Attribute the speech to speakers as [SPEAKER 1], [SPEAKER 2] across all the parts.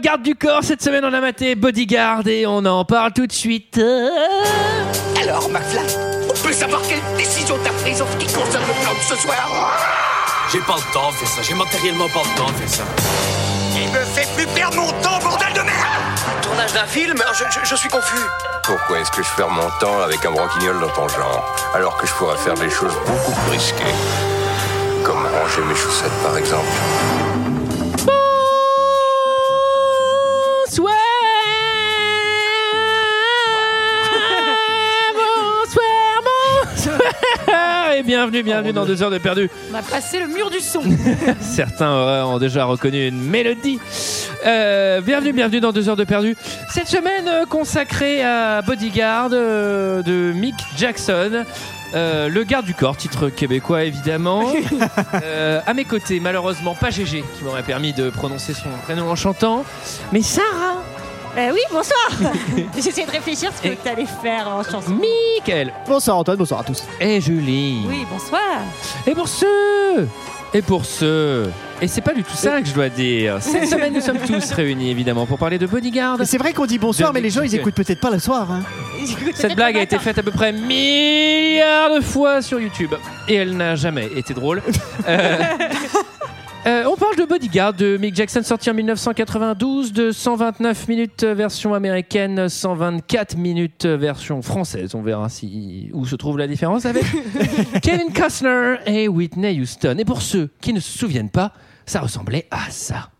[SPEAKER 1] garde du corps, cette semaine on a maté Bodyguard et on en parle tout de suite. Euh,
[SPEAKER 2] Alors, McFly, on peut savoir quelle décision t'as prise en ce qui concerne le plan de ce soir
[SPEAKER 3] J'ai pas le temps de faire ça, j'ai matériellement pas le temps de faire ça.
[SPEAKER 2] Il me fait plus perdre mon temps, bordel de merde
[SPEAKER 3] Tournage d'un film
[SPEAKER 2] hein,
[SPEAKER 3] je, suis confus.
[SPEAKER 4] Pourquoi est-ce que je perds mon temps avec un broquignol dans ton genre Alors que je pourrais faire des choses beaucoup plus risquées. Comme ranger mes chaussettes par exemple.
[SPEAKER 1] Bonsoir Bonsoir Bonsoir Et bienvenue, bienvenue dans deux heures de perdu.
[SPEAKER 5] On a passé le mur du son.
[SPEAKER 1] Certains euh, ont déjà reconnu une mélodie. Euh, bienvenue, bienvenue dans deux heures de perdu. Cette semaine euh, consacrée à Bodyguard euh, de Mick Jackson. Euh, le garde du corps, titre québécois évidemment. Euh, à mes côtés, malheureusement, pas GG qui m'aurait permis de prononcer son prénom en chantant, mais Sarah,
[SPEAKER 6] Euh, oui, bonsoir J'essayais de réfléchir ce que t'allais faire en chanson.
[SPEAKER 1] Michael
[SPEAKER 7] Bonsoir Antoine, bonsoir à tous.
[SPEAKER 1] et Julie.
[SPEAKER 5] Oui, bonsoir.
[SPEAKER 1] Et pour ceux Et pour ceux Et c'est pas du tout ça que je dois dire. Cette semaine, nous sommes tous réunis évidemment pour parler de Bodyguard.
[SPEAKER 7] Mais C'est vrai qu'on dit bonsoir,
[SPEAKER 1] Bien
[SPEAKER 7] mais les gens ils
[SPEAKER 1] expliqué.
[SPEAKER 7] écoutent peut-être pas le soir. hein.
[SPEAKER 1] Cette blague a été faite à peu près milliards de fois sur YouTube et elle n'a jamais été drôle. Euh, euh, on parle de Bodyguard de Mick Jackson sorti en 1992 de 129 minutes euh, version américaine, 124 minutes euh, version française. On verra si où se trouve la différence avec Kevin Costner et Whitney Houston. Et pour ceux qui ne se souviennent pas, ça ressemblait à ça.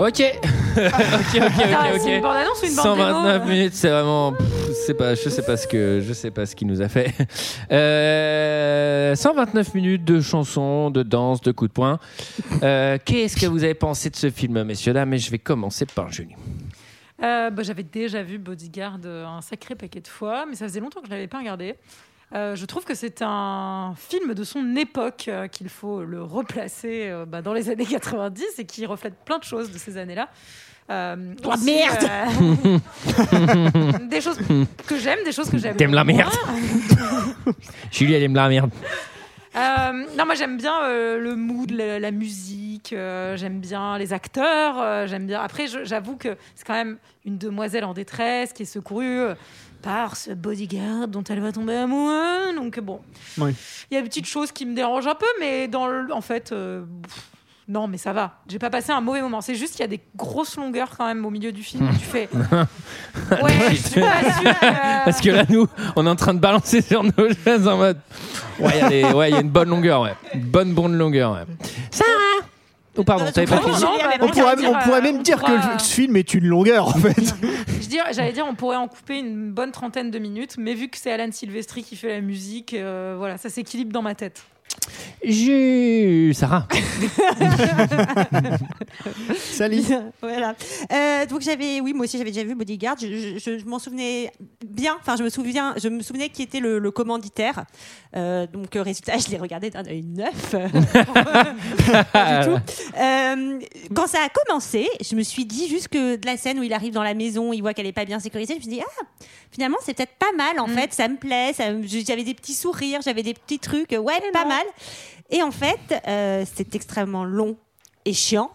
[SPEAKER 1] Ok. ok, ok,
[SPEAKER 5] Attends,
[SPEAKER 1] ok,
[SPEAKER 5] C'est une
[SPEAKER 1] ok.
[SPEAKER 5] bande annonce ou une bande
[SPEAKER 1] 129
[SPEAKER 5] démo
[SPEAKER 1] minutes, c'est vraiment. pff, c'est pas, je sais pas ce que, je sais pas ce qu'il nous a fait. Euh, 129 minutes de chansons, de danse, de coups de poing. Euh, Qu'est-ce que vous avez pensé de ce film, messieurs dames Mais je vais commencer par Julie.
[SPEAKER 5] Euh, bah, J'avais déjà vu Bodyguard euh, un sacré paquet de fois, mais ça faisait longtemps que je l'avais pas regardé. Euh, je trouve que c'est un film de son époque, euh, qu'il faut le replacer euh, bah, dans les années 90 et qui reflète plein de choses de ces années-là. Euh,
[SPEAKER 6] la merde
[SPEAKER 5] euh, Des choses que j'aime, des choses que j'aime.
[SPEAKER 1] T'aimes la
[SPEAKER 5] moins.
[SPEAKER 1] merde. Julie, elle aime la merde.
[SPEAKER 5] Euh, non, moi j'aime bien euh, le mood, la, la musique, euh, j'aime bien les acteurs, euh, j'aime bien. Après, je- j'avoue que c'est quand même une demoiselle en détresse qui est secourue euh, par ce bodyguard dont elle va tomber amoureuse. Donc bon,
[SPEAKER 7] Oui.
[SPEAKER 5] il y a des petites choses qui me dérangent un peu, mais dans le- en fait, euh, pff, non, mais ça va. J'ai pas passé un mauvais moment. C'est juste qu'il y a des grosses longueurs quand même au milieu du film. tu fais. Ouais, je suis pas sûre, euh,
[SPEAKER 1] Parce que là, nous, on est en train de balancer sur nos chaises en mode. Ouais, il y a des- ouais, il y a une bonne longueur, ouais. Une bonne, bonne longueur, ouais. Sarah Oh, pardon, t'avais pas
[SPEAKER 5] non,
[SPEAKER 1] fini
[SPEAKER 5] non, bah,
[SPEAKER 7] On,
[SPEAKER 5] on
[SPEAKER 7] pourrait,
[SPEAKER 5] dire,
[SPEAKER 7] on pourrait
[SPEAKER 5] euh,
[SPEAKER 7] même
[SPEAKER 1] hein.
[SPEAKER 5] on
[SPEAKER 7] dire que
[SPEAKER 5] pourra-
[SPEAKER 7] le- ce film est une longueur en fait.
[SPEAKER 5] Je dirais- j'allais dire, on pourrait en couper une bonne trentaine de minutes, mais vu que c'est Alan Silvestri qui fait la musique, euh, voilà, ça s'équilibre dans ma tête.
[SPEAKER 1] Ju- Sarah
[SPEAKER 7] Salut.
[SPEAKER 6] voilà. Euh, donc j'avais, oui, moi aussi j'avais déjà vu Bodyguard. Je, je- je- je m'en souvenais bien. Enfin, je me souviens, je me souvenais qui était le, le commanditaire. Euh, donc euh, résultat, je l'ai regardé d'un œil neuf. Pas du tout. Euh, quand ça a commencé, je me suis dit juste que de la scène où il arrive dans la maison, il voit qu'elle est pas bien sécurisée. Je me suis dit ah, finalement c'est peut-être pas mal en fait. Ça me plaît. ça me- je- j'avais des petits sourires, j'avais des petits trucs. Ouais, pas mal. Et en fait, euh, c'est extrêmement long et chiant.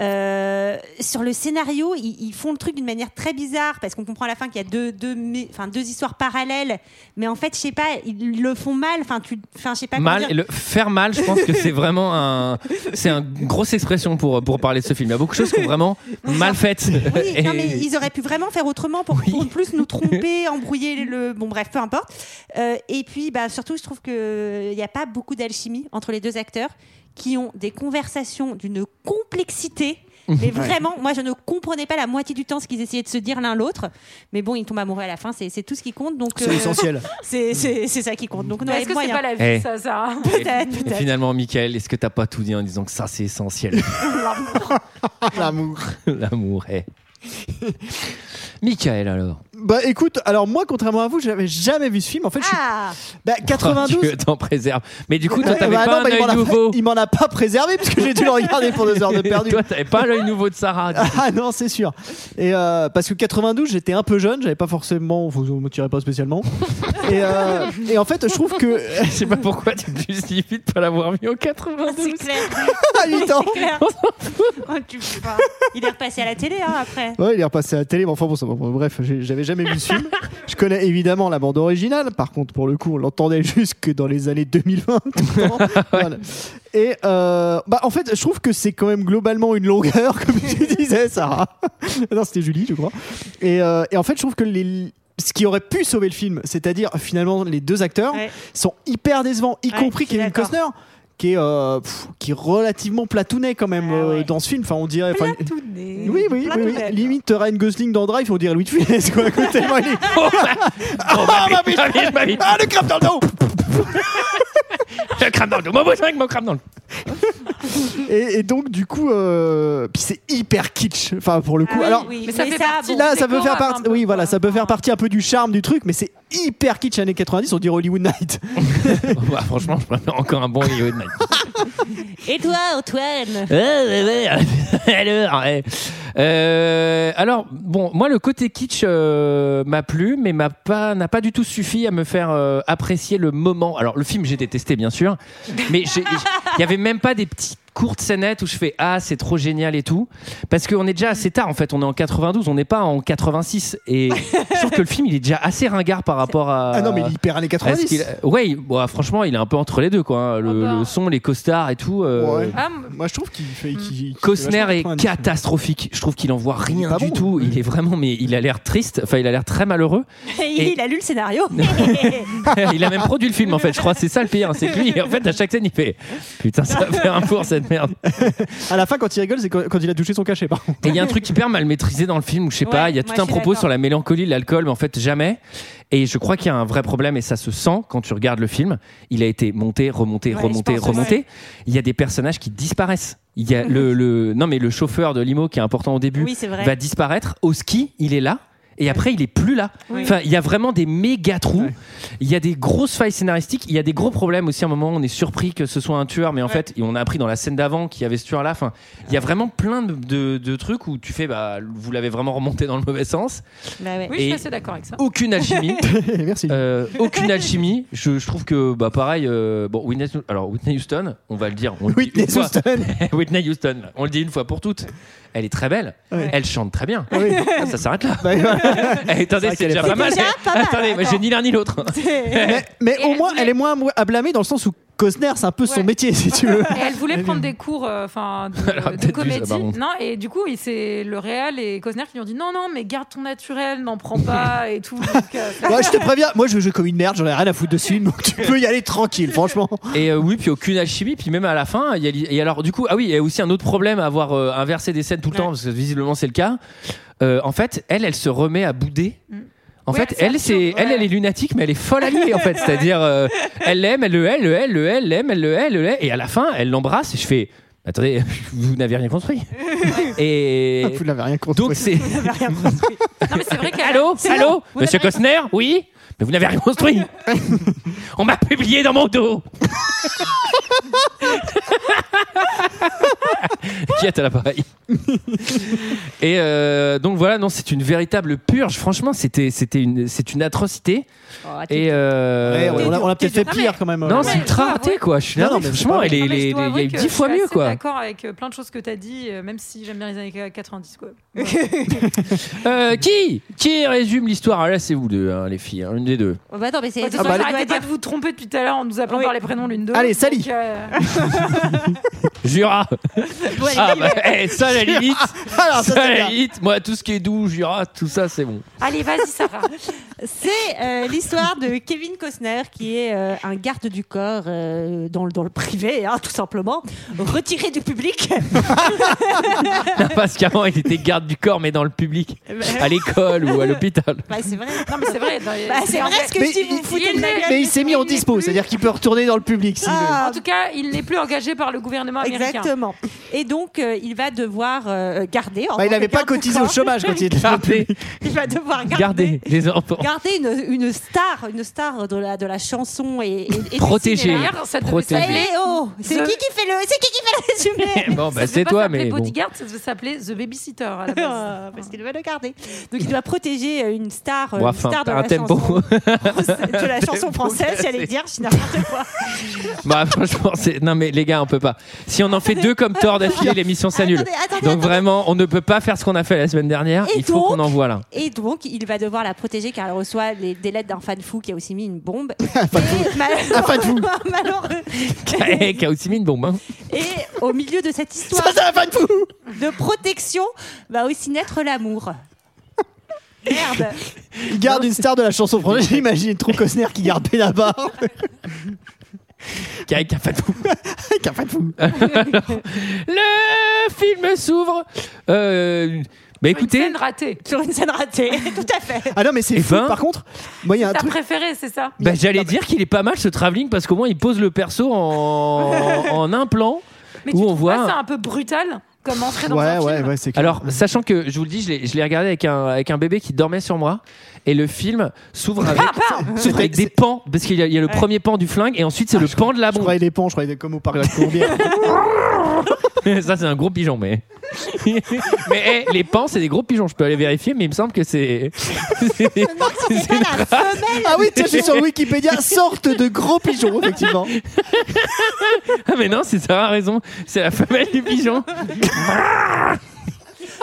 [SPEAKER 6] Euh, sur le scénario, ils, ils font le truc d'une manière très bizarre parce qu'on comprend à la fin qu'il y a deux, deux, mé- enfin, deux histoires parallèles, mais en fait, je sais pas, ils le font mal. Enfin, tu, enfin, je sais pas. comment
[SPEAKER 1] Mal,
[SPEAKER 6] dire.
[SPEAKER 1] et le faire mal, je pense que c'est vraiment un, c'est une grosse expression pour, pour parler de ce film. Il y a beaucoup de choses qui sont vraiment mal faites.
[SPEAKER 6] Oui,
[SPEAKER 1] Et-
[SPEAKER 6] non, mais ils auraient pu vraiment faire autrement pour, pour plus nous tromper, embrouiller le. Bon, bref, peu importe. Euh, et puis, bah, surtout, je trouve qu'il n'y a pas beaucoup d'alchimie entre les deux acteurs qui ont des conversations d'une complexité. Mais vraiment, moi, je ne comprenais pas la moitié du temps ce qu'ils essayaient de se dire l'un l'autre. Mais bon, ils tombent amoureux à la fin, c'est c'est tout ce qui compte. Donc,
[SPEAKER 7] C'est
[SPEAKER 6] euh,
[SPEAKER 7] essentiel.
[SPEAKER 6] c'est- c'est c'est ça qui compte. Donc, non,
[SPEAKER 5] Est-ce que c'est pas la vie,
[SPEAKER 1] Eh.
[SPEAKER 5] ça, Sarah
[SPEAKER 1] Et-
[SPEAKER 6] Peut-être,
[SPEAKER 1] et
[SPEAKER 6] peut-être.
[SPEAKER 1] Finalement, Michael, est-ce que t'as pas tout dit en disant que ça c'est essentiel
[SPEAKER 7] L'amour.
[SPEAKER 1] L'amour, eh. Michael, alors. Oh,
[SPEAKER 7] Bah écoute, alors moi, contrairement à vous, j'avais jamais vu ce film. En fait, je suis-
[SPEAKER 6] Ah
[SPEAKER 7] bah, 92.
[SPEAKER 1] Oh, Dieu t'en préserve. Mais du coup, toi,
[SPEAKER 7] Ouais,
[SPEAKER 1] t'avais
[SPEAKER 7] bah
[SPEAKER 1] pas
[SPEAKER 7] non,
[SPEAKER 1] un
[SPEAKER 7] bah, il m'en
[SPEAKER 1] œil
[SPEAKER 7] a-
[SPEAKER 1] nouveau.
[SPEAKER 7] Il m'en a pas préservé puisque j'ai dû le regarder pour deux heures de perdu.
[SPEAKER 1] Toi, t'avais pas l'œil nouveau de Sarah.
[SPEAKER 7] Ah non, c'est sûr. Et euh, parce que 92, j'étais un peu jeune, j'avais pas forcément, vous ne me tirez pas spécialement. Et, euh, et en fait, je trouve que
[SPEAKER 1] Je sais pas pourquoi tu te justifies de pas l'avoir vu en 92.
[SPEAKER 6] C'est clair.
[SPEAKER 7] à 8 ans,
[SPEAKER 6] C'est clair. Oh, tu vois. Il est repassé à la télé hein, après.
[SPEAKER 7] ouais, il est repassé à la télé. Mais enfin bon, ça, va. Bon, bref, j'ai- j'avais jamais vu le film. Je connais évidemment la bande originale. Par contre, pour le coup, on l'entendait jusque dans les années 2020. tout le temps. Voilà. Et euh, bah, en fait, je trouve que c'est quand même globalement une longueur, comme tu disais, Sarah. non, c'était Julie, je crois. Et, euh, et en fait, je trouve que les- ce qui aurait pu sauver le film, c'est-à-dire finalement les deux acteurs,
[SPEAKER 6] Ouais.
[SPEAKER 7] sont hyper décevants, y
[SPEAKER 6] Ouais,
[SPEAKER 7] compris
[SPEAKER 6] je suis
[SPEAKER 7] Kevin
[SPEAKER 6] d'accord.
[SPEAKER 7] Costner, qui est, euh, pff, qui est relativement platounet quand même
[SPEAKER 6] Ah
[SPEAKER 7] euh,
[SPEAKER 6] ouais.
[SPEAKER 7] dans ce film. Enfin, on dirait. enfin, oui,
[SPEAKER 5] Platounée.
[SPEAKER 7] oui, oui, oui.
[SPEAKER 6] Platounet.
[SPEAKER 7] Limite Ryan Gosling dans Drive, on dirait Louis de Funès, quoi. Tellement il est-
[SPEAKER 1] Oh, ma bite, ma bite, ma bite.
[SPEAKER 7] Ah, le crabe dans le dos
[SPEAKER 1] Je crame dans le dos. Mon bouche avec mon crame dans le
[SPEAKER 7] et, et donc, du coup, euh, puis c'est hyper kitsch, enfin, pour le coup.
[SPEAKER 6] Ah,
[SPEAKER 7] Alors,
[SPEAKER 6] oui,
[SPEAKER 5] Mais ça fait partie hein,
[SPEAKER 7] Là,
[SPEAKER 5] C'est
[SPEAKER 7] ça peut
[SPEAKER 5] quoi,
[SPEAKER 7] faire
[SPEAKER 5] un
[SPEAKER 7] partie.
[SPEAKER 5] peu,
[SPEAKER 7] Oui, voilà,
[SPEAKER 5] quoi.
[SPEAKER 7] ça peut faire partie un peu du charme du truc, mais c'est hyper kitsch années 90. On dirait Hollywood Night.
[SPEAKER 1] dos. Bah, franchement, je préfère encore un bon Hollywood Night.
[SPEAKER 6] Et toi, Antoine
[SPEAKER 1] Ouais, ouais, ouais. alors, ouais. Euh, alors, bon, moi le côté kitsch euh, m'a plu, mais m'a pas n'a pas du tout suffi à me faire euh, apprécier le moment. Alors le film j'ai détesté bien sûr, mais j'ai- il y avait même pas des petites courtes scénettes où je fais ah c'est trop génial et tout parce qu'on est déjà assez tard en fait on est en 92 on n'est pas en 86 et je trouve que le film il est déjà assez ringard par rapport à
[SPEAKER 7] Ah non, mais il est hyper années
[SPEAKER 1] à ce
[SPEAKER 7] 90.
[SPEAKER 1] qu'il- ouais il- bah, franchement il est un peu entre les deux quoi hein. le,
[SPEAKER 5] Ah bah.
[SPEAKER 1] le son les costards et tout euh,
[SPEAKER 7] Ouais.
[SPEAKER 5] Ah, m-
[SPEAKER 7] Moi, je trouve qu'il fait. qu'il- qu'il-
[SPEAKER 1] Costner est
[SPEAKER 7] vachement 90.
[SPEAKER 1] catastrophique. Je trouve qu'il en voit
[SPEAKER 7] Il est
[SPEAKER 1] rien
[SPEAKER 7] pas
[SPEAKER 1] du
[SPEAKER 7] bon.
[SPEAKER 1] tout. Il est vraiment, mais il a l'air triste. Enfin, il a l'air très malheureux.
[SPEAKER 6] Il a lu le scénario.
[SPEAKER 1] il a même produit le film, en fait. Je crois c'est ça le pire. C'est que lui, en fait, à chaque scène, il fait Putain, ça fait un pour cette merde.
[SPEAKER 7] À la fin, quand il rigole, c'est quand, quand il a touché son cachet, par contre.
[SPEAKER 1] Et il y a un truc hyper mal maîtrisé dans le film où je sais pas,
[SPEAKER 6] Ouais,
[SPEAKER 1] il y a
[SPEAKER 6] moi,
[SPEAKER 1] tout un
[SPEAKER 6] je suis
[SPEAKER 1] propos
[SPEAKER 6] d'accord.
[SPEAKER 1] sur la mélancolie, l'alcool, mais en fait jamais. Et je crois qu'il y a un vrai problème et ça se sent quand tu regardes le film. Il a été monté, remonté,
[SPEAKER 6] Ouais,
[SPEAKER 1] remonté,
[SPEAKER 6] je pense aussi.
[SPEAKER 1] remonté. Il y a des personnages qui disparaissent. Il y a le, le non mais le chauffeur de limo qui est important au début
[SPEAKER 6] Oui, c'est vrai.
[SPEAKER 1] va disparaître. Au ski, il est là. Et après, il est plus là.
[SPEAKER 6] Oui.
[SPEAKER 1] Enfin, il y a vraiment des méga trous.
[SPEAKER 7] Ouais.
[SPEAKER 1] Il y a des grosses failles scénaristiques. Il y a des gros problèmes aussi. À un moment, on est surpris que ce soit un tueur, mais en fait, on a appris dans la scène d'avant qu'il y avait ce tueur-là. Enfin, il y a vraiment plein de, de- de trucs où tu fais, bah, vous l'avez vraiment remonté dans le mauvais sens.
[SPEAKER 6] Bah ouais.
[SPEAKER 5] oui, je suis
[SPEAKER 1] Et-
[SPEAKER 5] assez d'accord avec ça.
[SPEAKER 1] Aucune alchimie.
[SPEAKER 7] Merci.
[SPEAKER 1] Euh, aucune alchimie. Je, je trouve que, bah, pareil. euh, bon, Whitney, alors Whitney Houston, on va le dire. On le dit
[SPEAKER 7] Whitney
[SPEAKER 1] une fois.
[SPEAKER 7] Houston.
[SPEAKER 1] Whitney Houston. là. On le dit une fois pour toutes. Elle est très belle.
[SPEAKER 7] Ouais.
[SPEAKER 1] Elle chante très bien.
[SPEAKER 7] Ah oui.
[SPEAKER 1] Ah, ça s'arrête là.
[SPEAKER 7] Bah, voilà.
[SPEAKER 1] Eh, attendez,
[SPEAKER 7] vrai
[SPEAKER 1] c'est
[SPEAKER 7] qu'elle
[SPEAKER 1] déjà
[SPEAKER 7] est pas-
[SPEAKER 1] pas mal.
[SPEAKER 6] C'est déjà pas mal,
[SPEAKER 1] Attendez, mais
[SPEAKER 6] attends.
[SPEAKER 1] j'ai ni l'un ni l'autre.
[SPEAKER 7] mais mais au moins, elle est moins à blâmer dans le sens où Costner, c'est un peu son
[SPEAKER 5] Ouais.
[SPEAKER 7] métier, si tu veux.
[SPEAKER 5] Et elle voulait prendre des cours euh, enfin
[SPEAKER 1] Elle aurait
[SPEAKER 5] de-
[SPEAKER 1] peut-être
[SPEAKER 5] de,
[SPEAKER 1] dû,
[SPEAKER 5] comédie.
[SPEAKER 1] ça, par contre.
[SPEAKER 5] non, et du coup, il- c'est le réal et Cosner qui lui ont dit non, non, mais garde ton naturel, n'en prends pas et tout. Donc, euh,
[SPEAKER 7] Ouais, je te préviens, moi je joue comme une merde, j'en ai rien à foutre de ce film, donc tu peux y aller tranquille, franchement.
[SPEAKER 1] Et euh, oui, puis aucune alchimie, puis même à la fin, il y a li- et alors du coup, ah oui, il y a aussi un autre problème à avoir euh, inversé des scènes tout le temps, parce que visiblement c'est le cas. Euh, en fait, elle, elle se remet à bouder.
[SPEAKER 6] Mm.
[SPEAKER 1] En
[SPEAKER 5] Oui,
[SPEAKER 1] fait,
[SPEAKER 5] elle
[SPEAKER 1] elle,
[SPEAKER 5] s'en
[SPEAKER 1] c'est,
[SPEAKER 5] fout,
[SPEAKER 1] elle,
[SPEAKER 5] ouais.
[SPEAKER 1] elle est lunatique, mais elle est folle alliée, en fait. C'est-à-dire, euh, elle l'aime, elle le hait, le hait, le hait, elle l'aime, elle le hait, le hait, et à la fin, elle l'embrasse, et je fais, attendez, vous n'avez rien construit. et
[SPEAKER 7] Ah, Vous l'avez rien compris.
[SPEAKER 1] donc, c'est,
[SPEAKER 5] non, mais c'est vrai qu'elle.
[SPEAKER 1] Allô
[SPEAKER 5] C'est
[SPEAKER 1] Allô
[SPEAKER 5] long. Vous
[SPEAKER 1] Monsieur
[SPEAKER 5] n'avez-
[SPEAKER 1] Costner Oui Mais vous n'avez rien construit On m'a publié dans mon dos qui est à l'appareil. et euh, donc voilà, non, c'est une véritable purge. Franchement, c'était, c'était une, c'est une atrocité.
[SPEAKER 5] Oh,
[SPEAKER 1] Et euh,
[SPEAKER 7] Ouais, on a, on a
[SPEAKER 6] t'es
[SPEAKER 7] peut-être
[SPEAKER 6] dur.
[SPEAKER 7] fait
[SPEAKER 6] Ah,
[SPEAKER 7] pire quand même.
[SPEAKER 1] non,
[SPEAKER 7] euh,
[SPEAKER 1] c'est ultra raté quoi. Je suis là,
[SPEAKER 7] Non,
[SPEAKER 1] non,
[SPEAKER 7] mais
[SPEAKER 1] mais
[SPEAKER 7] c'est
[SPEAKER 1] franchement,
[SPEAKER 7] pas
[SPEAKER 1] elle est,
[SPEAKER 5] Ah, mais
[SPEAKER 1] elle
[SPEAKER 5] je
[SPEAKER 1] est-
[SPEAKER 5] dois
[SPEAKER 1] il y a
[SPEAKER 5] avouer
[SPEAKER 1] eu
[SPEAKER 5] que
[SPEAKER 1] 10 fois
[SPEAKER 5] je suis
[SPEAKER 1] mieux
[SPEAKER 5] assez
[SPEAKER 1] quoi.
[SPEAKER 5] d'accord avec euh, plein de choses que tu as dit, euh, même si j'aime bien les années 90. Quoi.
[SPEAKER 1] Euh, qui Qui résume l'histoire Ah, Là, c'est vous deux, hein, les filles, hein, une des deux.
[SPEAKER 6] Oh, bah attends, mais c'est.
[SPEAKER 5] De toute
[SPEAKER 6] c'est-
[SPEAKER 5] façon,
[SPEAKER 7] bah,
[SPEAKER 5] arrêtez pas de vous tromper depuis tout à l'heure en nous appelant
[SPEAKER 6] Oui.
[SPEAKER 5] par les prénoms l'une d'eux.
[SPEAKER 7] Allez, Sally.
[SPEAKER 5] Donc, euh,
[SPEAKER 1] Jura Ah, bah, eh, ça, à la limite,
[SPEAKER 7] Alors, ça,
[SPEAKER 1] ça, à
[SPEAKER 7] c'est
[SPEAKER 1] la
[SPEAKER 7] bien.
[SPEAKER 1] limite, moi, tout ce qui est doux, Jura, tout ça, c'est bon.
[SPEAKER 5] Allez, vas-y, Sarah. bah.
[SPEAKER 6] C'est euh, l'histoire de Kevin Costner, qui est euh, un garde du corps euh, dans, le- dans le privé, hein, tout simplement, retiré du public.
[SPEAKER 1] Parce qu'avant, il était garde du corps, mais dans le public, à l'école ou à l'hôpital.
[SPEAKER 6] Bah, c'est vrai.
[SPEAKER 5] Non, mais c'est vrai. dans les-
[SPEAKER 6] Bah, c'est vrai ce que
[SPEAKER 7] Mais
[SPEAKER 6] je dis,
[SPEAKER 7] il-
[SPEAKER 6] vous vous foutez de ma
[SPEAKER 5] il-
[SPEAKER 6] gueule.
[SPEAKER 7] Mais il s'est mis en dispo, c'est-à-dire qu'il peut retourner dans le public. s'il veut.
[SPEAKER 6] Ah,
[SPEAKER 5] En tout cas, il n'est plus engagé par le gouvernement américain.
[SPEAKER 6] Exactement. Et donc, euh, il va devoir euh, garder. en
[SPEAKER 7] Bah, il
[SPEAKER 6] tant
[SPEAKER 7] n'avait
[SPEAKER 6] que
[SPEAKER 7] pas
[SPEAKER 6] garde du
[SPEAKER 7] cotisé
[SPEAKER 6] corps,
[SPEAKER 7] au chômage quand il était dans le
[SPEAKER 1] Gardez,
[SPEAKER 7] public.
[SPEAKER 6] Il va devoir garder.
[SPEAKER 1] gardez les enfants.
[SPEAKER 6] Garder une, une star, une star de la, de la chanson et, et, et
[SPEAKER 1] Protégée.
[SPEAKER 6] du cinéma.
[SPEAKER 5] D'ailleurs, ça devait
[SPEAKER 1] Protégé.
[SPEAKER 6] Eh,
[SPEAKER 5] s'appeler.
[SPEAKER 6] mais oh, c'est
[SPEAKER 5] The-
[SPEAKER 6] qui qui fait le, c'est qui qui fait le
[SPEAKER 1] Bon,
[SPEAKER 6] résumé
[SPEAKER 5] ça
[SPEAKER 1] bah,
[SPEAKER 5] devait
[SPEAKER 1] c'est
[SPEAKER 5] pas
[SPEAKER 1] toi,
[SPEAKER 5] s'appeler
[SPEAKER 1] mais bon.
[SPEAKER 5] Bodyguard, ça devait s'appeler The Babysitter à la base.
[SPEAKER 6] Euh, parce qu'il va le garder. Donc il doit protéger euh, une star, euh,
[SPEAKER 1] Bon,
[SPEAKER 6] une
[SPEAKER 1] enfin,
[SPEAKER 6] star de
[SPEAKER 1] un
[SPEAKER 6] la
[SPEAKER 1] tempo.
[SPEAKER 6] chanson française- de la chanson
[SPEAKER 1] tempo
[SPEAKER 6] française, j'allais
[SPEAKER 1] cassé.
[SPEAKER 6] dire, je dis n'importe quoi.
[SPEAKER 1] Bah, franchement, c'est. Non, mais les gars, on peut pas. Si on en fait deux comme tort d'affilée, l'émission s'annule.
[SPEAKER 6] Attendez, attendez,
[SPEAKER 1] Donc
[SPEAKER 6] attendez.
[SPEAKER 1] vraiment, on ne peut pas faire ce qu'on a fait la semaine dernière.
[SPEAKER 6] Et
[SPEAKER 1] Il faut
[SPEAKER 6] donc
[SPEAKER 1] qu'on en voit là.
[SPEAKER 6] Et donc il va devoir la protéger car elle reçoit les, des lettres d'un fan fou qui a aussi mis une bombe. Et malheureux-
[SPEAKER 7] Un fan fou.
[SPEAKER 6] malheureux.
[SPEAKER 1] Eh, Qui a aussi mis une bombe. hein.
[SPEAKER 6] Et au milieu de cette histoire
[SPEAKER 7] Ça, c'est un fan fou
[SPEAKER 6] de protection va aussi naître l'amour. Merde.
[SPEAKER 7] Il garde une star de la chanson française. J'imagine Trou Cosner qui garde Benabar.
[SPEAKER 1] Qui a- qui a fait tout.
[SPEAKER 7] Avec un fan fou.
[SPEAKER 1] Le film s'ouvre. Euh, Bah
[SPEAKER 5] Une
[SPEAKER 1] écoutez,
[SPEAKER 5] scène ratée.
[SPEAKER 6] Sur une scène ratée, tout à fait.
[SPEAKER 7] Ah non, mais c'est
[SPEAKER 1] Eh
[SPEAKER 7] fou.
[SPEAKER 1] ben.
[SPEAKER 7] Par contre, moi, il y a un
[SPEAKER 5] T'as
[SPEAKER 7] truc.
[SPEAKER 5] préféré, c'est ça
[SPEAKER 1] bah, j'allais dire qu'il est pas mal ce travelling parce qu'au moins il pose le perso en, en un plan.
[SPEAKER 5] Mais
[SPEAKER 1] Où
[SPEAKER 5] tu
[SPEAKER 1] on
[SPEAKER 5] trouves
[SPEAKER 1] voit
[SPEAKER 5] pas
[SPEAKER 1] un-
[SPEAKER 5] ça un peu brutal comme entrée dans
[SPEAKER 7] Ouais,
[SPEAKER 5] un
[SPEAKER 7] ouais,
[SPEAKER 5] film
[SPEAKER 7] ouais, c'est clair.
[SPEAKER 1] Alors, sachant que je vous le dis, je l'ai- je l'ai regardé avec un, avec un bébé qui dormait sur moi, et le film s'ouvre avec,
[SPEAKER 7] Ah.
[SPEAKER 1] s'ouvre avec des pans, parce qu'il y, a- il y a le premier pan du flingue, et
[SPEAKER 5] Ah,
[SPEAKER 1] ensuite c'est le pan de la
[SPEAKER 7] je
[SPEAKER 1] bombe.
[SPEAKER 7] croyais les pans, je croyais comme au parc de la Colombière.
[SPEAKER 1] Ça, c'est un gros pigeon, mais. mais eh, les pans, c'est des gros pigeons, je peux aller vérifier, mais il me semble que c'est. c'est-
[SPEAKER 6] Je me demande si c'est pas la femelle.
[SPEAKER 7] ah oui, tiens, je suis sur Wikipédia. Sorte de gros pigeon, effectivement.
[SPEAKER 1] ah, mais non, c'est Sarah a raison, c'est la femelle du pigeon.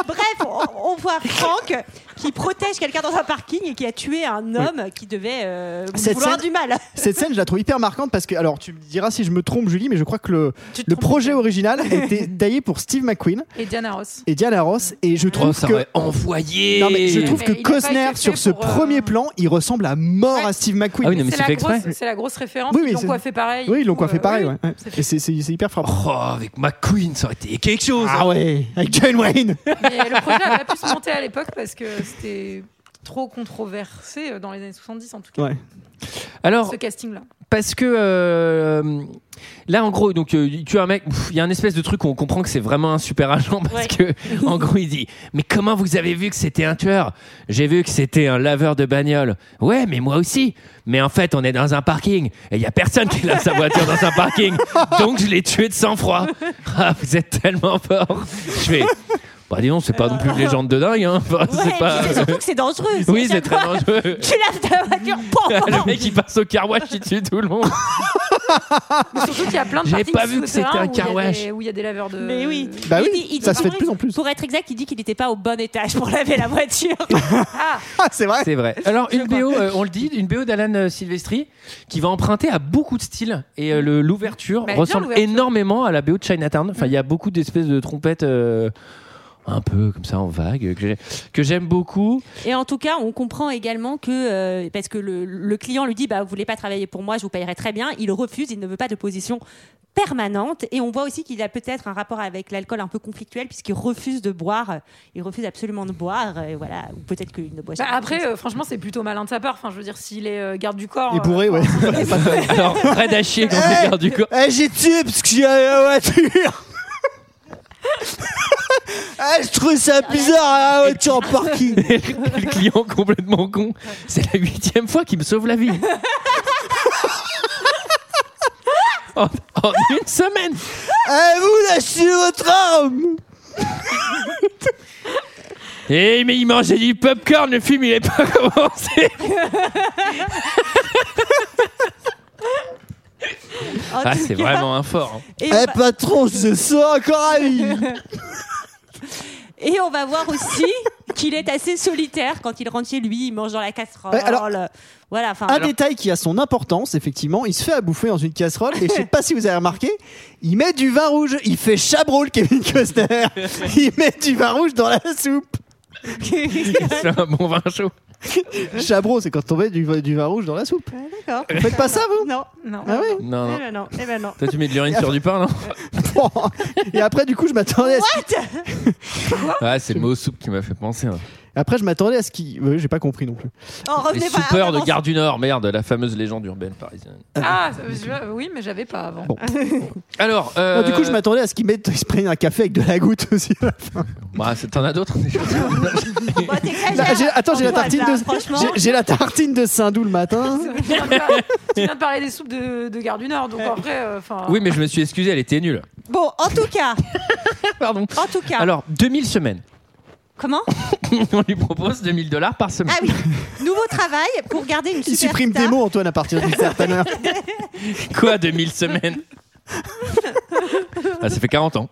[SPEAKER 6] Bref, on, on voit Franck qui protège quelqu'un dans un parking et qui a tué un homme qui devait euh,
[SPEAKER 7] Cette
[SPEAKER 6] vouloir
[SPEAKER 7] scène-
[SPEAKER 6] du mal.
[SPEAKER 7] Cette scène, je la trouve hyper marquante parce que, alors, tu me diras si je me trompe, Julie, mais je crois que le, le projet original était taillé pour Steve McQueen
[SPEAKER 5] Et Diana Ross.
[SPEAKER 7] et Diana Ross. Et je
[SPEAKER 1] Oh,
[SPEAKER 7] trouve
[SPEAKER 1] ça
[SPEAKER 7] que.
[SPEAKER 1] aurait envoyé.
[SPEAKER 7] Non, mais je
[SPEAKER 5] Mais
[SPEAKER 7] trouve que
[SPEAKER 5] il a pas été
[SPEAKER 7] Costner,
[SPEAKER 5] fait
[SPEAKER 7] sur ce
[SPEAKER 5] pour, euh,
[SPEAKER 7] premier plan, il ressemble à mort
[SPEAKER 5] Ouais.
[SPEAKER 7] à Steve McQueen.
[SPEAKER 1] Ah oui, non, mais
[SPEAKER 5] C'est
[SPEAKER 1] c'est fait
[SPEAKER 5] la,
[SPEAKER 1] exprès.
[SPEAKER 5] grosse- c'est la grosse référence.
[SPEAKER 7] Oui, oui,
[SPEAKER 5] ils l'ont
[SPEAKER 7] c'est-
[SPEAKER 5] coiffé pareil.
[SPEAKER 7] Oui, ils l'ont
[SPEAKER 5] Du coup,
[SPEAKER 7] coiffé
[SPEAKER 5] euh,
[SPEAKER 7] pareil,
[SPEAKER 5] oui,
[SPEAKER 7] ouais.
[SPEAKER 5] oui,
[SPEAKER 7] ouais.
[SPEAKER 5] c'est
[SPEAKER 7] Et c'est c'est- c'est hyper frappant.
[SPEAKER 1] Oh, avec McQueen, ça aurait été quelque chose. hein.
[SPEAKER 7] Ah ouais, avec John Wayne.
[SPEAKER 5] Mais le projet n'avait pas pu se monter à l'époque parce que c'était trop controversé euh, dans les années 70 en tout cas,
[SPEAKER 7] Ouais.
[SPEAKER 1] Alors,
[SPEAKER 5] ce casting-là.
[SPEAKER 1] parce que euh, là en gros donc euh, tu as un mec pff, il y a un espèce de truc où on comprend que c'est vraiment un super agent parce que en gros il dit mais comment vous avez vu que c'était un tueur j'ai vu que c'était un laveur de bagnole ouais mais moi aussi mais en fait on est dans un parking et il y a personne qui lave sa voiture dans un parking donc je l'ai tué de sang froid ah vous êtes tellement fort je fais bah dis donc c'est pas non plus une légende de dingue hein. Enfin,
[SPEAKER 6] Ouais,
[SPEAKER 1] c'est pas
[SPEAKER 6] puis c'est surtout que c'est dangereux.
[SPEAKER 1] oui
[SPEAKER 6] à
[SPEAKER 1] c'est
[SPEAKER 6] chaque
[SPEAKER 1] très
[SPEAKER 6] fois,
[SPEAKER 1] dangereux Ah,
[SPEAKER 6] Tu laves ta voiture, pam, pam.
[SPEAKER 1] le mec il passe au car wash il tue tout le monde
[SPEAKER 5] Mais surtout qu'il y a plein de
[SPEAKER 1] J'avais
[SPEAKER 5] parkings
[SPEAKER 1] pas vu
[SPEAKER 5] sous
[SPEAKER 1] que
[SPEAKER 5] le
[SPEAKER 1] c'était un
[SPEAKER 5] terrain où il y a
[SPEAKER 1] car wash.
[SPEAKER 5] des- Où il y a des laveurs de.
[SPEAKER 6] Mais oui.
[SPEAKER 7] Bah
[SPEAKER 6] Il
[SPEAKER 7] oui,
[SPEAKER 6] dit- il
[SPEAKER 7] ça
[SPEAKER 6] dit-
[SPEAKER 7] se fait de plus en plus.
[SPEAKER 6] Pour être exact, il dit qu'il n'était pas au bon étage pour laver la voiture.
[SPEAKER 7] Ah, c'est vrai.
[SPEAKER 1] C'est vrai. Alors, une BO, euh, on le dit, une BO d'Alan euh, Silvestri qui va emprunter à beaucoup de styles et euh, le- l'ouverture
[SPEAKER 5] Bah, bien
[SPEAKER 1] ressemble
[SPEAKER 5] l'ouverture.
[SPEAKER 1] énormément à la BO de Chinatown. Enfin, il y a beaucoup d'espèces de trompettes. euh, un peu comme ça en vague euh, que j'ai- que j'aime beaucoup
[SPEAKER 6] Et en tout cas, on comprend également que, euh, parce que le, le client lui dit, bah, vous voulez pas travailler pour moi, je vous payerai très bien. Il refuse, il ne veut pas de position permanente. Et on voit aussi qu'il a peut-être un rapport avec l'alcool un peu conflictuel, puisqu'il refuse de boire. Il refuse absolument de boire. Et voilà. Ou peut-être qu'il ne boit
[SPEAKER 5] Bah,
[SPEAKER 6] jamais.
[SPEAKER 5] après, euh, franchement, c'est plutôt malin de sa part. Enfin, je veux dire, s'il est euh, garde du corps.
[SPEAKER 7] Il
[SPEAKER 5] euh,
[SPEAKER 7] pourrait, ouais.
[SPEAKER 1] alors Fred à chier quand
[SPEAKER 7] Hey
[SPEAKER 1] on regarde du corps
[SPEAKER 7] Eh, j'ai tué parce que j'ai la voiture. Eh, je trouve ça bizarre hein, à la voiture en parking.
[SPEAKER 1] le client complètement con c'est la huitième fois qu'il me sauve la vie en, en une semaine.
[SPEAKER 7] À Eh, vous lâchez votre arme
[SPEAKER 1] Eh, mais il mangeait du popcorn, le film, il est pas commencé.
[SPEAKER 5] euh,
[SPEAKER 6] En
[SPEAKER 1] Ah,
[SPEAKER 6] tout
[SPEAKER 1] c'est
[SPEAKER 6] cas,
[SPEAKER 1] vraiment un fort. hein.
[SPEAKER 6] Et, bah-
[SPEAKER 7] Eh patron, je sens encore à vie
[SPEAKER 6] et on va voir aussi qu'il est assez solitaire quand il rentre chez lui, il mange dans la casserole.
[SPEAKER 7] Ouais, alors-
[SPEAKER 6] voilà, enfin.
[SPEAKER 7] Un détail qui a son importance, effectivement, il se fait à bouffer dans une casserole et je sais pas si vous avez remarqué, il met du vin rouge, il fait chabrol Kevin Costner, il met du vin rouge dans la soupe.
[SPEAKER 1] C'est un bon vin chaud.
[SPEAKER 7] Chabrol, c'est quand on met du, du vin rouge dans la soupe.
[SPEAKER 6] D'accord.
[SPEAKER 7] Vous faites pas ça vous
[SPEAKER 6] Non.
[SPEAKER 5] Non.
[SPEAKER 7] Ah oui
[SPEAKER 1] Non, non.
[SPEAKER 6] ben non, eh ben non.
[SPEAKER 1] Toi, tu mets de l'urine sur du pain, non
[SPEAKER 7] Bon. Et après du coup je m'attendais à ce qu'il-
[SPEAKER 1] Ouais, Ah, c'est le mot soupe qui m'a fait penser. hein.
[SPEAKER 7] après je m'attendais à ce qu'il euh, j'ai pas compris non plus.
[SPEAKER 6] On
[SPEAKER 1] Les
[SPEAKER 6] revenait Oh, pas.
[SPEAKER 1] soupeurs
[SPEAKER 6] on
[SPEAKER 1] de
[SPEAKER 6] avance.
[SPEAKER 1] Gare du Nord, merde, la fameuse légende urbaine parisienne.
[SPEAKER 5] Ah, ça- je- oui, mais j'avais pas avant.
[SPEAKER 7] Bon.
[SPEAKER 1] Alors, euh,
[SPEAKER 7] Non, Ah, du coup je m'attendais à ce qu'il mette il se prenne un café avec de la goutte aussi.
[SPEAKER 1] bah, c'est- T'en as d'autres déjà
[SPEAKER 6] Bah, t'exagères.
[SPEAKER 7] Là, j'ai- attends, j'ai la
[SPEAKER 6] Antoine,
[SPEAKER 7] tartine
[SPEAKER 6] là,
[SPEAKER 7] de
[SPEAKER 6] Franchement,
[SPEAKER 7] j'ai- j'ai la tartine de Saint-Doux le matin.
[SPEAKER 5] Tu viens de parler- tu viens de parler des soupes de, de Gare du Nord, donc en vrai, enfin.
[SPEAKER 1] Oui, mais je me suis excusé, elle était nulle.
[SPEAKER 6] bon, en tout cas,
[SPEAKER 1] Pardon.
[SPEAKER 6] en tout cas.
[SPEAKER 1] Alors, 2000 semaines.
[SPEAKER 6] comment
[SPEAKER 1] On lui propose 2000 dollars par semaine.
[SPEAKER 6] Ah oui, nouveau travail pour garder une
[SPEAKER 7] Il
[SPEAKER 6] superstar.
[SPEAKER 7] supprime des mots Antoine à partir d'une certaine heure.
[SPEAKER 1] Quoi, 2000 semaines ah, Ça fait 40 ans.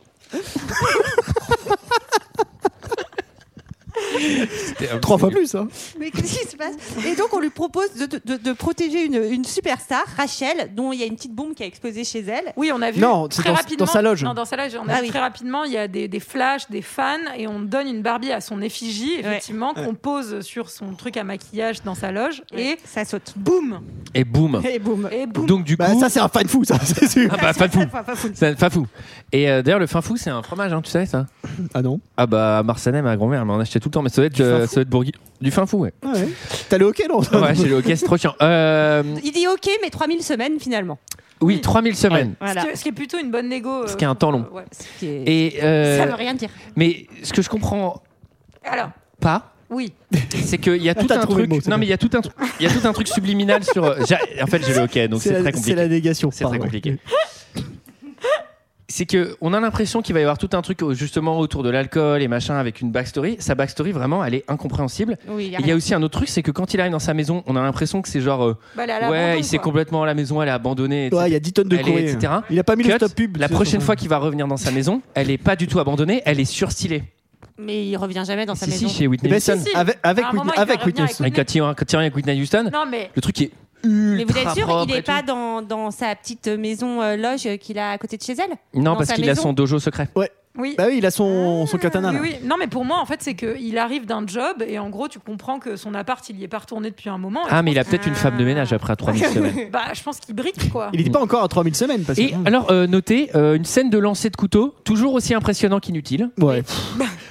[SPEAKER 1] C'était un-
[SPEAKER 7] Trois fois plus hein.
[SPEAKER 6] Mais qu'est-ce qui se passe Et donc, on lui propose de, de- de protéger une, une superstar, Rachel, dont il y a une petite bombe qui a explosé chez elle.
[SPEAKER 5] Oui, on a vu
[SPEAKER 7] Non, c'est
[SPEAKER 5] très
[SPEAKER 7] dans-
[SPEAKER 5] rapidement.
[SPEAKER 7] dans sa loge.
[SPEAKER 5] Non, dans sa loge, on a
[SPEAKER 6] Ah
[SPEAKER 5] vu
[SPEAKER 6] oui.
[SPEAKER 5] très rapidement. Il y a des, des flashs, des fans, et on donne une Barbie à son effigie, effectivement, qu'on pose sur son truc à maquillage dans sa loge, et
[SPEAKER 6] ça saute.
[SPEAKER 5] boum,
[SPEAKER 1] Et boum.
[SPEAKER 6] Et boum.
[SPEAKER 5] et boum.
[SPEAKER 1] Donc, du coup.
[SPEAKER 7] Bah ça c'est un fan fou ça, c'est sûr.
[SPEAKER 1] Ah bah, fin fou.
[SPEAKER 6] Enfin, pas fou.
[SPEAKER 1] C'est un fin fou. Et euh, d'ailleurs, le fin fou, c'est un fromage, hein, tu savais ça
[SPEAKER 7] Ah non.
[SPEAKER 1] Ah bah, à Marsanet, ma grand-mère, elle m'en achetait tout le temps, mais ça doit être, euh,
[SPEAKER 7] fin fou
[SPEAKER 1] ça doit être bourgui- Du fin fou, ouais.
[SPEAKER 7] Ah ouais. T'as le hockey non
[SPEAKER 1] Ouais, chez le hockey, c'est trop chiant. Euh,
[SPEAKER 6] Il dit ok, mais 3000 semaines finalement.
[SPEAKER 1] oui, 3000 semaines.
[SPEAKER 6] Voilà.
[SPEAKER 5] Ce, qui, ce qui est plutôt une bonne négo.
[SPEAKER 1] Ce
[SPEAKER 5] euh,
[SPEAKER 1] qui est un temps long.
[SPEAKER 5] euh, ouais.
[SPEAKER 6] Ce qui est-
[SPEAKER 1] Et, euh,
[SPEAKER 6] Ça veut rien dire.
[SPEAKER 1] mais ce que je comprends
[SPEAKER 5] Alors,
[SPEAKER 1] pas,
[SPEAKER 5] oui.
[SPEAKER 1] c'est qu'il y a tout
[SPEAKER 7] Ah, T'as
[SPEAKER 1] un
[SPEAKER 7] trouvé le
[SPEAKER 1] truc.
[SPEAKER 7] mot, c'est
[SPEAKER 1] non,
[SPEAKER 7] bien.
[SPEAKER 1] mais il y a tout un truc. Il y a tout un truc subliminal sur. euh, j'a- En fait, j'ai le hockey, donc c'est
[SPEAKER 7] la,
[SPEAKER 1] très
[SPEAKER 7] c'est la
[SPEAKER 1] compliqué.
[SPEAKER 7] négation.
[SPEAKER 1] C'est très
[SPEAKER 7] pardon.
[SPEAKER 1] compliqué. C'est que on a l'impression qu'il va y avoir tout un truc euh, justement autour de l'alcool et machin avec une backstory. Sa backstory vraiment, elle est incompréhensible.
[SPEAKER 6] Oui,
[SPEAKER 1] Et Il y a aussi un autre truc, c'est que quand il arrive dans sa maison, on a l'impression que c'est genre euh,
[SPEAKER 5] Bah, elle est à l'abandon,
[SPEAKER 1] ouais, il s'est
[SPEAKER 5] quoi.
[SPEAKER 1] complètement à la maison, elle est abandonnée, etc.
[SPEAKER 7] Ouais, il y a 10 tonnes de
[SPEAKER 1] Elle est-
[SPEAKER 7] courrier. hein.
[SPEAKER 1] etc.
[SPEAKER 7] Il a pas mis le
[SPEAKER 1] Cut.
[SPEAKER 7] stop pub.
[SPEAKER 1] La
[SPEAKER 7] c'est
[SPEAKER 1] prochaine
[SPEAKER 7] ça.
[SPEAKER 1] fois qu'il va revenir dans sa maison, elle est pas du tout abandonnée, elle est surstylée.
[SPEAKER 6] Mais il revient jamais dans sa
[SPEAKER 1] si,
[SPEAKER 6] maison.
[SPEAKER 1] si, chez
[SPEAKER 7] Eh
[SPEAKER 1] Whitney
[SPEAKER 7] ben,
[SPEAKER 1] Houston.
[SPEAKER 5] si, si.
[SPEAKER 7] Avec, avec,
[SPEAKER 5] À un
[SPEAKER 7] Whitney-
[SPEAKER 5] moment, il va
[SPEAKER 7] avec
[SPEAKER 5] revenir
[SPEAKER 7] Whitney
[SPEAKER 5] avec
[SPEAKER 7] Houston.
[SPEAKER 1] Avec Cathy Ryan- Cathy Ryan avec Whitney Houston,
[SPEAKER 5] Non, mais
[SPEAKER 1] le truc est ultra
[SPEAKER 6] Mais vous êtes sûr
[SPEAKER 1] propre
[SPEAKER 6] qu'il
[SPEAKER 1] et
[SPEAKER 6] n'est
[SPEAKER 1] tout.
[SPEAKER 6] pas dans, dans sa petite maison euh, loge euh, qu'il a à côté de chez elle
[SPEAKER 1] Non,
[SPEAKER 6] dans
[SPEAKER 1] parce
[SPEAKER 6] sa
[SPEAKER 1] qu'il a
[SPEAKER 6] maison
[SPEAKER 1] son dojo secret.
[SPEAKER 5] oui.
[SPEAKER 7] Bah oui, il a son, son katana.
[SPEAKER 5] Ah, Oui,
[SPEAKER 7] là.
[SPEAKER 5] oui. Non, mais pour moi, en fait, c'est qu'il arrive d'un job et en gros, tu comprends que son appart, il y est pas retourné depuis un moment.
[SPEAKER 1] Ah, mais il a peut-être une femme de ménage après 3000 semaines.
[SPEAKER 5] Bah, je pense qu'il brique, quoi.
[SPEAKER 7] Il n'était pas encore à 3000 semaines. Parce
[SPEAKER 1] Et
[SPEAKER 7] que...
[SPEAKER 1] alors, euh, notez, euh, une scène de lancer de couteau, toujours aussi impressionnant qu'inutile.
[SPEAKER 7] Ouais.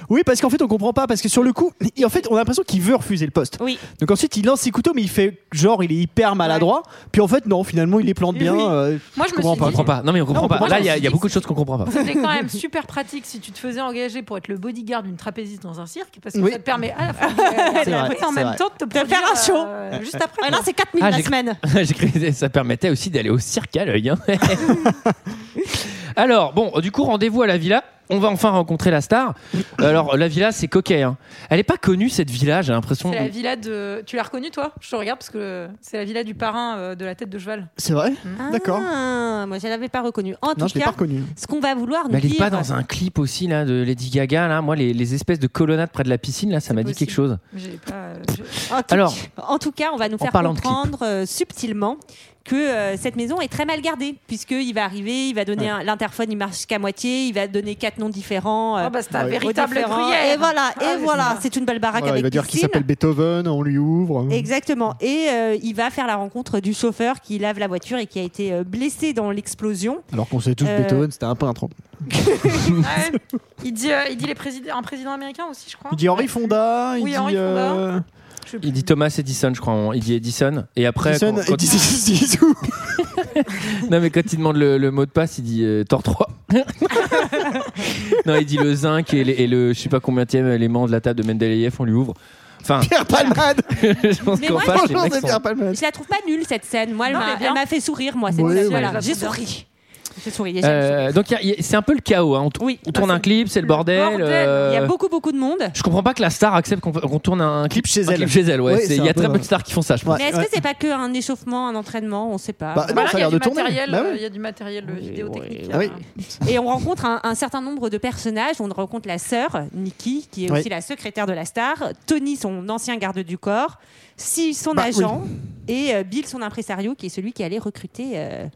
[SPEAKER 7] Oui, parce qu'en fait, on comprend pas. Parce que sur le coup, il- en fait, on a l'impression qu'il veut refuser le poste.
[SPEAKER 6] Oui.
[SPEAKER 7] Donc ensuite, il lance ses couteaux, mais il fait genre, il est hyper maladroit. Puis en fait, non, finalement, il les plante bien.
[SPEAKER 5] Oui.
[SPEAKER 7] euh,
[SPEAKER 5] Moi, je
[SPEAKER 7] comprends
[SPEAKER 5] me suis
[SPEAKER 1] On
[SPEAKER 7] pas.
[SPEAKER 5] dit-
[SPEAKER 1] comprend pas. Non, mais on comprend
[SPEAKER 7] on
[SPEAKER 1] pas.
[SPEAKER 7] comprend
[SPEAKER 1] Là,
[SPEAKER 5] pas.
[SPEAKER 1] il y, a- il y a
[SPEAKER 5] Si,
[SPEAKER 1] beaucoup de
[SPEAKER 5] si.
[SPEAKER 1] choses qu'on comprend pas.
[SPEAKER 5] C'était quand même super pratique si tu te faisais engager pour être le bodyguard d'une trapéziste dans un cirque parce que
[SPEAKER 7] Oui.
[SPEAKER 5] ça te permet à la fois de regarder la
[SPEAKER 7] vrai,
[SPEAKER 5] vie et en
[SPEAKER 7] c'est
[SPEAKER 5] même
[SPEAKER 7] vrai.
[SPEAKER 5] temps de te
[SPEAKER 6] faire
[SPEAKER 5] produire,
[SPEAKER 6] un show.
[SPEAKER 5] euh, juste après.
[SPEAKER 6] Ah non, c'est 4000
[SPEAKER 1] Ah,
[SPEAKER 6] la
[SPEAKER 1] j'ai-
[SPEAKER 6] semaine.
[SPEAKER 1] J'ai cru- ça permettait aussi d'aller au cirque à l'œil. hein. Alors, bon, du coup, rendez-vous à la villa. On va enfin rencontrer la star. Alors, la villa, c'est coquet. hein. Elle est pas connue, cette villa, j'ai l'impression.
[SPEAKER 5] C'est la villa de. Tu l'as reconnue toi Je te regarde parce que c'est la villa du parrain euh, de la tête de cheval.
[SPEAKER 7] C'est vrai D'accord.
[SPEAKER 6] Ah, moi, je ne l'avais pas reconnu. En
[SPEAKER 7] Non, je
[SPEAKER 6] tout
[SPEAKER 7] l'ai pas
[SPEAKER 6] cas,
[SPEAKER 7] reconnu.
[SPEAKER 6] ce qu'on va vouloir nous
[SPEAKER 1] Mais elle est
[SPEAKER 6] dire.
[SPEAKER 1] pas dans un clip aussi là de Lady Gaga là. Moi, les, les espèces de colonnades près de la piscine là, ça m'a dit
[SPEAKER 5] possible.
[SPEAKER 1] quelque chose.
[SPEAKER 5] J'ai pas. euh, je-
[SPEAKER 6] En tout,
[SPEAKER 1] Alors-
[SPEAKER 6] en tout cas, on va nous
[SPEAKER 1] En
[SPEAKER 6] faire
[SPEAKER 1] parlant de clip.
[SPEAKER 6] comprendre euh, subtilement que euh, cette maison est très mal gardée, puisqu'il va arriver, il va donner un- l'interphone, il marche qu'à moitié, il va donner quatre noms différents. euh,
[SPEAKER 5] Oh bah c'est
[SPEAKER 7] Ah
[SPEAKER 5] un
[SPEAKER 7] oui.
[SPEAKER 6] aux
[SPEAKER 5] véritable
[SPEAKER 6] différents-
[SPEAKER 5] gruyère.
[SPEAKER 6] Et voilà,
[SPEAKER 5] Ah,
[SPEAKER 6] et
[SPEAKER 5] mais
[SPEAKER 6] voilà,
[SPEAKER 5] c'est-
[SPEAKER 6] c'est une belle baraque avec piscine.
[SPEAKER 7] Beethoven, on lui
[SPEAKER 1] Mmh.
[SPEAKER 7] ouvre.
[SPEAKER 6] Exactement. Et euh, il va faire la rencontre du chauffeur qui lave la voiture et qui a été euh, blessé dans l'explosion.
[SPEAKER 7] Alors qu'on sait tous
[SPEAKER 6] Euh,
[SPEAKER 7] Beethoven, c'était un peintre.
[SPEAKER 5] Ouais. Il dit, euh, il dit les présidents, un président américain aussi, je crois.
[SPEAKER 7] Il dit Henri Fonda, il
[SPEAKER 5] Oui,
[SPEAKER 7] dit
[SPEAKER 5] Henry Fonda.
[SPEAKER 7] euh,
[SPEAKER 5] Je sais plus.
[SPEAKER 1] Il dit Thomas Edison, je crois. on- Il dit Edison. Et après,
[SPEAKER 7] Edison,
[SPEAKER 1] quand- quand-
[SPEAKER 7] Edison Zizou.
[SPEAKER 1] non mais quand il demande le, le mot de passe, il dit euh, Tor 3 non, il dit le zinc et, les- et le je sais pas combien élément de la table de Mendeleïev, on lui ouvre. Enfin,
[SPEAKER 7] Pierre Palmade.
[SPEAKER 1] je pense
[SPEAKER 6] Mais
[SPEAKER 1] qu'en
[SPEAKER 6] moi,
[SPEAKER 1] face, les
[SPEAKER 7] Bonjour,
[SPEAKER 1] mecs
[SPEAKER 7] c'est
[SPEAKER 1] sont-
[SPEAKER 7] Pierre Palmade.
[SPEAKER 6] Je la trouve pas nulle cette scène. Moi, elle
[SPEAKER 5] Non,
[SPEAKER 6] m'a-
[SPEAKER 5] mais bien.
[SPEAKER 6] elle m'a fait sourire, moi. Cette
[SPEAKER 7] Oui,
[SPEAKER 6] scène.
[SPEAKER 7] oui.
[SPEAKER 6] Voilà.
[SPEAKER 5] Elle va
[SPEAKER 6] J'ai
[SPEAKER 5] bien.
[SPEAKER 6] souri. J'ai souri, j'ai jamais souri.
[SPEAKER 1] Euh, donc il y a- il y a- c'est un peu le chaos. hein. On, t-
[SPEAKER 6] Oui.
[SPEAKER 1] on tourne un clip, c'est le bordel.
[SPEAKER 5] bordel.
[SPEAKER 1] euh,
[SPEAKER 6] Il y a beaucoup, beaucoup de monde.
[SPEAKER 1] Je comprends pas que la star accepte qu'on qu'on tourne un clip
[SPEAKER 7] Clip chez
[SPEAKER 1] un
[SPEAKER 7] elle.
[SPEAKER 1] clip chez elle. ouais.
[SPEAKER 7] Oui,
[SPEAKER 1] C'est-
[SPEAKER 7] c'est
[SPEAKER 1] Il y
[SPEAKER 7] un
[SPEAKER 1] a
[SPEAKER 7] peu,
[SPEAKER 1] très peu
[SPEAKER 7] euh,
[SPEAKER 1] de stars qui font ça. Je pense.
[SPEAKER 6] Mais est-ce
[SPEAKER 7] Ouais.
[SPEAKER 6] que c'est pas que un échauffement, un entraînement On sait pas.
[SPEAKER 7] Bah,
[SPEAKER 5] Voilà,
[SPEAKER 7] non, ça a
[SPEAKER 5] il y a
[SPEAKER 7] l'air
[SPEAKER 5] du
[SPEAKER 7] de tourner.
[SPEAKER 5] matériel,
[SPEAKER 7] Bah
[SPEAKER 5] euh,
[SPEAKER 7] oui.
[SPEAKER 5] il y a du matériel euh,
[SPEAKER 1] Oui,
[SPEAKER 5] vidéotechnique.
[SPEAKER 1] oui.
[SPEAKER 7] Ah oui.
[SPEAKER 5] hein.
[SPEAKER 6] Et on rencontre un, un certain nombre de personnages. On rencontre la sœur, Nikki, qui est
[SPEAKER 7] Oui.
[SPEAKER 6] aussi la secrétaire de la star, Tony, son ancien garde du corps, Si, son
[SPEAKER 7] Bah,
[SPEAKER 6] agent, et euh, Bill, son impresario, qui est celui qui allait recruter euh,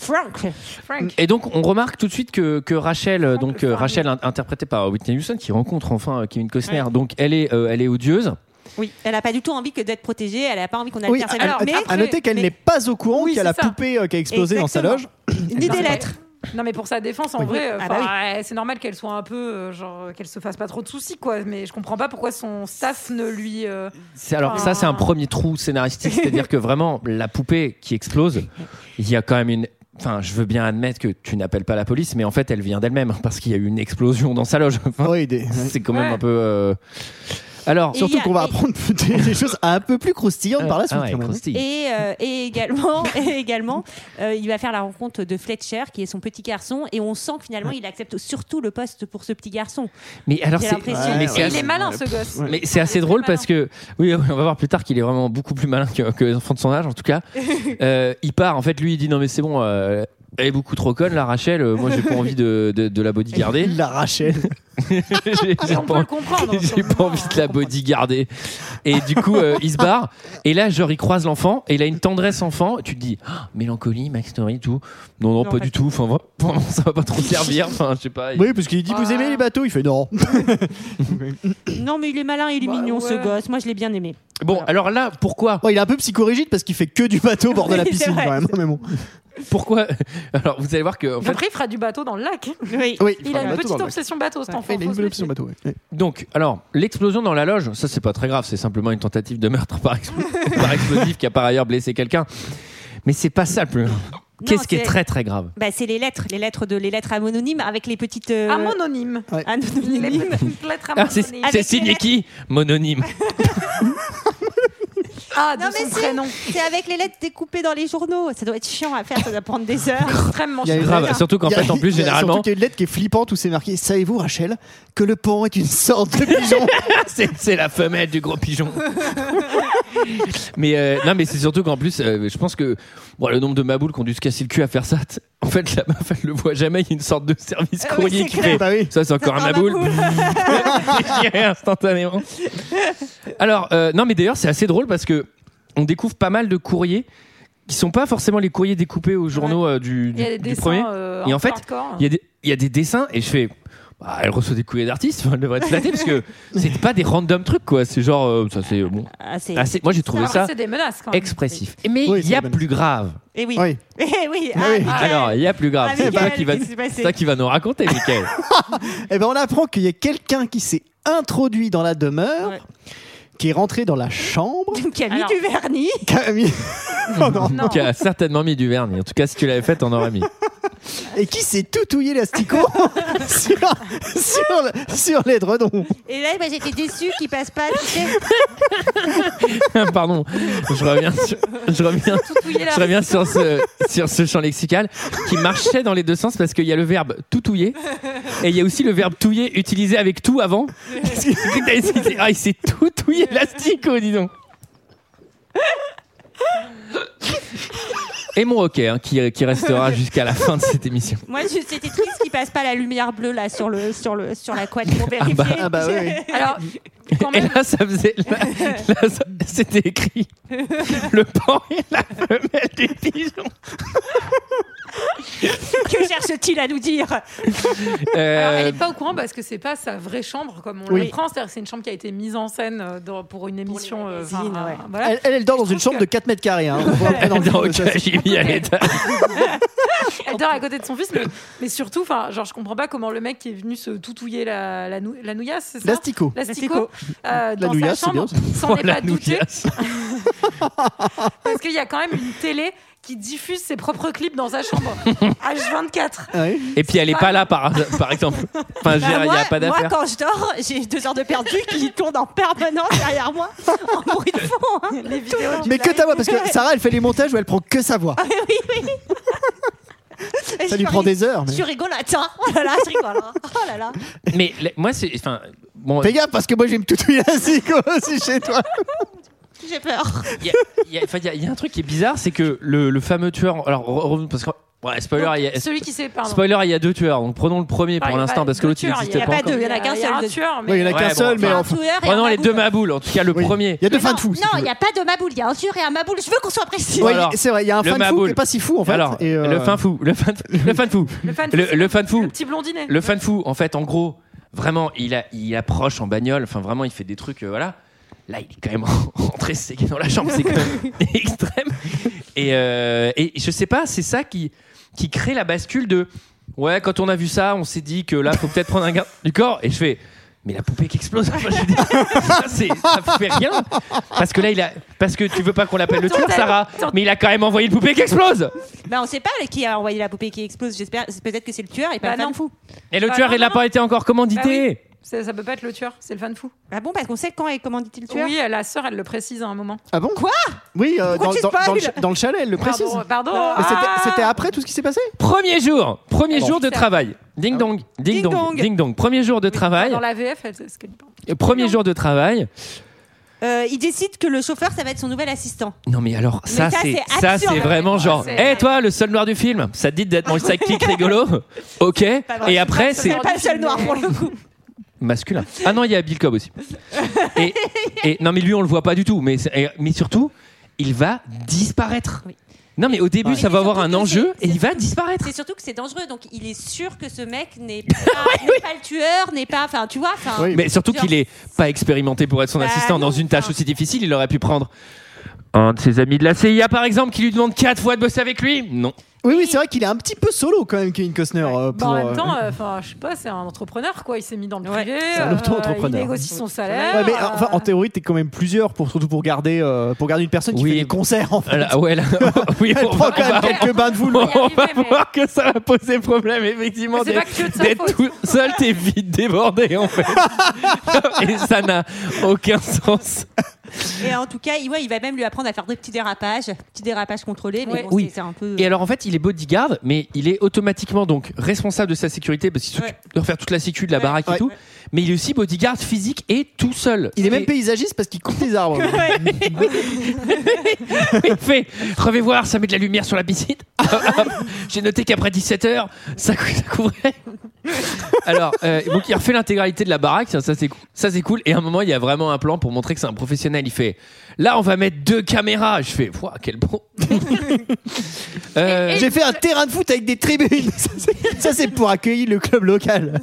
[SPEAKER 6] Frank.
[SPEAKER 5] Frank.
[SPEAKER 1] Et donc on remarque tout de suite que, que Rachel, euh,
[SPEAKER 5] Franck
[SPEAKER 1] donc euh,
[SPEAKER 5] Farnier.
[SPEAKER 1] Rachel in- interprétée par Whitney Houston, qui rencontre enfin euh, Kevin Costner, donc elle est, euh, elle est odieuse.
[SPEAKER 6] Oui. Elle n'a pas du tout envie que d'être protégée. Elle n'a pas envie qu'on alterne
[SPEAKER 7] Oui,
[SPEAKER 6] sa
[SPEAKER 7] alors,
[SPEAKER 6] loge. Mais
[SPEAKER 7] à noter qu'elle
[SPEAKER 6] mais-
[SPEAKER 7] n'est pas au courant
[SPEAKER 5] Oui,
[SPEAKER 7] qu'il y a la
[SPEAKER 5] c'est ça.
[SPEAKER 7] poupée euh, qui a explosé dans sa
[SPEAKER 6] Exactement.
[SPEAKER 7] loge.
[SPEAKER 6] ni des
[SPEAKER 5] Non, mais-
[SPEAKER 6] lettres.
[SPEAKER 5] Non, mais pour sa défense, en
[SPEAKER 6] Oui.
[SPEAKER 5] vrai, euh,
[SPEAKER 6] Ah bah oui.
[SPEAKER 5] enfin, ouais, c'est normal qu'elle soit un peu, euh, genre, qu'elle se fasse pas trop de soucis, quoi. Mais je comprends pas pourquoi son staff ne lui. euh,
[SPEAKER 1] C'est- Alors ça c'est un
[SPEAKER 5] Ah.
[SPEAKER 1] premier trou scénaristique, c'est-à-dire que vraiment la poupée qui explose, il y a quand même une... Enfin, je veux bien admettre que tu n'appelles pas la police, mais en fait, elle vient d'elle-même hein, parce qu'il y a eu une explosion dans sa loge. Enfin,
[SPEAKER 7] Oui, des-
[SPEAKER 1] C'est quand même
[SPEAKER 5] Ouais.
[SPEAKER 1] un peu. euh, Alors,
[SPEAKER 6] Et il y
[SPEAKER 7] Surtout
[SPEAKER 6] a-
[SPEAKER 7] qu'on va
[SPEAKER 6] et-
[SPEAKER 7] apprendre des, des choses un peu plus croustillantes par la suite.
[SPEAKER 1] Ah ouais,
[SPEAKER 7] quand même.
[SPEAKER 1] croustille.
[SPEAKER 6] Et, euh, et également, et également euh, il va faire la rencontre de Fletcher, qui est son petit garçon, et on sent que finalement, il accepte surtout le poste pour ce petit garçon.
[SPEAKER 1] mais alors,
[SPEAKER 6] J'ai
[SPEAKER 1] c'est.
[SPEAKER 6] l'impression-
[SPEAKER 1] mais
[SPEAKER 7] Ouais,
[SPEAKER 1] c'est
[SPEAKER 7] ouais.
[SPEAKER 5] Et il est
[SPEAKER 1] assez-
[SPEAKER 5] malin, ce gosse.
[SPEAKER 7] Ouais.
[SPEAKER 1] Mais c'est assez drôle parce que, oui, on va voir plus tard qu'il est vraiment beaucoup plus malin que, que les enfants de son âge, en tout cas. Euh, il part, en fait, lui, il dit non, mais c'est bon, euh, elle est beaucoup trop conne, la Rachel, euh, moi j'ai pas envie de, de, de la bodyguarder.
[SPEAKER 7] Il la rachète.
[SPEAKER 1] J'ai- j'ai
[SPEAKER 5] Et
[SPEAKER 1] pas
[SPEAKER 5] on peut le comprendre.
[SPEAKER 1] J'ai pas envie de la bodyguarder. Et du coup, euh, il se barre. Et là, genre, il croise l'enfant. Et il a une tendresse enfant. Tu te dis, Ah, mélancolie, Max Story, tout. Non, non,
[SPEAKER 6] Non,
[SPEAKER 1] pas
[SPEAKER 6] pas
[SPEAKER 1] du tout. Enfin, vra- vraiment, ça va pas trop servir. Enfin, je sais pas. Il-
[SPEAKER 7] Oui, parce qu'il dit Vous aimez les bateaux Il fait Non.
[SPEAKER 6] Non, mais il est malin, il est
[SPEAKER 5] Bah,
[SPEAKER 6] mignon, ce
[SPEAKER 5] ouais.
[SPEAKER 6] gosse. Moi, je l'ai bien aimé.
[SPEAKER 1] Bon, alors là, pourquoi
[SPEAKER 7] Bon, il est un peu psychorigide parce qu'il fait que du bateau au bord de la
[SPEAKER 6] Oui, c'est
[SPEAKER 7] piscine
[SPEAKER 6] vrai.
[SPEAKER 7] quand même. Mais bon.
[SPEAKER 1] Pourquoi Alors, vous allez voir que. en fait,
[SPEAKER 5] Après, il fera du bateau dans le lac.
[SPEAKER 6] Oui.
[SPEAKER 7] Oui,
[SPEAKER 5] Il
[SPEAKER 7] fera
[SPEAKER 5] a
[SPEAKER 7] du
[SPEAKER 5] une
[SPEAKER 7] bateau dans
[SPEAKER 5] petite
[SPEAKER 7] le lac.
[SPEAKER 5] obsession bateau, cet enfant.
[SPEAKER 7] Ouais, Il a
[SPEAKER 5] faut
[SPEAKER 7] une
[SPEAKER 5] se
[SPEAKER 7] belle option
[SPEAKER 5] méfier.
[SPEAKER 7] bateau. ouais. Ouais.
[SPEAKER 1] donc, alors, l'explosion dans la loge, ça, c'est pas très grave. C'est simplement une tentative de meurtre par, explo- par explosif qui a par ailleurs blessé quelqu'un. Mais c'est pas ça le plus. grave. Qu'est-ce qui est
[SPEAKER 6] c'est-
[SPEAKER 1] très très grave
[SPEAKER 6] Bah, c'est les lettres, les lettres de les lettres anonymes avec les petites euh,
[SPEAKER 5] Ah, mononyme. Il est
[SPEAKER 6] anonymes.
[SPEAKER 5] lettre
[SPEAKER 1] Ah, c'est
[SPEAKER 5] anonyme.
[SPEAKER 1] c'est
[SPEAKER 6] Avec les
[SPEAKER 1] signé
[SPEAKER 6] lettres.
[SPEAKER 1] qui Mononyme.
[SPEAKER 5] Ah, de
[SPEAKER 6] Non, mais
[SPEAKER 5] son
[SPEAKER 6] si.
[SPEAKER 5] prénom.
[SPEAKER 6] C'est avec les lettres découpées dans les journaux. Ça doit être chiant à faire, ça doit prendre des heures.
[SPEAKER 5] Extrêmement
[SPEAKER 7] Il y a
[SPEAKER 5] cher.
[SPEAKER 7] une-
[SPEAKER 1] Grave, surtout qu'en
[SPEAKER 7] Il y a-
[SPEAKER 1] fait, en
[SPEAKER 7] il
[SPEAKER 1] plus,
[SPEAKER 7] y a
[SPEAKER 1] généralement,
[SPEAKER 7] Surtout qu'il y a une lettre qui est flippante où c'est marqué Savez-vous, Rachel, que le pan est une sorte de pigeon
[SPEAKER 1] C'est c'est la femelle du gros pigeon. mais euh, non, mais c'est surtout qu'en plus, euh, je pense que bon, le nombre de maboules qui ont dû se casser le cul à faire ça, t- en fait, la meuf, elle le voit jamais. Il y a une sorte de service
[SPEAKER 6] Ah oui,
[SPEAKER 1] courrier
[SPEAKER 6] c'est
[SPEAKER 1] qui
[SPEAKER 6] clair.
[SPEAKER 1] fait.
[SPEAKER 7] Bah oui.
[SPEAKER 1] Ça, c'est encore un
[SPEAKER 6] Dans ma
[SPEAKER 1] maboule.
[SPEAKER 6] boule.
[SPEAKER 1] Déchiré instantanément. Alors, euh, non, mais d'ailleurs, c'est assez drôle parce que on découvre pas mal de courriers qui sont pas forcément les courriers découpés aux journaux euh, du,
[SPEAKER 5] Il y a
[SPEAKER 1] du-
[SPEAKER 5] des
[SPEAKER 1] du premier.
[SPEAKER 5] dessins. euh,
[SPEAKER 1] Et en fait,
[SPEAKER 5] hardcore.
[SPEAKER 1] Il y, a des, il y a des dessins et je fais. bah, elle reçoit des courriers d'artistes, enfin, elle devrait être flattée parce que c'est pas des random trucs quoi. C'est genre, euh, ça c'est bon.
[SPEAKER 6] Ah, c'est-
[SPEAKER 1] Ah, c'est- moi j'ai trouvé
[SPEAKER 5] Alors,
[SPEAKER 1] ça
[SPEAKER 5] C'est des menaces quand même.
[SPEAKER 1] expressif. Mais
[SPEAKER 7] Oui,
[SPEAKER 1] il y a
[SPEAKER 7] c'est bon.
[SPEAKER 1] plus grave.
[SPEAKER 6] Eh oui.
[SPEAKER 7] Oui.
[SPEAKER 6] Eh oui. Ah,
[SPEAKER 7] Ah oui.
[SPEAKER 6] Mickaël.
[SPEAKER 1] Alors, il y a plus grave.
[SPEAKER 6] Ah,
[SPEAKER 1] C'est toi
[SPEAKER 6] Mickaël,
[SPEAKER 1] qui va,
[SPEAKER 6] qu'est-ce qui s'est passé
[SPEAKER 1] c'est toi qui va nous raconter, Michael.
[SPEAKER 7] Et ben on apprend qu'il y a quelqu'un qui s'est introduit dans la demeure,
[SPEAKER 6] Ouais.
[SPEAKER 7] qui est rentré dans la chambre.
[SPEAKER 6] qui a mis
[SPEAKER 5] Alors.
[SPEAKER 6] du vernis.
[SPEAKER 7] qui a mis- Oh non.
[SPEAKER 5] Non.
[SPEAKER 1] qui a certainement mis du vernis. En tout cas, si tu l'avais fait, t'en aurais mis.
[SPEAKER 7] Et qui s'est toutouillé l'asticot sur, sur, le- sur l'édredon.
[SPEAKER 6] Et là, bah, j'étais déçue qu'il passe pas. tu sais.
[SPEAKER 1] Pardon. Je reviens. Sur, je reviens.
[SPEAKER 5] Fouiller la-
[SPEAKER 1] Je reviens sur ce, sur ce champ lexical qui marchait dans les deux sens parce qu'il y a le verbe toutouiller et il y a aussi le verbe touiller utilisé avec tout avant. Qu'est-ce que c'est que t'as essayé Ah, il s'est toutouillé l'astico, oh, dis donc. Et mon hockey hein, qui, qui restera jusqu'à la fin de cette émission.
[SPEAKER 6] Moi, je- c'était triste qu'il passe pas la lumière bleue là sur le sur le sur la couette pour vérifier.
[SPEAKER 1] bah,
[SPEAKER 7] ah bah oui, oui.
[SPEAKER 5] Alors, quand
[SPEAKER 1] Et
[SPEAKER 5] même,
[SPEAKER 1] là, ça faisait. Là, là, ça- c'était écrit le pan et la femelle des pigeons.
[SPEAKER 6] que cherche-t-il à nous dire
[SPEAKER 5] Alors,
[SPEAKER 1] Euh,
[SPEAKER 5] elle n'est pas au courant parce que c'est pas sa vraie chambre comme on
[SPEAKER 7] Oui.
[SPEAKER 5] l'apprend. C'est-à-dire que c'est une chambre qui a été mise en scène euh, dans- pour une émission. euh,
[SPEAKER 6] magazines,
[SPEAKER 5] enfin,
[SPEAKER 6] ouais.
[SPEAKER 5] voilà.
[SPEAKER 7] Elle, elle, elle dort dans une
[SPEAKER 5] trouve
[SPEAKER 7] chambre
[SPEAKER 5] que-
[SPEAKER 7] de 4 mètres carrés. hein. On voit après dans le
[SPEAKER 1] dans
[SPEAKER 7] film, ça,
[SPEAKER 1] Hockey,
[SPEAKER 7] c'est-
[SPEAKER 1] j'ai mis à l'état.
[SPEAKER 5] Elle dort à côté de son fils, mais, mais surtout, enfin, genre, je comprends pas comment le mec qui est venu se toutouiller la, la, nou- la nouillasse, c'est ça
[SPEAKER 7] L'asticot.
[SPEAKER 5] L'astico euh, dans sa
[SPEAKER 7] nouillasse, c'est
[SPEAKER 5] chambre, s'en est
[SPEAKER 1] la
[SPEAKER 5] pas douté
[SPEAKER 1] nouillasse.
[SPEAKER 5] parce qu'il y a quand même une télé qui diffuse ses propres clips dans sa chambre H24.
[SPEAKER 7] Ah oui.
[SPEAKER 1] Et puis elle est pas là par, par exemple. Enfin, je veux
[SPEAKER 6] Bah,
[SPEAKER 1] dire, il n'y
[SPEAKER 6] moi,
[SPEAKER 1] a pas
[SPEAKER 6] moi,
[SPEAKER 1] d'affaire.
[SPEAKER 6] quand je dors, j'ai deux heures de perdu qui tournent en permanence derrière moi en bruit de fond. hein.
[SPEAKER 5] Les vidéos du
[SPEAKER 7] Mais que
[SPEAKER 5] live.
[SPEAKER 7] ta voix, parce que Sarah, elle fait les montages où elle prend que sa voix.
[SPEAKER 6] Oui, oui.
[SPEAKER 7] Ça lui prend des
[SPEAKER 6] Ah,
[SPEAKER 7] heures.
[SPEAKER 6] Je
[SPEAKER 7] mais-
[SPEAKER 6] suis rigolote, hein. Oh là là, je rigole. hein. Oh là là.
[SPEAKER 1] Mais la- moi, c'est. Enfin, bon,
[SPEAKER 7] Fais gaffe parce que moi j'ai me toutouiller assis quoi, aussi chez toi.
[SPEAKER 6] J'ai peur.
[SPEAKER 1] il y, a- il y a- enfin, il y a- il y a un truc qui est bizarre, c'est que le, le fameux tueur. Alors, re- re- parce que. Ouais, spoiler, il y a,
[SPEAKER 5] Celui qui s'est. Pardon.
[SPEAKER 1] spoiler, il y a deux tueurs. Donc prenons le premier
[SPEAKER 5] Ah, il y
[SPEAKER 1] pour
[SPEAKER 5] a
[SPEAKER 1] l'instant
[SPEAKER 5] pas
[SPEAKER 1] parce que
[SPEAKER 5] deux
[SPEAKER 1] l'autre il
[SPEAKER 5] tueurs,
[SPEAKER 1] n'existe
[SPEAKER 5] y a
[SPEAKER 1] pas
[SPEAKER 6] pas
[SPEAKER 1] encore.
[SPEAKER 6] deux.
[SPEAKER 5] Il y en a qu'un seul.
[SPEAKER 6] de-
[SPEAKER 5] tueur,
[SPEAKER 7] Ouais, il y en a
[SPEAKER 1] Ouais,
[SPEAKER 7] qu'un
[SPEAKER 1] bon,
[SPEAKER 7] seul, mais
[SPEAKER 1] enfin,
[SPEAKER 6] Un
[SPEAKER 7] enfin,
[SPEAKER 6] tueur et un
[SPEAKER 1] Prenons les
[SPEAKER 6] maboule.
[SPEAKER 1] deux Maboul, en tout cas le
[SPEAKER 7] oui.
[SPEAKER 1] premier.
[SPEAKER 7] Il y a deux
[SPEAKER 6] Mais
[SPEAKER 7] fins
[SPEAKER 6] non,
[SPEAKER 7] de fou. si tu
[SPEAKER 6] Non,
[SPEAKER 7] veux.
[SPEAKER 6] il n'y a pas de maboule, il y a un tueur et un maboule. Je veux qu'on soit précis.
[SPEAKER 7] Ouais,
[SPEAKER 1] Alors,
[SPEAKER 7] c'est vrai, il y a un
[SPEAKER 1] le
[SPEAKER 7] fan fou
[SPEAKER 1] Maboul.
[SPEAKER 7] qui est pas si fou en fait.
[SPEAKER 1] Alors,
[SPEAKER 7] et, euh,
[SPEAKER 1] le fin fou, le fin, le fin de fou,
[SPEAKER 5] Le fan
[SPEAKER 1] le, le fan fou,
[SPEAKER 5] Le petit blondinet.
[SPEAKER 1] le fan fou. En fait, en gros, vraiment, il, a, il approche en bagnole. Enfin, vraiment, il fait des trucs, euh, voilà. Là, il est quand même rentré ségué dans la chambre. C'est quand même extrême. Et, euh, et je sais pas, c'est ça qui, qui crée la bascule de. Ouais, quand on a vu ça, on s'est dit que là, faut peut-être prendre un garde du corps. Et je fais. Mais la poupée qui explose, enfin, je veux dire, ça, c'est- ça fait rien. Parce que là, il a. Parce que tu veux pas qu'on l'appelle le tueur,
[SPEAKER 5] Tentative-
[SPEAKER 1] Sarah.
[SPEAKER 5] tent-
[SPEAKER 1] Mais il a quand même envoyé une poupée qui explose.
[SPEAKER 6] Bah, on sait pas qui a envoyé la poupée qui explose. J'espère, c'est- peut-être que c'est le tueur et pas
[SPEAKER 5] Bah
[SPEAKER 6] le fan
[SPEAKER 5] non.
[SPEAKER 6] fou.
[SPEAKER 1] Et le
[SPEAKER 5] Bah
[SPEAKER 1] tueur,
[SPEAKER 5] non,
[SPEAKER 1] il n'a
[SPEAKER 5] non,
[SPEAKER 1] pas été encore commandité.
[SPEAKER 5] Ça, ça peut pas être le tueur, c'est le fan fou.
[SPEAKER 6] Ah bon, parce qu'on sait quand et comment dit-il le tueur.
[SPEAKER 5] Oui, la sœur, elle le précise à un moment.
[SPEAKER 7] Ah bon
[SPEAKER 6] Quoi
[SPEAKER 7] Oui, euh, dans,
[SPEAKER 6] Pourquoi tu
[SPEAKER 7] dans-
[SPEAKER 6] spoil
[SPEAKER 7] dans le, cha- dans le chalet, elle le précise.
[SPEAKER 5] Pardon, euh, pardon.
[SPEAKER 7] Mais c'était-
[SPEAKER 5] ah
[SPEAKER 7] c'était après tout ce qui s'est passé
[SPEAKER 1] Premier jour, premier
[SPEAKER 6] Ah
[SPEAKER 7] Bon.
[SPEAKER 1] jour de
[SPEAKER 5] C'est-
[SPEAKER 1] travail. Ding dong, ding
[SPEAKER 6] Ding
[SPEAKER 1] dong,
[SPEAKER 6] dong.
[SPEAKER 1] ding dong. Premier jour de
[SPEAKER 5] Oui,
[SPEAKER 1] travail.
[SPEAKER 5] Dans la VF, elle sait ce qu'elle parle.
[SPEAKER 1] Et Premier
[SPEAKER 5] dong.
[SPEAKER 1] jour de travail.
[SPEAKER 6] Euh, il décide que le chauffeur, ça va être son nouvel assistant.
[SPEAKER 1] Non mais alors ça
[SPEAKER 6] ça,
[SPEAKER 1] c'est
[SPEAKER 6] c'est
[SPEAKER 1] ça
[SPEAKER 6] absurde.
[SPEAKER 1] c'est vraiment
[SPEAKER 5] Ouais,
[SPEAKER 1] genre.
[SPEAKER 5] c'est-
[SPEAKER 1] Eh toi le seul noir du film, ça te dit d'être mon sidekick rigolo, ok.
[SPEAKER 6] pas vrai,
[SPEAKER 1] Et après
[SPEAKER 5] C'est
[SPEAKER 1] c'est
[SPEAKER 6] C'est pas le seul noir pour le coup.
[SPEAKER 1] masculin. Ah non il y a Bill Cobb aussi. Et, et- non mais lui on le voit pas du tout. Mais c'est- et- mais surtout il va disparaître.
[SPEAKER 6] Oui.
[SPEAKER 1] Non mais au début
[SPEAKER 6] Ouais.
[SPEAKER 1] ça va
[SPEAKER 6] Mais
[SPEAKER 1] avoir
[SPEAKER 6] surtout
[SPEAKER 1] un
[SPEAKER 6] que
[SPEAKER 1] enjeu
[SPEAKER 6] c'est-
[SPEAKER 1] et
[SPEAKER 6] c'est-
[SPEAKER 1] il va disparaître.
[SPEAKER 6] C'est surtout que c'est dangereux, donc il est sûr que ce mec n'est pas, n'est pas le tueur, n'est pas. Enfin, tu vois, enfin.
[SPEAKER 7] Oui.
[SPEAKER 1] Mais surtout
[SPEAKER 6] Genre-
[SPEAKER 1] qu'il est pas expérimenté pour être son
[SPEAKER 6] Bah
[SPEAKER 1] assistant
[SPEAKER 6] non,
[SPEAKER 1] dans une tâche
[SPEAKER 6] enfin.
[SPEAKER 1] aussi difficile, il aurait pu prendre un de ses amis de la CIA par exemple qui lui demande quatre fois de bosser avec lui. Non.
[SPEAKER 7] Oui, oui, c'est vrai qu'il est un petit peu solo quand même, Kevin Costner. euh,
[SPEAKER 5] Bah,
[SPEAKER 7] pour,
[SPEAKER 5] en même
[SPEAKER 7] euh,
[SPEAKER 5] temps, euh, enfin, je sais pas, c'est un entrepreneur quoi. Il s'est mis dans le
[SPEAKER 6] Ouais.
[SPEAKER 5] privé.
[SPEAKER 7] C'est un
[SPEAKER 5] euh,
[SPEAKER 7] auto-entrepreneur.
[SPEAKER 5] Il négocie son salaire.
[SPEAKER 7] Ouais, mais enfin, en
[SPEAKER 5] euh,
[SPEAKER 7] théorie, t'es quand même plusieurs, pour, surtout pour garder, euh, pour garder une personne qui
[SPEAKER 1] Oui.
[SPEAKER 7] fait des concerts en fait.
[SPEAKER 1] Ah là, ouais, là, oui,
[SPEAKER 7] Elle
[SPEAKER 1] on
[SPEAKER 7] prend
[SPEAKER 1] va,
[SPEAKER 7] quand même
[SPEAKER 1] on va-
[SPEAKER 7] quelques bains de
[SPEAKER 1] on
[SPEAKER 7] foule.
[SPEAKER 1] va
[SPEAKER 5] arriver, mais-
[SPEAKER 1] voir que ça va poser problème, effectivement.
[SPEAKER 5] C'est
[SPEAKER 1] d'être-
[SPEAKER 5] pas que de sa
[SPEAKER 1] D'être
[SPEAKER 5] faute.
[SPEAKER 1] tout seul, t'es vite débordé en fait. Et ça n'a aucun sens.
[SPEAKER 6] Et en tout cas, il, ouais, il va même lui apprendre à faire des petits dérapages, petits dérapages contrôlés. Mais
[SPEAKER 5] Ouais.
[SPEAKER 6] bon,
[SPEAKER 1] Oui.
[SPEAKER 6] c'est- c'est un peu.
[SPEAKER 1] Et alors en fait, il est bodyguard, mais il est automatiquement donc responsable de sa sécurité parce qu'il s'occupe de refaire toute la sécu de la
[SPEAKER 6] Ouais.
[SPEAKER 1] baraque et
[SPEAKER 7] Ouais.
[SPEAKER 1] tout. Mais il est aussi bodyguard physique et tout seul.
[SPEAKER 7] Il est même
[SPEAKER 1] Et-
[SPEAKER 7] paysagiste parce qu'il coupe les arbres.
[SPEAKER 1] Il fait Revez voir, ça met de la lumière sur la piscine. J'ai noté qu'après 17h, ça, cou- ça couvrait. Alors, euh, donc il refait l'intégralité de la baraque, ça, ça, c'est cou- ça, c'est cool. Et à un moment, il y a vraiment un plan pour montrer que c'est un professionnel. Il fait Là, on va mettre deux caméras. Je fais Ouah, quel bon. Euh,
[SPEAKER 7] J'ai fait un terrain de foot avec des tribunes. Ça, c'est- Ça, c'est pour accueillir le club local.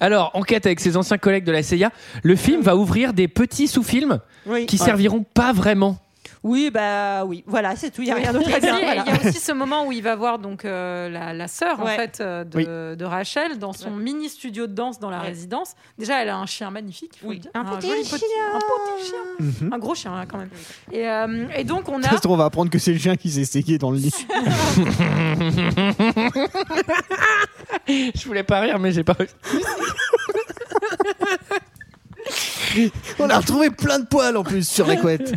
[SPEAKER 1] alors, enquête avec ses anciens collègues de la CIA. Le film va ouvrir des petits sous-films
[SPEAKER 6] oui.
[SPEAKER 1] euh, qui serviront pas vraiment.
[SPEAKER 6] euh, Oui, bah oui, voilà, c'est tout. Il n'y a rien d'autre
[SPEAKER 5] Et
[SPEAKER 6] à
[SPEAKER 5] si,
[SPEAKER 6] dire.
[SPEAKER 5] et
[SPEAKER 6] voilà.
[SPEAKER 5] Il y a aussi ce moment où il va voir donc euh, la, la sœur en
[SPEAKER 6] Ouais.
[SPEAKER 5] fait euh, de, de Rachel dans son mini studio de danse dans la
[SPEAKER 6] Ouais.
[SPEAKER 5] résidence. Déjà, elle a un chien magnifique. faut
[SPEAKER 6] Oui.
[SPEAKER 5] le dire.
[SPEAKER 6] Un petit
[SPEAKER 5] joli
[SPEAKER 6] chien.
[SPEAKER 5] un petit chien.
[SPEAKER 7] Mhm.
[SPEAKER 5] Un gros chien hein, quand même. Et, euh, et donc on a.
[SPEAKER 7] Ça se trouve, on va apprendre que c'est le chien qui s'est séqué dans le lit.
[SPEAKER 1] Je voulais pas rire, mais j'ai pas.
[SPEAKER 7] On a retrouvé plein de poils en plus sur les couettes.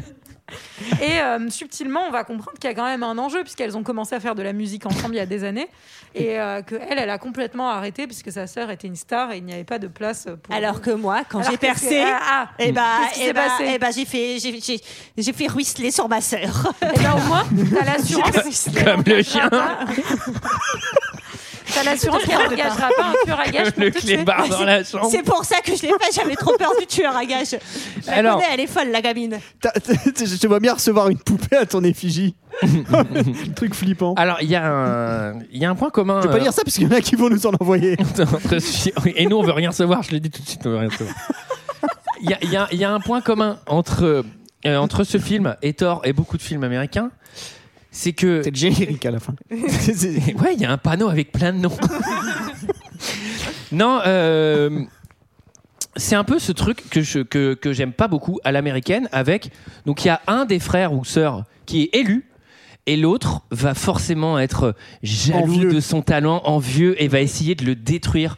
[SPEAKER 5] Et euh, subtilement, on va comprendre qu'il y a quand même un enjeu, puisqu'elles ont commencé à faire de la musique ensemble il y a des années, et euh, que elle, elle a complètement arrêté, puisque sa sœur était une star et il n'y avait pas de place pour.
[SPEAKER 6] Alors que moi, quand
[SPEAKER 5] Alors
[SPEAKER 6] j'ai
[SPEAKER 5] que
[SPEAKER 6] percé.
[SPEAKER 5] c'est- Ah, ah.
[SPEAKER 6] Et bah,
[SPEAKER 5] Qu'est-ce qui s'est passé
[SPEAKER 6] j'ai fait, j'ai, j'ai- j'ai fait ruisseler sur ma sœur.
[SPEAKER 5] Eh ben, au moins, t'as l'assurance.
[SPEAKER 1] Comme le chien.
[SPEAKER 5] T'as l'assurance qu'elle n'engagera pas un tueur à gage pour
[SPEAKER 1] Le
[SPEAKER 5] tout de
[SPEAKER 1] clé
[SPEAKER 5] suite.
[SPEAKER 1] barre dans la chambre.
[SPEAKER 6] C'est pour ça que je l'ai pas. J'avais trop peur du tueur à gage. Je la
[SPEAKER 1] Alors-
[SPEAKER 6] connais, elle est folle, la gamine.
[SPEAKER 7] T'as- t'as- Je te vois bien recevoir une poupée à ton effigie. Un Truc flippant.
[SPEAKER 1] Alors, il y, a un- il y a un point commun.
[SPEAKER 7] Je peux pas
[SPEAKER 1] euh,
[SPEAKER 7] dire ça parce qu'il y en a qui vont nous en envoyer.
[SPEAKER 1] entre- et nous, on veut rien savoir, je le dis tout de suite, on veut rien savoir. Il y a, il y a- il y a un point commun entre, euh, entre ce film et Thor et beaucoup de films américains, c'est que.
[SPEAKER 7] C'est le générique à la fin. C'est- c'est-
[SPEAKER 1] Ouais, il y a un panneau avec plein de noms. non, euh, c'est un peu ce truc que je que, que j'aime pas beaucoup à l'américaine avec. Donc il y a un des frères ou sœurs qui est élu. Et l'autre va forcément être jaloux
[SPEAKER 7] Envieux.
[SPEAKER 1] de son talent, envieux, et va essayer de le détruire.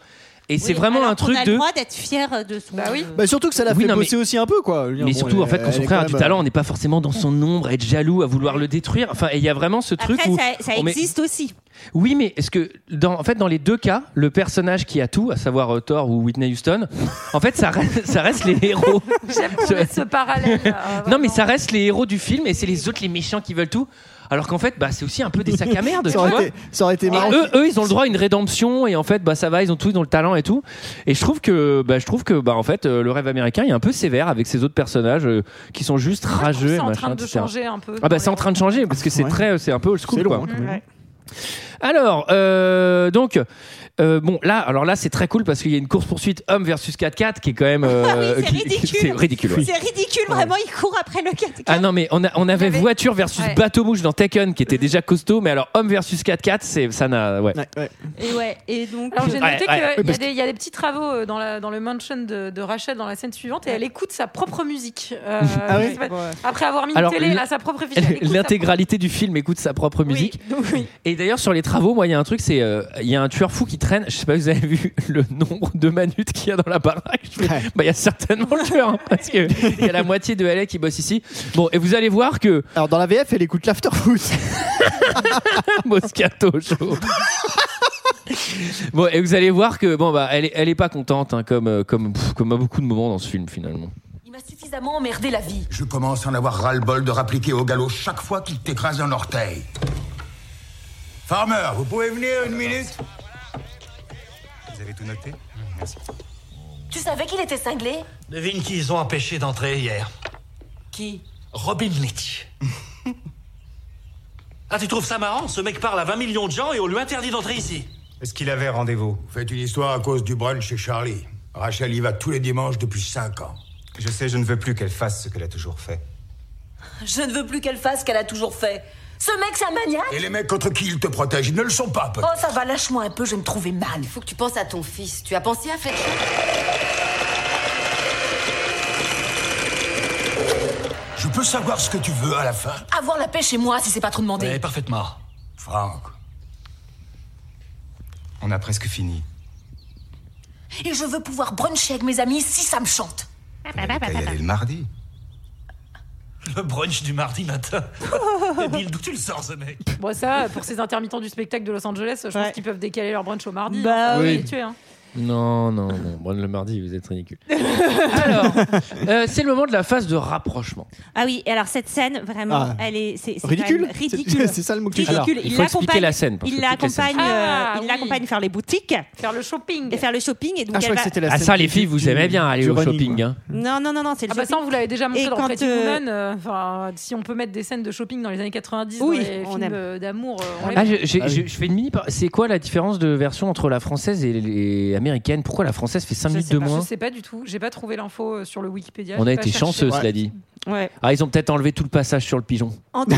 [SPEAKER 1] Et c'est vraiment un truc
[SPEAKER 6] On a
[SPEAKER 1] de.
[SPEAKER 6] le droit d'être fier de son. euh,
[SPEAKER 5] Bah oui.
[SPEAKER 7] Bah, surtout que ça l'a
[SPEAKER 1] Oui,
[SPEAKER 7] fait
[SPEAKER 1] non, mais-
[SPEAKER 7] bosser aussi un peu quoi. Je veux dire,
[SPEAKER 1] Mais
[SPEAKER 7] bon,
[SPEAKER 1] surtout, en fait, quand
[SPEAKER 7] elle
[SPEAKER 1] son
[SPEAKER 7] est
[SPEAKER 1] frère a
[SPEAKER 7] quand
[SPEAKER 1] du
[SPEAKER 7] même, euh,
[SPEAKER 1] talent, on n'est pas forcément dans son ombre, à être jaloux, à vouloir le détruire. Enfin, et il y a vraiment ce truc
[SPEAKER 6] Après,
[SPEAKER 1] où.
[SPEAKER 6] ça, ça
[SPEAKER 1] on met-
[SPEAKER 6] existe aussi.
[SPEAKER 1] Oui, mais est-ce que, dans, en fait, dans les deux cas, le personnage qui a tout, à savoir euh, Thor ou Whitney Houston, en fait, ça reste, ça reste les héros.
[SPEAKER 5] J'aime qu'on ait ce parallèle. euh,
[SPEAKER 1] Non, mais
[SPEAKER 5] vraiment.
[SPEAKER 1] ça reste les héros du film et c'est les autres, les méchants qui veulent tout. Alors qu'en fait, bah, c'est aussi un peu des sacs à merde. tu
[SPEAKER 7] Ça aurait
[SPEAKER 1] vois
[SPEAKER 7] été, ça aurait été
[SPEAKER 1] Et
[SPEAKER 7] marrant.
[SPEAKER 1] eux, eux, ils ont le droit à une rédemption et en fait, bah, ça va, ils ont tout, ils ont le talent et tout. Et je trouve que, bah, je trouve que, bah, en fait, euh, le rêve américain est un peu sévère avec ces autres personnages euh, qui sont juste
[SPEAKER 5] Moi, je trouve que
[SPEAKER 1] rageux.
[SPEAKER 5] C'est en
[SPEAKER 1] machin,
[SPEAKER 5] train de
[SPEAKER 1] etc.
[SPEAKER 5] changer un peu.
[SPEAKER 1] Ah bah c'est en train de changer parce que c'est
[SPEAKER 7] Ouais.
[SPEAKER 1] très, euh, c'est un peu old school.
[SPEAKER 7] C'est long,
[SPEAKER 1] quoi.
[SPEAKER 7] hein, quand
[SPEAKER 5] Mm,
[SPEAKER 7] même.
[SPEAKER 5] ouais.
[SPEAKER 1] Alors, euh, donc, euh, bon, là, alors là, c'est très cool parce qu'il y a une course poursuite homme versus 4x4 qui est quand même. euh,
[SPEAKER 6] Ah oui, c'est
[SPEAKER 1] qui-
[SPEAKER 6] ridicule.
[SPEAKER 1] C'est ridicule. ouais.
[SPEAKER 6] C'est ridicule, vraiment, il court après le 4
[SPEAKER 1] Ah non, mais on, a- on avait
[SPEAKER 5] Il y avait-
[SPEAKER 1] voiture versus
[SPEAKER 5] Ouais.
[SPEAKER 1] bateau mouche dans Tekken qui était déjà costaud, mais alors homme versus 4x4, c'est ça n'a. Ouais.
[SPEAKER 7] Ouais, ouais.
[SPEAKER 6] Et ouais, et donc.
[SPEAKER 5] Alors j'ai
[SPEAKER 1] Ouais,
[SPEAKER 5] noté
[SPEAKER 1] ouais.
[SPEAKER 5] qu'il y, a des- il y a des petits travaux euh, dans, la- dans le mansion de, de Rachel dans la scène suivante et elle écoute sa propre musique. Euh,
[SPEAKER 7] Ah oui
[SPEAKER 5] je sais pas, Après avoir mis
[SPEAKER 1] Alors,
[SPEAKER 5] une télé
[SPEAKER 1] l'in-
[SPEAKER 5] à sa propre fiche. elle écoute sa
[SPEAKER 1] L'intégralité du film écoute sa propre
[SPEAKER 5] propre-
[SPEAKER 1] musique.
[SPEAKER 5] Oui, donc oui.
[SPEAKER 1] Et d'ailleurs, sur les travaux, moi, il y a un truc, c'est. euh, Il y a un tueur fou qui traîne. Je sais pas, vous avez vu le nombre de manutes qu'il y a dans la baraque Je fais,
[SPEAKER 7] Ouais.
[SPEAKER 1] Bah, il y a certainement le tueur, hein, parce que il y a la moitié de LA qui bosse ici. Bon, et vous allez voir que
[SPEAKER 7] Alors dans la VF, elle écoute l'afterfoot.
[SPEAKER 1] Moscato Show. bon, et vous allez voir que bon bah elle est, elle est pas contente hein, comme euh, comme pff, comme à beaucoup de moments dans ce film finalement.
[SPEAKER 8] Il m'a suffisamment emmerdé la vie.
[SPEAKER 9] Je commence à en avoir ras-le-bol de rappliquer au galop chaque fois qu'il t'écrase un orteil. Farmer, vous pouvez venir une minute Vous avez tout noté
[SPEAKER 8] Tu savais qu'il était cinglé
[SPEAKER 3] Devine qui ils ont empêché d'entrer hier.
[SPEAKER 8] Qui
[SPEAKER 3] Robin Leach. ah, tu trouves ça marrant Ce mec parle à 20 millions de gens et on lui interdit d'entrer ici.
[SPEAKER 9] Est-ce qu'il avait rendez-vous Vous faites une histoire à cause du brunch chez Charlie. Rachel y va tous les dimanches depuis 5 ans. Je sais, je ne veux plus qu'elle fasse ce qu'elle a toujours fait.
[SPEAKER 8] Je ne veux plus qu'elle fasse ce qu'elle a toujours fait. Ce mec, c'est un maniaque
[SPEAKER 9] Et les mecs contre qui ils te protègent, ils ne le sont pas, peut
[SPEAKER 8] Oh, ça va, lâche-moi un peu, je vais me trouvais mal.
[SPEAKER 10] Faut que tu penses à ton fils. Tu as pensé à faire
[SPEAKER 9] Je peux savoir ce que tu veux à la fin
[SPEAKER 10] avoir la paix chez moi si c'est pas trop demandé.
[SPEAKER 3] Mais Eh, parfaitement.
[SPEAKER 9] Franck.
[SPEAKER 4] On a presque fini.
[SPEAKER 10] Et je veux pouvoir bruncher avec mes amis si ça me chante.
[SPEAKER 4] T'as y aller le mardi.
[SPEAKER 3] Le brunch du mardi matin. Eh, Bill, d'où tu le sors, ce mec
[SPEAKER 5] Bon ça, pour ces intermittents du spectacle de Los Angeles, je pense
[SPEAKER 6] Ouais.
[SPEAKER 5] qu'ils peuvent décaler leur brunch au mardi.
[SPEAKER 6] Bah
[SPEAKER 5] Ils sont
[SPEAKER 1] oui.
[SPEAKER 5] habitués, hein.
[SPEAKER 1] Non non non. Bon, le mardi, vous êtes ridicule. Alors, euh, c'est le moment de la phase de rapprochement.
[SPEAKER 6] Ah oui, et alors cette scène, vraiment,
[SPEAKER 7] Ah.
[SPEAKER 6] elle est. c'est- c'est quand
[SPEAKER 7] Ridicule.
[SPEAKER 6] même Ridicule.
[SPEAKER 7] C'est- C'est ça le mot que tu
[SPEAKER 6] Ridicule.
[SPEAKER 1] Alors, il
[SPEAKER 6] il
[SPEAKER 1] faut expliquer
[SPEAKER 6] l'accompagne-
[SPEAKER 1] la scène. parce
[SPEAKER 6] Il
[SPEAKER 1] que toutes les
[SPEAKER 6] l'accompagne,
[SPEAKER 1] scènes-
[SPEAKER 5] Ah,
[SPEAKER 6] euh, il
[SPEAKER 5] oui.
[SPEAKER 6] l'accompagne faire les boutiques,
[SPEAKER 5] Faire le shopping.
[SPEAKER 6] et faire le shopping, et donc
[SPEAKER 7] Ah, je
[SPEAKER 6] elle
[SPEAKER 7] croyais que
[SPEAKER 6] va-
[SPEAKER 7] c'était la
[SPEAKER 1] Ah
[SPEAKER 7] scène
[SPEAKER 1] ça, les
[SPEAKER 7] du-
[SPEAKER 1] filles, vous
[SPEAKER 7] du-
[SPEAKER 1] aimez bien aller
[SPEAKER 7] du
[SPEAKER 1] au
[SPEAKER 7] running,
[SPEAKER 1] shopping.
[SPEAKER 7] quoi.
[SPEAKER 1] Hein.
[SPEAKER 6] Non, non, non, non, c'est le
[SPEAKER 5] Ah bah ça,
[SPEAKER 6] shopping.
[SPEAKER 5] on vous l'avez déjà montré
[SPEAKER 6] Et
[SPEAKER 5] dans
[SPEAKER 6] quand,
[SPEAKER 5] Pretty
[SPEAKER 6] euh,
[SPEAKER 5] Woman. euh, Enfin, si on peut mettre des scènes de shopping dans les années 90
[SPEAKER 6] Oui,
[SPEAKER 5] dans les
[SPEAKER 6] on
[SPEAKER 5] films
[SPEAKER 6] aime.
[SPEAKER 5] euh, d'amour, euh, on les
[SPEAKER 1] Ah, je, j'ai-
[SPEAKER 7] Ah oui.
[SPEAKER 1] je- je fais une mini. par- C'est quoi la différence de version entre la française et les américaines Pourquoi la française fait 5
[SPEAKER 6] Je
[SPEAKER 1] minutes
[SPEAKER 6] sais
[SPEAKER 1] de
[SPEAKER 6] pas,
[SPEAKER 5] Je
[SPEAKER 1] moins
[SPEAKER 5] sais pas du tout. J'ai pas trouvé l'info euh, sur le Wikipédia.
[SPEAKER 1] On
[SPEAKER 5] j'ai
[SPEAKER 1] a
[SPEAKER 5] pas
[SPEAKER 1] été
[SPEAKER 5] cherché.
[SPEAKER 1] chanceux,
[SPEAKER 7] Ouais.
[SPEAKER 1] cela dit.
[SPEAKER 6] Ouais.
[SPEAKER 1] Ah, ils ont peut-être enlevé tout le passage sur le pigeon.
[SPEAKER 6] En tout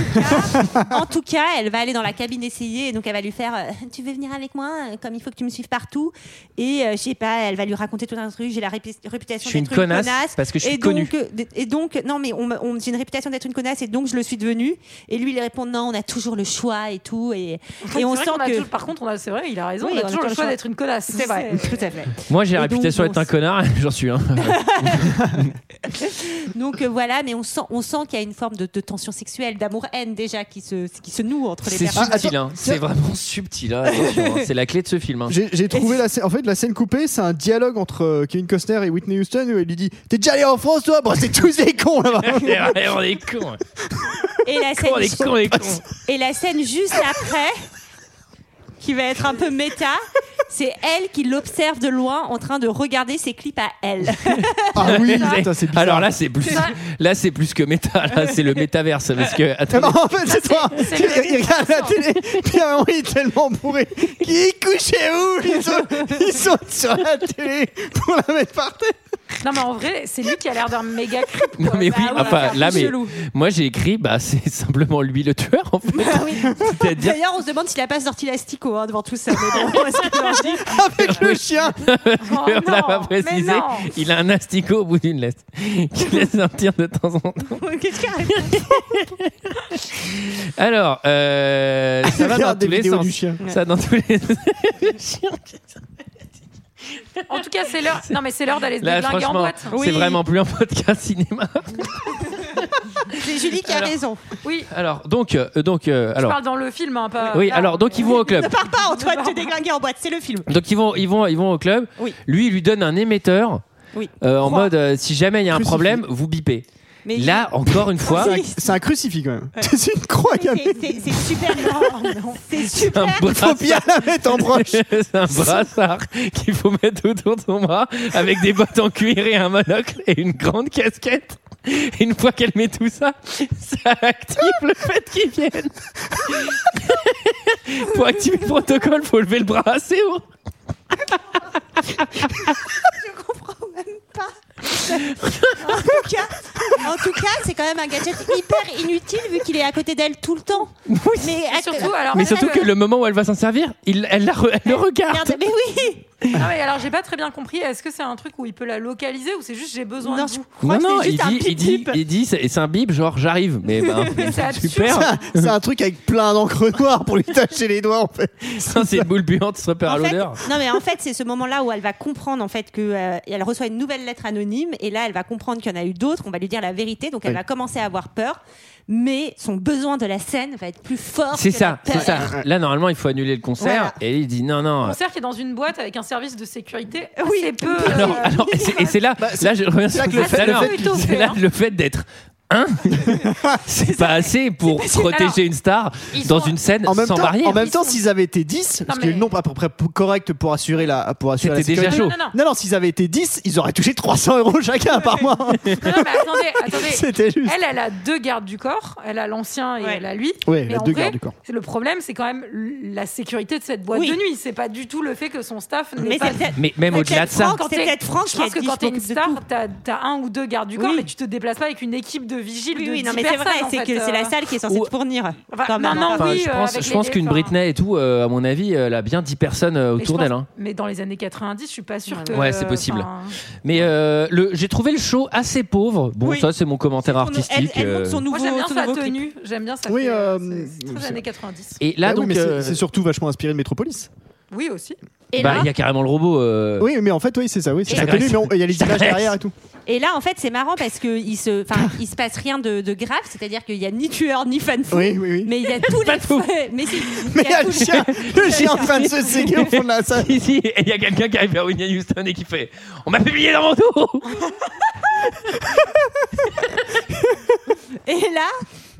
[SPEAKER 6] cas, en tout cas, elle va aller dans la cabine essayer, et donc elle va lui faire euh, Tu veux venir avec moi euh, Comme il faut que tu me suives partout. Et euh, je sais pas, elle va lui raconter tout un truc. J'ai la répu-
[SPEAKER 1] Je
[SPEAKER 6] réputation
[SPEAKER 1] suis une
[SPEAKER 6] d'être une
[SPEAKER 1] connasse,
[SPEAKER 6] connasse.
[SPEAKER 1] parce que je suis
[SPEAKER 6] et donc,
[SPEAKER 1] connue.
[SPEAKER 6] euh, et donc, non, mais on, me- on- j'ai une réputation d'être une connasse et donc je le suis devenue. Et lui, il répond Non, on a toujours le choix et tout. Et, et on
[SPEAKER 5] C'est vrai
[SPEAKER 6] sent
[SPEAKER 5] qu'on a
[SPEAKER 6] que.
[SPEAKER 5] toujours- par contre, on a, c'est vrai, il a raison.
[SPEAKER 6] Oui,
[SPEAKER 5] on a toujours le choix d'être une connasse.
[SPEAKER 6] C'est vrai, tout à fait.
[SPEAKER 1] Moi, j'ai la
[SPEAKER 6] Et donc,
[SPEAKER 1] réputation
[SPEAKER 6] on
[SPEAKER 1] d'être un
[SPEAKER 6] s-
[SPEAKER 1] connard, j'en suis un.
[SPEAKER 6] Donc euh, voilà, mais on sent, on sent qu'il y a une forme de, de tension sexuelle, d'amour-haine déjà qui se, qui se noue entre les
[SPEAKER 1] C'est
[SPEAKER 6] personnes.
[SPEAKER 1] subtil, hein. c'est vraiment subtil. hein. Attention, hein. C'est la clé de ce film. hein.
[SPEAKER 7] J'ai j'ai trouvé la scène. En fait, la scène coupée, c'est un dialogue entre euh, Kevin Costner et Whitney Houston où elle lui dit T'es déjà allé en France, toi Bon, c'est tous des cons là-bas.
[SPEAKER 1] C'est vrai, on est cons. hein.
[SPEAKER 6] Et la
[SPEAKER 1] On
[SPEAKER 6] scène,
[SPEAKER 1] est cons, on est cons.
[SPEAKER 6] et la scène juste après, qui va être un peu méta, c'est elle qui l'observe de loin en train de regarder ses clips à elle.
[SPEAKER 7] Ah oui, putain, c'est bizarre.
[SPEAKER 1] Alors là, c'est plus, là, c'est plus que méta. Là, c'est le métaverse parce que
[SPEAKER 7] Ah
[SPEAKER 1] attendez,
[SPEAKER 7] non, en fait, c'est toi
[SPEAKER 5] c'est
[SPEAKER 7] Il
[SPEAKER 5] le-
[SPEAKER 7] il regarde la télé, puis à un moment, il est tellement bourré qu'il couche chez où ils, sautent- ils sautent sur la télé pour la mettre par terre.
[SPEAKER 5] Non, mais en vrai, c'est lui qui a l'air d'un méga creep.
[SPEAKER 1] Non,
[SPEAKER 5] quoi.
[SPEAKER 1] mais oui,
[SPEAKER 5] ouais,
[SPEAKER 1] enfin,
[SPEAKER 5] c'est
[SPEAKER 1] là,
[SPEAKER 5] un peu
[SPEAKER 1] mais-
[SPEAKER 5] chelou.
[SPEAKER 1] moi j'ai écrit, bah c'est simplement lui le tueur en fait. C'est-à-dire
[SPEAKER 6] D'ailleurs, on se demande s'il a pas sorti l'astico hein, devant tout ça. Mais bon, est-ce qu'il en dit
[SPEAKER 7] Avec le chien
[SPEAKER 5] Oh,
[SPEAKER 1] on l'a
[SPEAKER 5] non,
[SPEAKER 1] pas
[SPEAKER 5] mais
[SPEAKER 1] précisé.
[SPEAKER 5] non.
[SPEAKER 1] Il a un asticot au bout d'une laisse qui laisse sortir de temps en temps.
[SPEAKER 6] Qu'est-ce qu'il raconte
[SPEAKER 1] Alors, euh, ça va dans
[SPEAKER 7] Regarde
[SPEAKER 1] tous
[SPEAKER 7] des
[SPEAKER 1] les
[SPEAKER 7] vidéos
[SPEAKER 1] sens.
[SPEAKER 7] du chien.
[SPEAKER 1] Ça dans tous les. Le chien, qu'est-ce que ça veut dire
[SPEAKER 5] En tout cas, c'est l'heure. Non, mais c'est l'heure d'aller se
[SPEAKER 1] Là,
[SPEAKER 5] déglinguer en
[SPEAKER 1] franchement,
[SPEAKER 5] boîte.
[SPEAKER 1] c'est
[SPEAKER 6] Oui.
[SPEAKER 1] vraiment plus un podcast cinéma.
[SPEAKER 6] C'est Julie qui a
[SPEAKER 1] Alors-
[SPEAKER 6] raison.
[SPEAKER 5] Oui,
[SPEAKER 1] Alors, donc, euh, donc, euh,
[SPEAKER 5] je
[SPEAKER 1] alors,
[SPEAKER 5] parle dans le film, hein, pas.
[SPEAKER 1] oui,
[SPEAKER 5] là.
[SPEAKER 1] alors, donc, ils vont au club.
[SPEAKER 6] Ne pars pas, Antoine, te déglinguer en boîte, c'est le film.
[SPEAKER 1] Donc, ils vont, ils vont, ils vont au club.
[SPEAKER 6] Oui.
[SPEAKER 1] Lui, il lui donne un émetteur.
[SPEAKER 6] Oui.
[SPEAKER 1] euh, en
[SPEAKER 6] Croix.
[SPEAKER 1] mode, euh, si jamais il y a un
[SPEAKER 7] Crucifix.
[SPEAKER 1] problème, vous bipez.
[SPEAKER 6] Mais
[SPEAKER 1] Là, encore une
[SPEAKER 5] Ah.
[SPEAKER 1] fois,
[SPEAKER 6] Oui.
[SPEAKER 7] C'est un crucifix quand même. C'est une croix qui a
[SPEAKER 6] c'est c'est- c'est super. C'est
[SPEAKER 1] un
[SPEAKER 6] super.
[SPEAKER 7] Faut bien
[SPEAKER 1] brassard.
[SPEAKER 7] la mettre en broche.
[SPEAKER 1] C'est un brassard qu'il faut mettre autour de son bras avec des bottes en cuir et un monocle et une grande casquette. Et une fois qu'elle met tout ça, ça active le fait qu'il vienne. pour activer le protocole, faut lever le bras assez haut.
[SPEAKER 6] Je comprends même pas. en tout cas, en tout cas, c'est quand même un gadget hyper inutile vu qu'il est à côté d'elle tout le temps. Mais
[SPEAKER 5] Et surtout, alors.
[SPEAKER 1] Mais
[SPEAKER 5] en fait,
[SPEAKER 1] surtout que le moment où elle va s'en servir, il, elle, la re- elle le regarde.
[SPEAKER 6] Merde, mais oui.
[SPEAKER 5] Ah ouais, alors j'ai pas très bien compris. Est-ce que c'est un truc où il peut la localiser ou c'est juste j'ai besoin
[SPEAKER 6] Non,
[SPEAKER 5] de
[SPEAKER 6] je
[SPEAKER 5] vous
[SPEAKER 6] crois que c'est
[SPEAKER 1] il
[SPEAKER 6] juste un
[SPEAKER 1] dit, il dit,
[SPEAKER 6] pip-pip.
[SPEAKER 1] il dit, c'est c'est un bip, genre j'arrive. Mais ben,
[SPEAKER 5] Mais c'est absurde.
[SPEAKER 1] super.
[SPEAKER 7] C'est un- C'est un truc avec plein d'encre noire pour lui tacher les doigts en fait.
[SPEAKER 1] Ça, c'est une boule puante, se repère à
[SPEAKER 6] En fait,
[SPEAKER 1] l'odeur.
[SPEAKER 6] non mais en fait c'est ce moment-là où elle va comprendre en fait que euh, elle reçoit une nouvelle lettre anonyme et là elle va comprendre qu'il y en a eu d'autres. On va lui dire la vérité donc elle
[SPEAKER 1] Oui.
[SPEAKER 6] va commencer à avoir peur. Mais son besoin de la scène va être plus fort.
[SPEAKER 1] C'est
[SPEAKER 6] que la
[SPEAKER 1] ça, c'est
[SPEAKER 6] peur.
[SPEAKER 1] ça. Là, normalement, il faut annuler le concert.
[SPEAKER 6] Voilà.
[SPEAKER 1] Et il dit non, non.
[SPEAKER 5] On sert qui est dans une boîte avec un service de sécurité
[SPEAKER 6] Oui.
[SPEAKER 5] assez peu. euh,
[SPEAKER 1] Alors, alors, et c'est- et Bah, c'est là, là, je reviens sur
[SPEAKER 7] là que le
[SPEAKER 1] tout
[SPEAKER 7] fait-
[SPEAKER 1] à
[SPEAKER 7] le
[SPEAKER 1] l'heure.
[SPEAKER 5] fait- plutôt
[SPEAKER 1] C'est
[SPEAKER 5] fait,
[SPEAKER 1] là
[SPEAKER 5] hein.
[SPEAKER 1] le fait d'être. Hein c'est pas assez pour protéger
[SPEAKER 5] Alors,
[SPEAKER 1] une star
[SPEAKER 5] ils
[SPEAKER 1] dans
[SPEAKER 5] sont-
[SPEAKER 1] une scène
[SPEAKER 7] En même
[SPEAKER 1] sans
[SPEAKER 7] temps,
[SPEAKER 1] barrière.
[SPEAKER 7] en même
[SPEAKER 5] Ils
[SPEAKER 7] temps,
[SPEAKER 5] sont-
[SPEAKER 7] s'ils avaient été 10, parce que
[SPEAKER 5] mais-
[SPEAKER 7] le nombre à peu près p- correct pour assurer la pour assurer la
[SPEAKER 1] C'était déjà
[SPEAKER 7] sécurité.
[SPEAKER 1] chaud.
[SPEAKER 5] Non, non, non.
[SPEAKER 7] Non, non, s'ils avaient été 10, ils auraient touché 300 euros chacun par mois.
[SPEAKER 5] Non, non, mais attendez, attendez.
[SPEAKER 7] C'était juste.
[SPEAKER 5] Elle, elle a deux gardes du corps. Elle a l'ancien et
[SPEAKER 6] Ouais.
[SPEAKER 5] elle a lui.
[SPEAKER 7] Ouais,
[SPEAKER 5] Mais
[SPEAKER 7] les
[SPEAKER 5] en
[SPEAKER 7] deux
[SPEAKER 5] vrai,
[SPEAKER 7] gardes du corps.
[SPEAKER 5] c'est- Le problème, c'est quand même l- la sécurité de cette boîte
[SPEAKER 6] Oui.
[SPEAKER 5] de nuit. C'est pas du tout le fait que son staff n'est
[SPEAKER 6] Mais
[SPEAKER 5] pas.
[SPEAKER 6] c'est peut-être-
[SPEAKER 1] Mais même
[SPEAKER 6] c'est
[SPEAKER 1] au-delà de
[SPEAKER 6] peut-être
[SPEAKER 1] ça,
[SPEAKER 6] Franck, c'est
[SPEAKER 5] t'es-
[SPEAKER 6] peut-être Franck
[SPEAKER 5] je
[SPEAKER 6] qui a
[SPEAKER 5] pense que
[SPEAKER 6] dit,
[SPEAKER 5] quand
[SPEAKER 6] je
[SPEAKER 5] t'es une
[SPEAKER 6] m'occupe de
[SPEAKER 5] star,
[SPEAKER 6] tout.
[SPEAKER 5] t'as as un ou deux gardes du corps,
[SPEAKER 6] Oui.
[SPEAKER 5] mais tu te déplaces pas avec une équipe de vigiles
[SPEAKER 6] Oui,
[SPEAKER 5] de
[SPEAKER 6] oui,
[SPEAKER 5] 10
[SPEAKER 6] non, mais c'est
[SPEAKER 5] personnes.
[SPEAKER 6] vrai,
[SPEAKER 5] en
[SPEAKER 6] c'est
[SPEAKER 5] fait,
[SPEAKER 6] que c'est la
[SPEAKER 5] euh,
[SPEAKER 6] salle qui est censée
[SPEAKER 1] Ou-
[SPEAKER 6] te fournir.
[SPEAKER 5] Enfin,
[SPEAKER 6] quand même.
[SPEAKER 5] maintenant,
[SPEAKER 1] Enfin,
[SPEAKER 5] oui,
[SPEAKER 1] je
[SPEAKER 5] euh,
[SPEAKER 1] pense,
[SPEAKER 5] avec
[SPEAKER 1] je
[SPEAKER 5] les-
[SPEAKER 1] pense qu'une
[SPEAKER 5] enfin,
[SPEAKER 1] Britney et tout, euh, à mon avis, euh, elle a bien 10 personnes euh,
[SPEAKER 5] mais je
[SPEAKER 1] autour
[SPEAKER 5] pense-
[SPEAKER 1] d'elle. hein.
[SPEAKER 5] Mais dans les années 90, je suis pas sûr que.
[SPEAKER 1] Ouais, c'est possible.
[SPEAKER 5] enfin,
[SPEAKER 1] Mais euh, le- j'ai trouvé le show assez pauvre. Bon,
[SPEAKER 6] Oui.
[SPEAKER 1] ça, c'est mon commentaire
[SPEAKER 6] Son- Elle,
[SPEAKER 1] artistique.
[SPEAKER 6] elle
[SPEAKER 1] euh.
[SPEAKER 6] montre son nouveau,
[SPEAKER 5] Moi, j'aime bien
[SPEAKER 6] son
[SPEAKER 5] sa
[SPEAKER 6] nouveau clip.
[SPEAKER 5] tenue. J'aime bien sa
[SPEAKER 7] Oui,
[SPEAKER 5] tenue.
[SPEAKER 7] euh,
[SPEAKER 5] c'est très
[SPEAKER 7] c'est-
[SPEAKER 5] années 90.
[SPEAKER 1] Et là,
[SPEAKER 7] Bah oui,
[SPEAKER 1] donc,
[SPEAKER 7] mais c'est-
[SPEAKER 1] euh,
[SPEAKER 7] c'est surtout vachement inspiré de Metropolis.
[SPEAKER 5] Oui, aussi.
[SPEAKER 6] Et
[SPEAKER 1] bah,
[SPEAKER 6] là-
[SPEAKER 1] il y a carrément le robot. euh,
[SPEAKER 7] Oui, mais en fait, oui, c'est ça. Oui, c'est
[SPEAKER 1] Et-
[SPEAKER 7] sa tenue, mais on- il y a les
[SPEAKER 1] Ça
[SPEAKER 7] images
[SPEAKER 1] reste.
[SPEAKER 7] derrière et tout.
[SPEAKER 6] Et là, en fait, c'est marrant parce que il se, enfin, il se passe rien de, de grave, c'est-à-dire qu'il y a ni tueur ni fan fou.
[SPEAKER 7] Oui, oui, oui.
[SPEAKER 6] Mais il y a tous les
[SPEAKER 1] fou.
[SPEAKER 6] mais si, il
[SPEAKER 7] Mais
[SPEAKER 6] y
[SPEAKER 7] il y a
[SPEAKER 6] tous
[SPEAKER 7] le
[SPEAKER 6] les-
[SPEAKER 7] chien, le chien en train de se séguer au fond de la salle.
[SPEAKER 1] Si, si, et il y a quelqu'un qui arrive vers Whitney Houston et qui fait On m'a publié dans mon dos
[SPEAKER 6] Et là,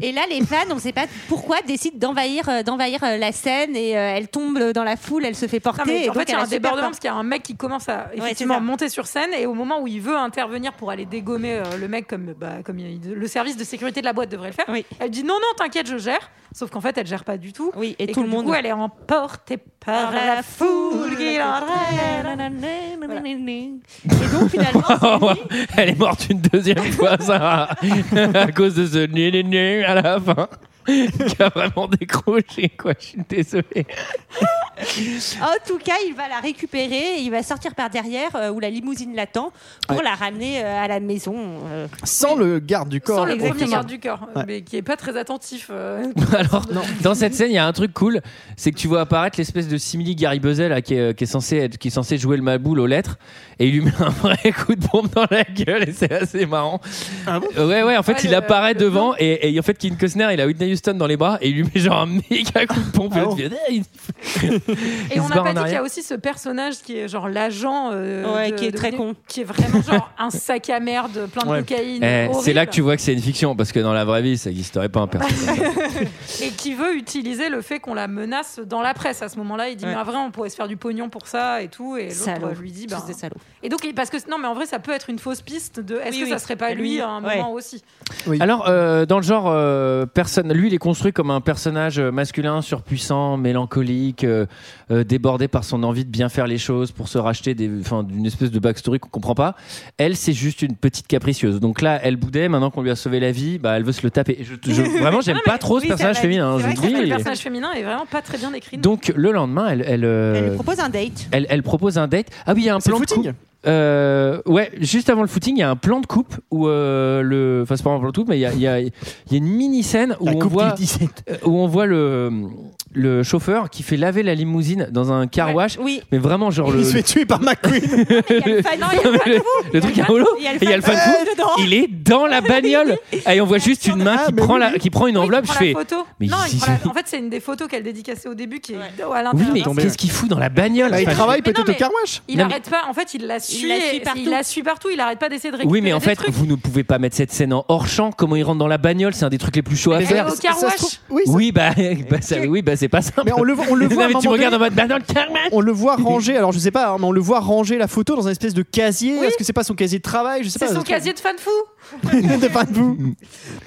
[SPEAKER 6] et là, les fans, on ne sait pas pourquoi, décident d'envahir, euh, d'envahir euh, la scène et euh, elle tombe dans la foule, elle se fait porter.
[SPEAKER 5] Non, mais
[SPEAKER 6] et donc
[SPEAKER 5] en fait, il y
[SPEAKER 6] elle
[SPEAKER 5] a un
[SPEAKER 6] super
[SPEAKER 5] débordement
[SPEAKER 6] peur.
[SPEAKER 5] parce qu'il y a un mec qui commence à
[SPEAKER 6] c'est
[SPEAKER 5] effectivement
[SPEAKER 6] ça.
[SPEAKER 5] monter sur scène et au moment où il veut intervenir pour aller dégommer euh, le mec comme, bah, comme il- le service de sécurité de la boîte devrait le faire,
[SPEAKER 6] Oui.
[SPEAKER 5] elle dit non, non, t'inquiète, je gère. Sauf qu'en fait, elle gère pas du tout.
[SPEAKER 6] Oui, et,
[SPEAKER 5] que
[SPEAKER 6] tout le
[SPEAKER 5] du
[SPEAKER 6] monde.
[SPEAKER 5] coup, elle est emportée par la foule qui l'entraîne.
[SPEAKER 6] Voilà. Et donc finalement,
[SPEAKER 1] Oh, Elle est morte une deuxième fois, Sarah, à cause de ce nu nu nu à la fin, qui a vraiment décroché, quoi. Je suis désolé.
[SPEAKER 6] en tout cas, il va la récupérer et il va sortir par derrière euh, où la limousine l'attend pour la ramener euh, à la maison. euh.
[SPEAKER 7] Sans le garde du corps.
[SPEAKER 5] Sans le premier
[SPEAKER 7] Exactement.
[SPEAKER 5] garde du corps,
[SPEAKER 7] Ouais.
[SPEAKER 5] mais qui est pas très attentif. euh.
[SPEAKER 1] Alors, dans cette scène, il y a un truc cool, c'est que tu vois apparaître l'espèce de simili Gary Buzzel là, qui, est, qui est censé être, qui est censé jouer le maboule aux lettres, et il lui met un vrai coup de bombe dans la gueule, et c'est assez marrant.
[SPEAKER 7] Ah
[SPEAKER 1] Euh, ouais, ouais, en fait,
[SPEAKER 5] Ouais,
[SPEAKER 1] il
[SPEAKER 5] le-
[SPEAKER 1] apparaît
[SPEAKER 5] le
[SPEAKER 1] devant, et, et en fait, Kim Costner, il a Whitney Houston dans les bras, et il lui met genre un méga coup de pompe.
[SPEAKER 7] Ah
[SPEAKER 1] et
[SPEAKER 7] bon
[SPEAKER 1] il fait, Eh, il-
[SPEAKER 5] Et
[SPEAKER 1] Il
[SPEAKER 5] on
[SPEAKER 1] se
[SPEAKER 5] n'a
[SPEAKER 1] barre
[SPEAKER 5] pas
[SPEAKER 1] en
[SPEAKER 5] dit qu'il y a
[SPEAKER 1] arrière.
[SPEAKER 5] aussi ce personnage qui est genre l'agent. euh,
[SPEAKER 6] Ouais,
[SPEAKER 5] de-
[SPEAKER 6] qui est
[SPEAKER 5] de-
[SPEAKER 6] très con.
[SPEAKER 5] Qui est vraiment genre un sac à merde, plein de
[SPEAKER 7] Ouais.
[SPEAKER 1] Eh,
[SPEAKER 5] cocaïne.
[SPEAKER 1] c'est
[SPEAKER 5] horrible. Ah,
[SPEAKER 1] là que tu vois que c'est une fiction, parce que dans la vraie vie, ça n'existerait pas un personnage. comme ça.
[SPEAKER 5] Et qui veut utiliser le fait qu'on la menace dans la presse à ce moment-là. Il dit
[SPEAKER 6] Ouais.
[SPEAKER 5] mais en vrai, on pourrait se faire du pognon pour ça et tout. Et
[SPEAKER 6] Salaud.
[SPEAKER 5] l'autre lui dit bah.
[SPEAKER 6] Tous des salauds.
[SPEAKER 5] Et donc il- parce que non, mais en vrai, ça peut être une fausse piste de est-ce
[SPEAKER 6] Oui,
[SPEAKER 5] que ça
[SPEAKER 6] oui. Bah,
[SPEAKER 5] serait pas lui,
[SPEAKER 6] Lui,
[SPEAKER 5] à un
[SPEAKER 6] ouais.
[SPEAKER 5] moment aussi.
[SPEAKER 1] Alors, euh, dans le genre, euh, personne, lui, il est construit comme un personnage euh, masculin, surpuissant, mélancolique, euh, euh, débordé par son envie de bien faire les choses pour se racheter des- enfin, d'une espèce de backstory qu'on comprend pas. Elle, c'est juste une petite capricieuse. Donc là, elle boudait. Maintenant qu'on lui a sauvé la vie, bah, elle veut se le taper. Et je- je- vraiment, j'aime
[SPEAKER 5] Non, mais
[SPEAKER 1] pas trop ce
[SPEAKER 6] oui, ça
[SPEAKER 1] personnage
[SPEAKER 6] va.
[SPEAKER 1] féminin. hein,
[SPEAKER 6] C'est
[SPEAKER 1] je
[SPEAKER 6] vrai
[SPEAKER 1] le
[SPEAKER 6] que ça
[SPEAKER 1] dis.
[SPEAKER 6] va
[SPEAKER 5] Le
[SPEAKER 6] Oui.
[SPEAKER 5] personnage féminin est vraiment pas très bien écrit.
[SPEAKER 1] Donc le lendemain, elle, elle, euh,
[SPEAKER 6] Elle lui propose un date.
[SPEAKER 1] elle- elle propose un date. Ah oui, il y a un
[SPEAKER 7] C'est
[SPEAKER 1] plan
[SPEAKER 7] le
[SPEAKER 1] de couple.
[SPEAKER 7] footing.
[SPEAKER 1] Euh, ouais, juste avant le footing, il y a un plan de coupe où euh, le, enfin c'est pas un plan de coupe, mais il y a, il y a- il y a une mini scène où
[SPEAKER 7] La
[SPEAKER 1] on
[SPEAKER 7] coupe
[SPEAKER 1] voit
[SPEAKER 7] du 17.
[SPEAKER 1] euh, où on voit le le chauffeur qui fait laver la limousine dans un car wash.
[SPEAKER 6] Oui.
[SPEAKER 1] Mais vraiment, genre le.
[SPEAKER 7] Il se fait tuer par McQueen.
[SPEAKER 1] le,
[SPEAKER 6] fan- non, il y a le fan
[SPEAKER 1] le-
[SPEAKER 6] fou.
[SPEAKER 1] le truc
[SPEAKER 6] Il y
[SPEAKER 1] à
[SPEAKER 6] a-
[SPEAKER 1] holo.
[SPEAKER 6] il y a le
[SPEAKER 1] Et il y a le fan
[SPEAKER 6] fan
[SPEAKER 1] fou.
[SPEAKER 6] fou dedans.
[SPEAKER 1] Il est dans la bagnole. Et on voit juste une main
[SPEAKER 7] Ah,
[SPEAKER 1] qui
[SPEAKER 7] mais
[SPEAKER 1] prend,
[SPEAKER 7] oui,
[SPEAKER 1] la,
[SPEAKER 7] oui.
[SPEAKER 1] qui prend une enveloppe. Je
[SPEAKER 5] prend
[SPEAKER 1] fais.
[SPEAKER 5] La photo.
[SPEAKER 1] mais
[SPEAKER 5] non,
[SPEAKER 1] il-
[SPEAKER 5] il prend la- en fait, c'est une des photos qu'elle dédicaçait au début qui est à l'intérieur.
[SPEAKER 1] Oui, mais
[SPEAKER 5] d'un sac.
[SPEAKER 1] qu'est-ce qu'il fout dans la bagnole
[SPEAKER 7] Bah, il
[SPEAKER 1] enfin,
[SPEAKER 7] travaille
[SPEAKER 5] mais non,
[SPEAKER 7] peut-être au
[SPEAKER 5] mais-
[SPEAKER 7] car wash.
[SPEAKER 5] Il
[SPEAKER 1] Non,
[SPEAKER 5] arrête pas. En fait, il la suit.
[SPEAKER 6] la
[SPEAKER 5] et-
[SPEAKER 6] suit partout.
[SPEAKER 5] Il la suit partout. Il arrête pas d'essayer de récupérer.
[SPEAKER 1] Oui, mais en
[SPEAKER 5] des
[SPEAKER 1] fait,
[SPEAKER 5] trucs.
[SPEAKER 1] vous ne pouvez pas mettre cette scène en hors champ. Comment il rentre dans la bagnole C'est un des trucs les plus chauds à
[SPEAKER 5] Mais
[SPEAKER 1] faire.
[SPEAKER 5] au car
[SPEAKER 7] Ça se
[SPEAKER 5] wash.
[SPEAKER 7] trouve- Oui, ça-
[SPEAKER 1] Oui, bah, bah, ça- oui, bah c'est pas simple.
[SPEAKER 7] mais on le voit, on le
[SPEAKER 1] Non,
[SPEAKER 7] voit à un
[SPEAKER 1] mais tu
[SPEAKER 7] moment
[SPEAKER 1] regardes
[SPEAKER 7] donné,
[SPEAKER 1] en mode bah, dans le car wash.
[SPEAKER 7] on le voit ranger. Alors je sais pas, hein, mais on le voit ranger la photo dans un espèce de casier.
[SPEAKER 5] Oui.
[SPEAKER 7] Est-ce que c'est pas son casier de travail Je sais pas.
[SPEAKER 5] C'est son casier de fan fou.
[SPEAKER 7] de pas de vous.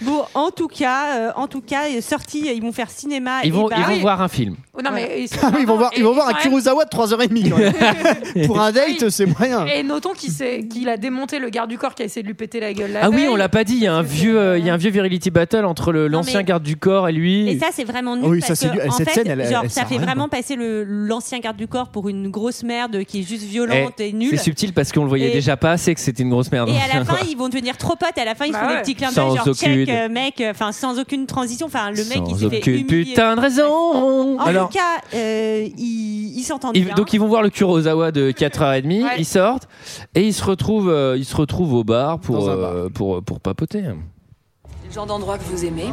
[SPEAKER 6] Bon, en tout cas, euh, en tout cas, euh, sortie, ils vont faire cinéma et
[SPEAKER 1] Ils vont,
[SPEAKER 6] bar.
[SPEAKER 1] ils vont
[SPEAKER 5] oui.
[SPEAKER 1] voir un film.
[SPEAKER 5] Oh, Non, mais ils, sont
[SPEAKER 7] Ah oui, ils vont
[SPEAKER 5] vraiment-
[SPEAKER 7] voir, ils vont
[SPEAKER 5] et-
[SPEAKER 7] voir
[SPEAKER 5] et
[SPEAKER 7] un
[SPEAKER 5] quand même-
[SPEAKER 7] Kurosawa de 3h30 quand même. Pour un date,
[SPEAKER 5] Oui.
[SPEAKER 7] c'est moyen.
[SPEAKER 5] Et notons qu'il s'est- qu'il a démonté le garde du corps qui a essayé de lui péter la gueule. la
[SPEAKER 1] Ah oui,
[SPEAKER 5] veille.
[SPEAKER 1] on l'a pas dit. Il y a un vieux, euh, il y a un vieux virility battle entre le- l'ancien
[SPEAKER 6] mais-
[SPEAKER 1] garde du corps et lui.
[SPEAKER 6] Et ça, c'est vraiment nul.
[SPEAKER 7] Oui,
[SPEAKER 6] parce
[SPEAKER 7] ça, c'est
[SPEAKER 6] que,
[SPEAKER 7] nul.
[SPEAKER 6] en
[SPEAKER 7] Cette
[SPEAKER 6] fait,
[SPEAKER 7] scène, elle- elle
[SPEAKER 6] genre,
[SPEAKER 7] sert
[SPEAKER 6] ça
[SPEAKER 7] à
[SPEAKER 6] fait
[SPEAKER 7] rien,
[SPEAKER 6] vraiment passer le- l'ancien garde du corps pour une grosse merde qui est juste violente et, nulle.
[SPEAKER 1] Eh, c'est subtil parce qu'on le voyait
[SPEAKER 6] Et-
[SPEAKER 1] déjà pas assez que c'était une grosse merde.
[SPEAKER 6] Et à la fin, ils vont devenir trop potes. À la fin, ils
[SPEAKER 5] Bah
[SPEAKER 6] font
[SPEAKER 5] ouais.
[SPEAKER 6] des petits clins
[SPEAKER 1] Sans
[SPEAKER 6] d'œil, genre
[SPEAKER 1] aucune-
[SPEAKER 6] check, euh, mec, euh, enfin, sans aucune transition. Enfin, le mec, il
[SPEAKER 1] Sans
[SPEAKER 6] s'est fait
[SPEAKER 1] aucune
[SPEAKER 6] humilier.
[SPEAKER 1] putain de raison.
[SPEAKER 6] En
[SPEAKER 1] Alors,
[SPEAKER 6] tout cas, euh, ils ils s'entendent
[SPEAKER 1] ils-
[SPEAKER 6] bien.
[SPEAKER 1] donc ils vont voir le Kurosawa de 4h30,
[SPEAKER 5] Ouais.
[SPEAKER 1] ils sortent et ils se retrouvent, euh, ils se retrouvent au bar pour,
[SPEAKER 7] Dans un
[SPEAKER 1] euh, pour, pour papoter.
[SPEAKER 8] Le genre d'endroit que vous aimez,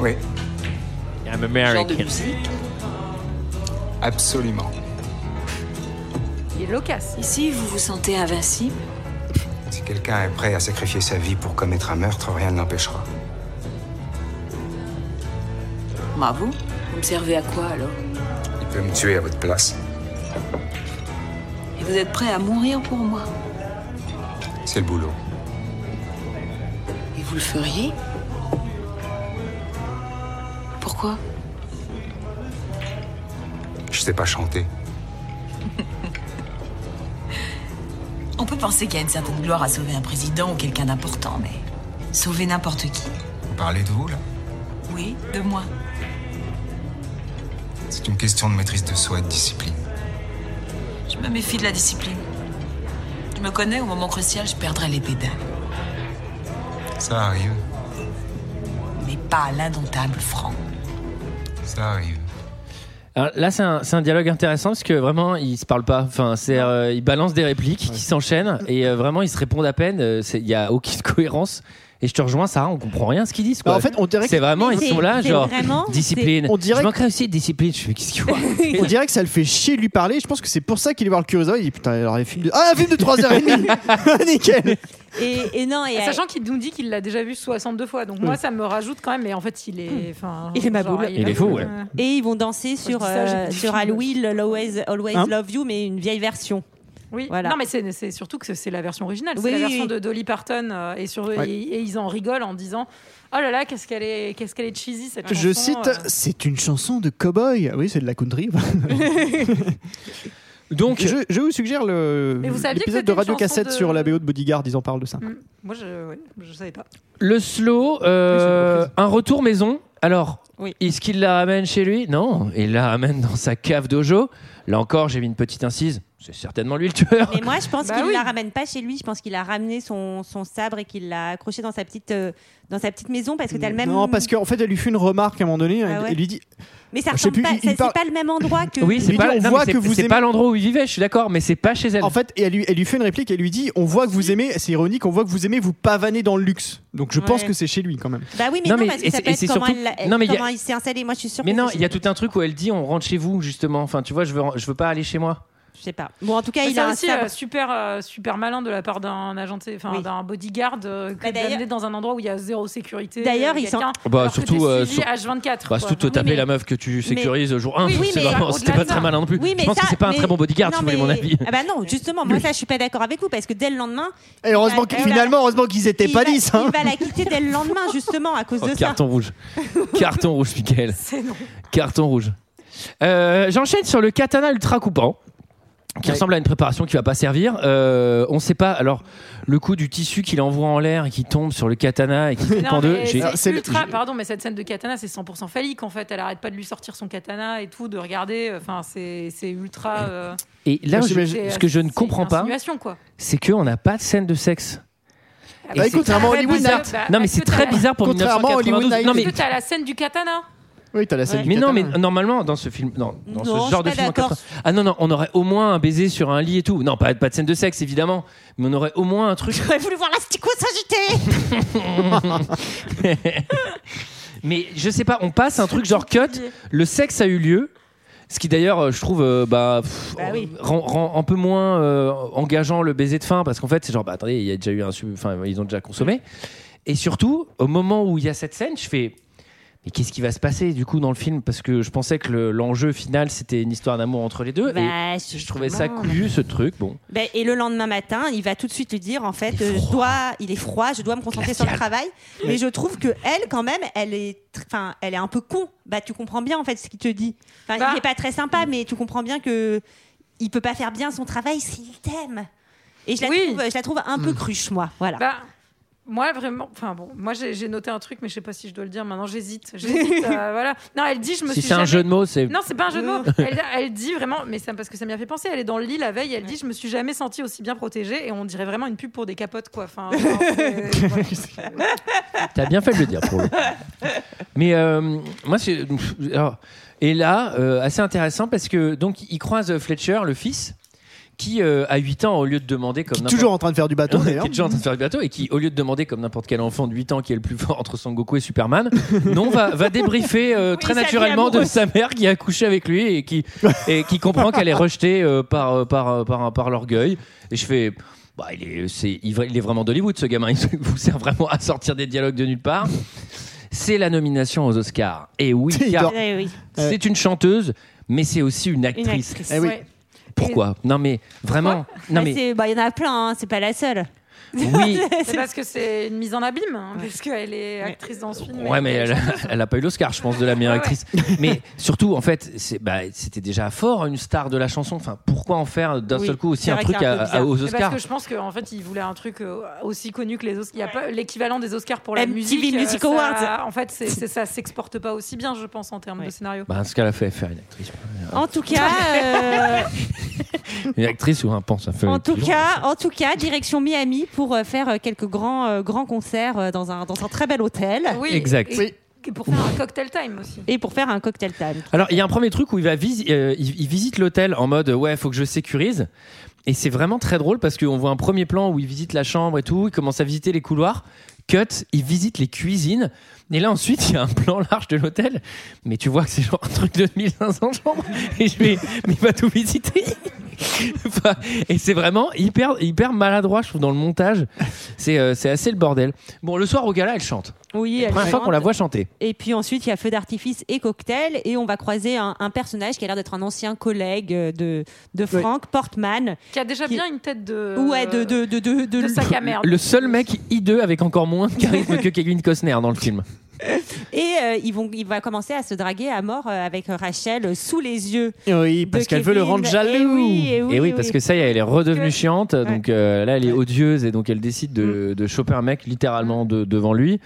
[SPEAKER 9] Oui,
[SPEAKER 1] I'm
[SPEAKER 8] le genre de
[SPEAKER 1] American.
[SPEAKER 8] musique.
[SPEAKER 9] absolument.
[SPEAKER 5] Il est loquace.
[SPEAKER 8] Ici, vous vous sentez invincible.
[SPEAKER 9] Si quelqu'un est prêt à sacrifier sa vie pour commettre un meurtre, rien ne l'empêchera.
[SPEAKER 8] Bravo. Vous me servez à quoi alors
[SPEAKER 9] Il peut me tuer à votre place.
[SPEAKER 8] Et vous êtes prêt à mourir pour moi
[SPEAKER 9] C'est le boulot.
[SPEAKER 8] Et vous le feriez Pourquoi
[SPEAKER 9] Je sais pas chanter.
[SPEAKER 10] On peut penser qu'il y a une certaine gloire à sauver un président ou quelqu'un d'important, mais sauver n'importe qui.
[SPEAKER 9] Vous parlez de vous, là
[SPEAKER 10] Oui, de moi.
[SPEAKER 9] C'est une question de maîtrise de soi et de discipline.
[SPEAKER 10] Je me méfie de la discipline. Je me connais, au moment crucial, je perdrai les pédales.
[SPEAKER 9] Ça arrive,
[SPEAKER 10] Mais pas à l'indomptable Franck.
[SPEAKER 9] ça arrive.
[SPEAKER 1] Alors là, c'est un, c'est un dialogue intéressant parce que vraiment, ils se parlent pas. Enfin, c'est, euh, ils balancent des répliques qui s'enchaînent et euh, vraiment, ils se répondent à peine. Euh, c'est- Il y a aucune cohérence. Et je te rejoins, Sarah, on comprend rien à ce qu'ils disent. Quoi.
[SPEAKER 7] Bah, en fait, on dirait,
[SPEAKER 1] c'est vraiment,
[SPEAKER 6] Mais
[SPEAKER 1] ils
[SPEAKER 6] c'est-
[SPEAKER 1] sont là,
[SPEAKER 6] c'est
[SPEAKER 1] genre
[SPEAKER 6] vraiment-
[SPEAKER 1] discipline.
[SPEAKER 7] c'est- on dirait
[SPEAKER 1] Je
[SPEAKER 7] que-
[SPEAKER 1] manquerais aussi de discipline. Je fais qu'est-ce qu'il voit
[SPEAKER 7] que, on dirait que ça le fait chier de lui parler. Je pense que c'est pour ça qu'il est voir le Kurosawa. Il dit putain, alors les films de. Ah, un film de 3h30 Nickel
[SPEAKER 6] Et, et non, et,
[SPEAKER 5] Sachant qu'il nous dit qu'il l'a déjà vu 62 fois. Donc moi, ça me rajoute quand même. Mais en fait, il est. enfin,
[SPEAKER 6] Hmm. Il est ma
[SPEAKER 5] genre,
[SPEAKER 6] boule.
[SPEAKER 1] Il est fou, ouais.
[SPEAKER 5] Euh,
[SPEAKER 6] et ils vont danser sur,
[SPEAKER 5] dis ça, j'ai
[SPEAKER 6] euh,
[SPEAKER 5] des
[SPEAKER 6] sur
[SPEAKER 5] films.
[SPEAKER 6] I Will Always, Always
[SPEAKER 7] Hein
[SPEAKER 6] Love You, mais une vieille version.
[SPEAKER 5] Oui.
[SPEAKER 6] Voilà.
[SPEAKER 5] Non, mais c'est c'est surtout que c'est la version originale.
[SPEAKER 6] Oui,
[SPEAKER 5] c'est la
[SPEAKER 6] oui,
[SPEAKER 5] version
[SPEAKER 6] oui.
[SPEAKER 5] de Dolly Parton. euh, et, sur,
[SPEAKER 7] Ouais.
[SPEAKER 5] et, et ils en rigolent en disant Oh là là, qu'est-ce qu'elle est, qu'est-ce qu'elle est cheesy cette chanson.
[SPEAKER 7] Je cite
[SPEAKER 5] euh.
[SPEAKER 7] C'est une chanson de cowboy. Oui, c'est de la country.
[SPEAKER 1] Donc,
[SPEAKER 7] je, je vous suggère le-
[SPEAKER 5] Mais vous saviez que
[SPEAKER 7] l'épisode
[SPEAKER 5] c'était
[SPEAKER 7] de
[SPEAKER 5] une
[SPEAKER 7] Radio Cassette
[SPEAKER 5] chanson de-
[SPEAKER 7] sur la BO de Bodyguard. Ils en parlent de ça.
[SPEAKER 5] Hmm. Moi, je, ouais, je savais pas.
[SPEAKER 1] le slow, euh, un retour maison. Alors,
[SPEAKER 6] Oui.
[SPEAKER 1] est-ce qu'il la ramène chez lui Non, il la ramène dans sa cave dojo. Là encore, j'ai mis une petite incise. C'est certainement lui le tueur.
[SPEAKER 6] Mais moi, je pense
[SPEAKER 5] Bah
[SPEAKER 6] qu'il
[SPEAKER 5] oui.
[SPEAKER 6] la ramène pas chez lui. Je pense qu'il a ramené son, son sabre et qu'il l'a accroché dans sa petite, euh, dans sa petite maison parce que t'as le même.
[SPEAKER 7] Non, parce qu'en fait, elle lui fait une remarque à un moment donné.
[SPEAKER 6] Ah
[SPEAKER 7] elle-
[SPEAKER 6] ouais.
[SPEAKER 7] Elle lui dit
[SPEAKER 6] Mais ça
[SPEAKER 7] Je sais
[SPEAKER 6] ressemble
[SPEAKER 7] plus,
[SPEAKER 6] pas.
[SPEAKER 7] il-
[SPEAKER 6] ça-
[SPEAKER 7] il
[SPEAKER 6] C'est
[SPEAKER 7] parle-
[SPEAKER 6] pas le même endroit que.
[SPEAKER 1] Oui, c'est
[SPEAKER 7] lui
[SPEAKER 1] pas,
[SPEAKER 7] dit, on
[SPEAKER 1] non, mais
[SPEAKER 7] voit
[SPEAKER 1] c'est-
[SPEAKER 7] que vous
[SPEAKER 1] c'est
[SPEAKER 7] aimez-
[SPEAKER 1] pas l'endroit où il vivait, je suis d'accord, mais c'est pas chez elle.
[SPEAKER 7] En fait, et elle, lui, elle lui fait une réplique et lui dit On voit que vous aimez, c'est ironique, on voit que vous aimez vous pavaner dans le luxe. Donc je pense
[SPEAKER 6] Ouais.
[SPEAKER 7] que c'est chez lui quand même.
[SPEAKER 6] Bah oui, mais
[SPEAKER 1] Non,
[SPEAKER 6] non,
[SPEAKER 1] mais-
[SPEAKER 6] parce
[SPEAKER 1] et
[SPEAKER 6] que ça
[SPEAKER 1] c'est-
[SPEAKER 6] peut
[SPEAKER 1] et
[SPEAKER 6] être
[SPEAKER 1] c'est
[SPEAKER 6] comment,
[SPEAKER 1] surtout-
[SPEAKER 6] elle l'a-
[SPEAKER 1] non, mais il y a-
[SPEAKER 6] comment il s'est installé. Moi, je suis sûre.
[SPEAKER 1] mais
[SPEAKER 6] que
[SPEAKER 1] non,
[SPEAKER 6] c'est-
[SPEAKER 1] il y a tout un truc où elle dit on rentre chez vous justement. Enfin, tu vois, je veux, je veux pas aller chez moi.
[SPEAKER 6] Je sais pas. Bon, en tout cas,
[SPEAKER 5] Mais
[SPEAKER 6] il
[SPEAKER 5] ça
[SPEAKER 6] a un
[SPEAKER 5] aussi
[SPEAKER 6] sabre.
[SPEAKER 5] euh, super euh, super malin de la part d'un agent, enfin
[SPEAKER 6] Oui.
[SPEAKER 5] d'un bodyguard euh, que
[SPEAKER 6] Bah, d'ailleurs-
[SPEAKER 5] d'amener dans un endroit où il y a zéro sécurité.
[SPEAKER 6] D'ailleurs,
[SPEAKER 5] euh,
[SPEAKER 6] ils
[SPEAKER 5] quelqu'un,
[SPEAKER 1] Bah,
[SPEAKER 5] alors que
[SPEAKER 1] surtout,
[SPEAKER 5] t'es
[SPEAKER 1] euh,
[SPEAKER 5] suivi
[SPEAKER 1] sur-
[SPEAKER 5] H24.
[SPEAKER 1] Bah,
[SPEAKER 5] quoi.
[SPEAKER 1] surtout te
[SPEAKER 5] Enfin,
[SPEAKER 1] taper
[SPEAKER 5] mais-
[SPEAKER 1] la meuf que tu sécurises au jour 1,
[SPEAKER 6] Oui, oui,
[SPEAKER 1] c'est
[SPEAKER 6] mais-
[SPEAKER 1] vraiment-
[SPEAKER 5] au-delà
[SPEAKER 1] c'était
[SPEAKER 5] de
[SPEAKER 1] pas très
[SPEAKER 5] ça.
[SPEAKER 1] malin non plus.
[SPEAKER 6] Oui, mais
[SPEAKER 1] je pense
[SPEAKER 6] ça,
[SPEAKER 1] que c'est pas un
[SPEAKER 6] mais-
[SPEAKER 1] très bon bodyguard,
[SPEAKER 6] non,
[SPEAKER 1] si vous voulez mon
[SPEAKER 6] mais-
[SPEAKER 1] avis.
[SPEAKER 6] Ah bah non, justement, moi ça, je suis pas d'accord avec vous parce que dès le lendemain,
[SPEAKER 7] Et heureusement, que-
[SPEAKER 6] Il va-
[SPEAKER 7] finalement, heureusement qu'ils étaient
[SPEAKER 6] il
[SPEAKER 7] pas
[SPEAKER 6] va-
[SPEAKER 7] 10. Hein.
[SPEAKER 6] il va la quitter dès le lendemain justement à cause
[SPEAKER 1] Oh,
[SPEAKER 6] de ça.
[SPEAKER 1] carton rouge. carton rouge, Michael.
[SPEAKER 5] C'est non.
[SPEAKER 1] Carton rouge. Euh, J'enchaîne sur le katana ultra coupant. Qui
[SPEAKER 7] Ouais.
[SPEAKER 1] ressemble à une préparation qui va pas servir. Euh, on sait pas. Alors, le coup du tissu qu'il envoie en l'air et qui tombe sur le katana et qui coupe
[SPEAKER 5] Non,
[SPEAKER 1] en deux.
[SPEAKER 5] mais
[SPEAKER 1] j'ai-
[SPEAKER 7] Ah,
[SPEAKER 5] C'est
[SPEAKER 7] c'est le-
[SPEAKER 5] ultra,
[SPEAKER 7] je-
[SPEAKER 5] pardon, mais cette scène de katana, c'est 100% phallique en fait. Elle arrête pas de lui sortir son katana et tout, de regarder. euh, Enfin, c'est c'est ultra. euh,
[SPEAKER 1] Et là,
[SPEAKER 7] Moi,
[SPEAKER 1] je-
[SPEAKER 7] j'imagine-
[SPEAKER 1] ce que je ne
[SPEAKER 5] c'est
[SPEAKER 1] comprends
[SPEAKER 5] une
[SPEAKER 1] pas,
[SPEAKER 5] insinuation, quoi. Ah
[SPEAKER 1] c'est qu'on n'a pas de scène de sexe. Et
[SPEAKER 7] Bah,
[SPEAKER 1] c'est
[SPEAKER 7] écoute,
[SPEAKER 1] très
[SPEAKER 7] vraiment Hollywood
[SPEAKER 1] bizarre.
[SPEAKER 5] Bah,
[SPEAKER 1] Non, mais
[SPEAKER 5] est-ce
[SPEAKER 1] c'est
[SPEAKER 5] que t'as
[SPEAKER 1] très
[SPEAKER 5] la-
[SPEAKER 1] bizarre pour
[SPEAKER 7] Contrairement à Hollywood
[SPEAKER 1] 1992. Non,
[SPEAKER 5] Est-ce
[SPEAKER 1] mais
[SPEAKER 5] que t'as la scène du katana
[SPEAKER 7] Oui, t'as la scène
[SPEAKER 6] Ouais.
[SPEAKER 7] du
[SPEAKER 1] Mais non, mais
[SPEAKER 7] Qatar.
[SPEAKER 1] normalement, dans ce film, non, dans
[SPEAKER 6] Non,
[SPEAKER 1] ce
[SPEAKER 6] je
[SPEAKER 1] genre
[SPEAKER 6] suis
[SPEAKER 1] de
[SPEAKER 6] pas
[SPEAKER 1] film en
[SPEAKER 6] d'accord.
[SPEAKER 1] 80 Ah non, non, on aurait au moins un baiser sur un lit et tout. Non, pas, pas de scène de sexe, évidemment. Mais on aurait au moins un truc.
[SPEAKER 6] J'aurais voulu voir l'asticot s'agiter.
[SPEAKER 1] Mais je sais pas, on passe un truc genre cut, le sexe a eu lieu. Ce qui d'ailleurs, euh, je trouve, euh, bah, pff,
[SPEAKER 6] Bah oui.
[SPEAKER 1] rend, rend un peu moins euh, engageant le baiser de fin, parce qu'en fait, c'est genre, bah, attendez, il y a déjà eu un, sub- enfin, ils ont déjà consommé. Et surtout, au moment où il y a cette scène, je fais, mais qu'est-ce qui va se passer du coup dans le film Parce que je pensais que le- l'enjeu final, c'était une histoire d'amour entre les deux. et
[SPEAKER 6] Bah,
[SPEAKER 1] je trouvais ça
[SPEAKER 6] justement.
[SPEAKER 1] couillu ce truc. Bon,
[SPEAKER 6] Ben, et le lendemain matin, il va tout de suite lui dire en fait,
[SPEAKER 1] Il est
[SPEAKER 6] euh, je
[SPEAKER 1] froid.
[SPEAKER 6] dois, il est froid, je dois me concentrer sur le
[SPEAKER 1] Glacial.
[SPEAKER 6] travail. Mais je trouve que elle, quand même, elle est, tr- enfin, elle est un peu con. Bah, tu comprends bien en fait ce qu'il te dit. Enfin,
[SPEAKER 5] Bah.
[SPEAKER 6] il est pas très sympa, mais tu comprends bien que il peut pas faire bien son travail s'il t'aime. Et je la,
[SPEAKER 5] Oui.
[SPEAKER 6] trouve, je la trouve un
[SPEAKER 1] Hmm.
[SPEAKER 6] peu cruche, moi. Voilà.
[SPEAKER 5] Bah, moi, vraiment. Enfin, bon, moi, j'ai j'ai noté un truc, mais je sais pas si je dois le dire maintenant. J'hésite. J'hésite. euh, voilà. Non, elle dit, je me
[SPEAKER 1] si
[SPEAKER 5] suis.
[SPEAKER 1] c'est un
[SPEAKER 5] jamais-
[SPEAKER 1] jeu de mots, c'est
[SPEAKER 5] Non, c'est pas un jeu de mots. Elle, elle dit vraiment, mais ça, parce que ça m'y a fait penser. Elle est dans le lit la veille. Elle dit, je me suis jamais sentie aussi bien protégée, et on dirait vraiment une pub pour des capotes, quoi. Enfin, genre, c'est- voilà.
[SPEAKER 1] Ah T'as bien fait de le dire pour le. coup. Mais euh, moi, c'est. pff, alors, et là, euh, assez intéressant parce que donc il croise euh, Fletcher, le fils, qui euh, à 8 ans, au lieu de demander comme
[SPEAKER 7] Qui est
[SPEAKER 1] n'importe-
[SPEAKER 7] toujours en train de faire du bateau,
[SPEAKER 1] Hein, Euh, qui
[SPEAKER 7] d'ailleurs.
[SPEAKER 1] est déjà en train de faire le bateau et qui, au lieu de demander comme n'importe quel enfant de 8 ans qui est le plus fort entre Son Goku et Superman, non, va, va débriefer euh, très
[SPEAKER 6] sa vie
[SPEAKER 1] naturellement de
[SPEAKER 6] amoureuse.
[SPEAKER 1] sa mère qui a accouché avec lui et qui, et qui comprend qu'elle est rejetée euh, par, euh, par, euh, par, par l'orgueil. Et je fais. Bah, il, est, c'est- il vra- il est vraiment d'Hollywood ce gamin, il vous sert vraiment à sortir des dialogues de nulle part. C'est la nomination aux Oscars. Et oui,
[SPEAKER 7] Il
[SPEAKER 1] car
[SPEAKER 7] dort.
[SPEAKER 6] Eh oui,
[SPEAKER 1] c'est une chanteuse, mais c'est aussi une actrice.
[SPEAKER 6] une actrice.
[SPEAKER 7] Eh oui.
[SPEAKER 5] Ouais.
[SPEAKER 1] Pourquoi Non mais vraiment, non
[SPEAKER 6] Bah,
[SPEAKER 1] mais
[SPEAKER 6] c'est- bah, il y en a plein. hein, c'est pas la seule.
[SPEAKER 1] oui,
[SPEAKER 5] C'est parce que c'est une mise en abîme, hein, parce qu'elle est actrice dans ce film.
[SPEAKER 1] Ouais, mais
[SPEAKER 6] euh,
[SPEAKER 1] elle, elle a pas eu l'Oscar, je pense, de la meilleure
[SPEAKER 5] Ouais,
[SPEAKER 1] actrice. Mais surtout, en fait, c'est- bah, c'était déjà fort une star de la chanson. Enfin, pourquoi en faire d'un
[SPEAKER 6] Oui,
[SPEAKER 1] seul coup aussi
[SPEAKER 6] c'est
[SPEAKER 1] un
[SPEAKER 6] vrai
[SPEAKER 1] truc
[SPEAKER 6] qu'il y a un
[SPEAKER 1] à-
[SPEAKER 6] peu
[SPEAKER 1] à- aux
[SPEAKER 5] Mais Eh ben, Parce
[SPEAKER 1] Oscars
[SPEAKER 5] que je pense qu'en fait, ils voulaient un truc euh, aussi connu que les Oscars. Il n'y a pas l'équivalent des Oscars pour la
[SPEAKER 6] MTV
[SPEAKER 5] musique. euh,
[SPEAKER 6] Music
[SPEAKER 5] ça-
[SPEAKER 6] Awards.
[SPEAKER 5] En fait, c'est, c'est- ça s'exporte pas aussi bien, je pense, en termes
[SPEAKER 6] Ouais.
[SPEAKER 5] de scénario.
[SPEAKER 1] Bah, ce qu'elle a fait, faire une actrice.
[SPEAKER 6] En tout cas, euh,
[SPEAKER 1] Une actrice ou un pense à faire
[SPEAKER 6] en
[SPEAKER 1] une
[SPEAKER 6] tout
[SPEAKER 1] actrice.
[SPEAKER 6] cas, en tout cas, direction Miami pour euh, faire euh, quelques grands, euh, grands concerts euh, dans un, dans un très bel hôtel.
[SPEAKER 5] Oui,
[SPEAKER 1] Exact.
[SPEAKER 5] Et,
[SPEAKER 7] Oui.
[SPEAKER 5] et pour faire un cocktail time aussi.
[SPEAKER 6] et pour faire un cocktail time.
[SPEAKER 1] Alors, il y a un premier truc où il va visi- euh, il, il visite l'hôtel en mode ouais, faut que je sécurise. Et c'est vraiment très drôle parce qu'on voit un premier plan où il visite la chambre et tout, il commence à visiter les couloirs. Cut, il visite les cuisines. Et là, ensuite, il y a un plan large de l'hôtel. Mais tu vois que c'est genre un truc de 1500 chambres. Et je vais, mais il va tout visiter. Enfin, et c'est vraiment hyper, hyper maladroit, je trouve, dans le montage. C'est euh, c'est assez le bordel. Bon, le soir, au gala, elle chante.
[SPEAKER 6] Oui, elle
[SPEAKER 1] Première fois qu'on la voit chanter.
[SPEAKER 6] Et puis ensuite, il y a feu d'artifice et cocktail. Et on va croiser un, un personnage qui a l'air d'être un ancien collègue euh, de, de Frank Portman.
[SPEAKER 5] Qui a déjà
[SPEAKER 6] Qui-
[SPEAKER 5] bien une tête de.
[SPEAKER 6] Ouais, de, de, de, Euh, de, de-
[SPEAKER 5] de sac à merde.
[SPEAKER 1] Le seul mec hideux avec encore moins de charisme que Kevin Costner dans le film.
[SPEAKER 6] Et euh, ils vont, il va commencer à se draguer à mort euh, avec Rachel euh, sous les yeux.
[SPEAKER 7] Oui,
[SPEAKER 6] de
[SPEAKER 7] parce qu'elle veut le
[SPEAKER 6] Kevin.
[SPEAKER 7] rendre
[SPEAKER 6] Eh
[SPEAKER 7] jaloux.
[SPEAKER 6] oui, eh oui,
[SPEAKER 1] et oui, parce que ça y est, elle est redevenue
[SPEAKER 5] Que-
[SPEAKER 1] chiante. Donc euh, là, elle est odieuse et donc elle décide de, de choper un mec littéralement de- devant lui.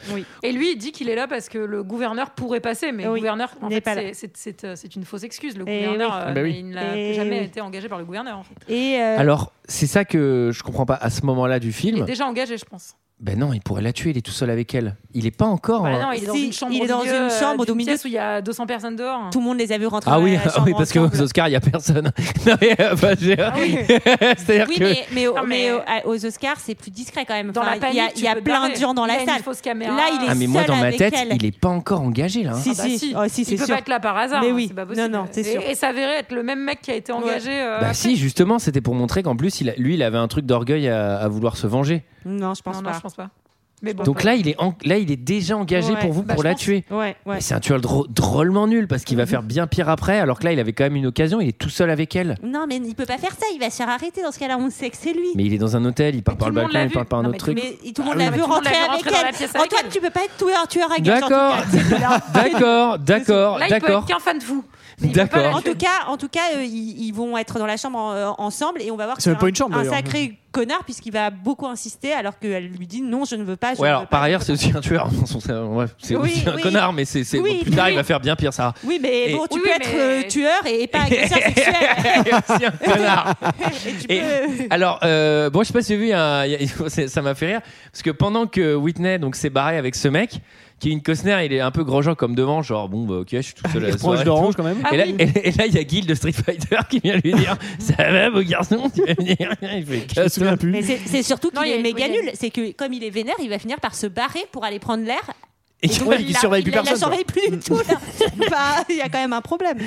[SPEAKER 5] Et lui, il dit qu'il est là parce que le gouverneur pourrait passer, mais le
[SPEAKER 6] Oui,
[SPEAKER 5] gouverneur, en
[SPEAKER 6] n'est
[SPEAKER 5] fait,
[SPEAKER 6] pas là.
[SPEAKER 5] c'est, c'est, c'est, euh, c'est une fausse excuse. Le
[SPEAKER 6] Eh
[SPEAKER 5] gouverneur,
[SPEAKER 6] oui.
[SPEAKER 5] euh,
[SPEAKER 1] Ah bah oui.
[SPEAKER 5] il n'a
[SPEAKER 6] Eh
[SPEAKER 5] jamais
[SPEAKER 6] oui.
[SPEAKER 5] été engagé par le gouverneur. En fait.
[SPEAKER 6] Et euh,
[SPEAKER 1] Alors, c'est ça que je comprends pas à ce moment-là du
[SPEAKER 5] Il est
[SPEAKER 1] film.
[SPEAKER 5] déjà engagé, je pense.
[SPEAKER 1] Ben non, il pourrait la tuer, il est tout seul avec elle. Il est pas encore.
[SPEAKER 5] Bah
[SPEAKER 1] hein.
[SPEAKER 5] non, il est dans
[SPEAKER 6] Oh. Si,
[SPEAKER 5] une chambre
[SPEAKER 6] il est
[SPEAKER 5] au
[SPEAKER 6] dans
[SPEAKER 5] milieu,
[SPEAKER 6] une
[SPEAKER 5] euh,
[SPEAKER 6] chambre au
[SPEAKER 5] d'une
[SPEAKER 6] milieu.
[SPEAKER 5] pièce où il y a 200 personnes dehors.
[SPEAKER 6] tout le monde les a vus rentrer.
[SPEAKER 1] Ah
[SPEAKER 6] dans
[SPEAKER 1] oui,
[SPEAKER 6] la chambre
[SPEAKER 1] oui, parce qu'aux
[SPEAKER 6] ensemble.
[SPEAKER 1] Oscars, il y a personne. non, mais, euh, enfin, j'ai-
[SPEAKER 5] oui.
[SPEAKER 1] C'est-à-dire
[SPEAKER 6] Oui,
[SPEAKER 1] que.
[SPEAKER 6] mais, mais, au-
[SPEAKER 5] Non, mais-
[SPEAKER 6] mais au- à- aux Oscars, c'est plus discret quand même.
[SPEAKER 5] Dans
[SPEAKER 6] Enfin,
[SPEAKER 5] la panique,
[SPEAKER 6] il y a, il y a
[SPEAKER 5] tu peux te
[SPEAKER 6] plein
[SPEAKER 5] barrer.
[SPEAKER 6] de gens dans la
[SPEAKER 5] Il a une
[SPEAKER 6] salle.
[SPEAKER 5] fausse caméra.
[SPEAKER 6] Là, il est-
[SPEAKER 1] Ah, mais moi,
[SPEAKER 6] seul
[SPEAKER 1] dans ma
[SPEAKER 6] avec
[SPEAKER 1] tête,
[SPEAKER 6] elle.
[SPEAKER 1] il est pas encore engagé là. hein.
[SPEAKER 6] Si,
[SPEAKER 5] Ah bah
[SPEAKER 6] si,
[SPEAKER 5] si.
[SPEAKER 6] Oh, si,
[SPEAKER 5] Il
[SPEAKER 6] c'est
[SPEAKER 5] peut
[SPEAKER 6] sûr.
[SPEAKER 5] pas être là par hasard.
[SPEAKER 6] Mais
[SPEAKER 5] hein,
[SPEAKER 6] oui.
[SPEAKER 5] c'est pas possible.
[SPEAKER 6] Non, non, c'est
[SPEAKER 5] Et-
[SPEAKER 6] sûr.
[SPEAKER 5] Et, ça verrait être le même mec qui a été engagé. euh,
[SPEAKER 1] Bah
[SPEAKER 5] après.
[SPEAKER 1] si, justement, c'était pour montrer qu'en plus, il a- lui, il avait un truc d'orgueil à- à vouloir se venger.
[SPEAKER 6] Non, je pense
[SPEAKER 5] Non, non,
[SPEAKER 6] pas.
[SPEAKER 5] je pense pas. Mais bon.
[SPEAKER 1] Donc là, il est en- là, il est déjà engagé
[SPEAKER 6] Ouais,
[SPEAKER 1] pour vous
[SPEAKER 5] bah,
[SPEAKER 1] pour
[SPEAKER 5] je
[SPEAKER 1] la
[SPEAKER 5] pense. Mhm.
[SPEAKER 1] tuer.
[SPEAKER 6] Ouais, ouais.
[SPEAKER 1] Mais C'est un tueur drô- drôlement nul parce qu'il va faire bien pire après. Alors que là, il avait quand même une occasion. Il est tout seul avec elle.
[SPEAKER 6] Non, mais il peut pas faire ça. Il va se faire arrêter. Dans ce cas-là, on sait que c'est lui.
[SPEAKER 1] Mais il est dans un hôtel. Il part
[SPEAKER 5] Mais
[SPEAKER 1] par
[SPEAKER 5] tout
[SPEAKER 1] le
[SPEAKER 5] le monde
[SPEAKER 1] balcon.
[SPEAKER 5] l'a
[SPEAKER 1] Il
[SPEAKER 5] vu.
[SPEAKER 1] part par un
[SPEAKER 5] Non,
[SPEAKER 1] autre
[SPEAKER 5] mais
[SPEAKER 1] truc.
[SPEAKER 6] Mais tout le monde
[SPEAKER 5] oui,
[SPEAKER 6] l'a
[SPEAKER 5] mais
[SPEAKER 6] vu
[SPEAKER 5] tout le monde
[SPEAKER 6] rentrer
[SPEAKER 5] l'a vu
[SPEAKER 6] avec
[SPEAKER 5] rentrer dans la
[SPEAKER 6] elle.
[SPEAKER 5] pièce avec
[SPEAKER 6] Antoine,
[SPEAKER 5] elle.
[SPEAKER 6] tu peux pas être tueur, tueur à gage. en tout
[SPEAKER 1] D'accord,
[SPEAKER 6] cas. C'est là.
[SPEAKER 1] d'accord, d'accord,
[SPEAKER 5] Là, il peut être
[SPEAKER 1] d'accord.
[SPEAKER 5] qu'un fan de vous. Mais il peut pas
[SPEAKER 1] D'accord.
[SPEAKER 5] la
[SPEAKER 6] En
[SPEAKER 5] tuer.
[SPEAKER 6] tout cas, en tout cas, euh, ils, ils vont être dans la chambre en- euh, ensemble et on va voir. que
[SPEAKER 7] C'est même
[SPEAKER 6] un-
[SPEAKER 7] pas une chambre,
[SPEAKER 6] Un
[SPEAKER 7] d'ailleurs.
[SPEAKER 6] sacré connard puisqu'il va beaucoup insister alors qu'elle lui dit non, je ne veux pas. je
[SPEAKER 1] Ouais,
[SPEAKER 6] ne
[SPEAKER 1] alors
[SPEAKER 6] veux pas,
[SPEAKER 1] par
[SPEAKER 6] je
[SPEAKER 1] ailleurs,
[SPEAKER 6] ne
[SPEAKER 1] c'est
[SPEAKER 6] veux
[SPEAKER 1] aussi un tueur. C'est ouais, c'est
[SPEAKER 6] Oui,
[SPEAKER 1] aussi un
[SPEAKER 6] oui.
[SPEAKER 1] connard, mais c'est c'est-
[SPEAKER 6] Oui,
[SPEAKER 1] plus tard,
[SPEAKER 6] oui.
[SPEAKER 1] il va faire bien pire ça.
[SPEAKER 6] pas. Oui, mais
[SPEAKER 1] Et-
[SPEAKER 6] bon, tu
[SPEAKER 5] Oui,
[SPEAKER 6] peux
[SPEAKER 5] oui,
[SPEAKER 6] être
[SPEAKER 5] mais-
[SPEAKER 6] euh, tueur et pas agresseur sexuel.
[SPEAKER 1] Il est aussi un connard.
[SPEAKER 6] Et tu
[SPEAKER 1] Et-
[SPEAKER 6] peux-
[SPEAKER 1] Alors, euh, bon, je sais pas si vous avez vu, il y a un- il y a- c'est- ça m'a fait rire, parce que pendant que Whitney donc s'est barrée avec ce mec, Kevin Costner, il est un peu grosjean comme devant, genre bon, bah, ok, je suis tout seul à la
[SPEAKER 7] est proche
[SPEAKER 1] soirée.
[SPEAKER 7] d'Orange quand même.
[SPEAKER 1] Et là,
[SPEAKER 5] Ah oui.
[SPEAKER 1] et là- et là, il y a Guy de Street Fighter qui vient lui dire Ça va, beau garçon Tu vas venir Il fait
[SPEAKER 7] Je me souviens
[SPEAKER 1] casse-toi.
[SPEAKER 7] plus.
[SPEAKER 6] Mais c'est c'est surtout
[SPEAKER 5] Non,
[SPEAKER 6] qu'il
[SPEAKER 5] il y a
[SPEAKER 6] est
[SPEAKER 5] une
[SPEAKER 6] méga
[SPEAKER 5] moyenne.
[SPEAKER 6] nul. C'est que comme il est vénère, il va finir par se barrer pour aller prendre l'air.
[SPEAKER 1] Et
[SPEAKER 6] donc,
[SPEAKER 7] ouais, il
[SPEAKER 6] la-
[SPEAKER 7] surveille plus
[SPEAKER 6] la- Il la
[SPEAKER 7] personne,
[SPEAKER 6] surveille plus du tout. là. Bah, Il y a quand même un problème.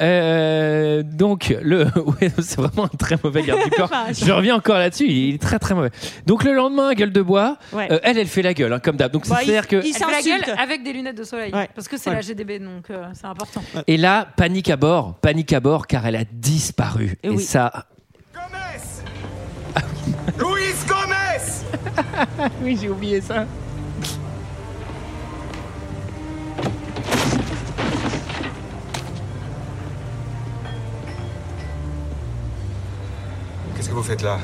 [SPEAKER 1] Euh, donc, le, ouais, c'est vraiment un très mauvais garde du corps.
[SPEAKER 6] Enfin,
[SPEAKER 1] Je reviens encore là-dessus, il est très très mauvais. Donc, le lendemain, gueule de bois,
[SPEAKER 6] Ouais.
[SPEAKER 1] euh, elle, elle fait la gueule, hein, comme d'hab. Donc,
[SPEAKER 6] Bah,
[SPEAKER 1] c'est-à-dire que.
[SPEAKER 6] il-
[SPEAKER 5] Elle fait la
[SPEAKER 6] s'insulte.
[SPEAKER 5] gueule avec des lunettes de soleil.
[SPEAKER 7] Ouais.
[SPEAKER 5] Parce que c'est
[SPEAKER 7] Ouais.
[SPEAKER 5] la GDB, donc euh, c'est important.
[SPEAKER 1] Et là, panique à bord, panique à bord, car elle a disparu. Et,
[SPEAKER 6] Eh oui.
[SPEAKER 1] ça.
[SPEAKER 9] Gomez Luis Gomez
[SPEAKER 1] Oui, j'ai oublié ça.
[SPEAKER 9] Qu'est-ce que vous faites là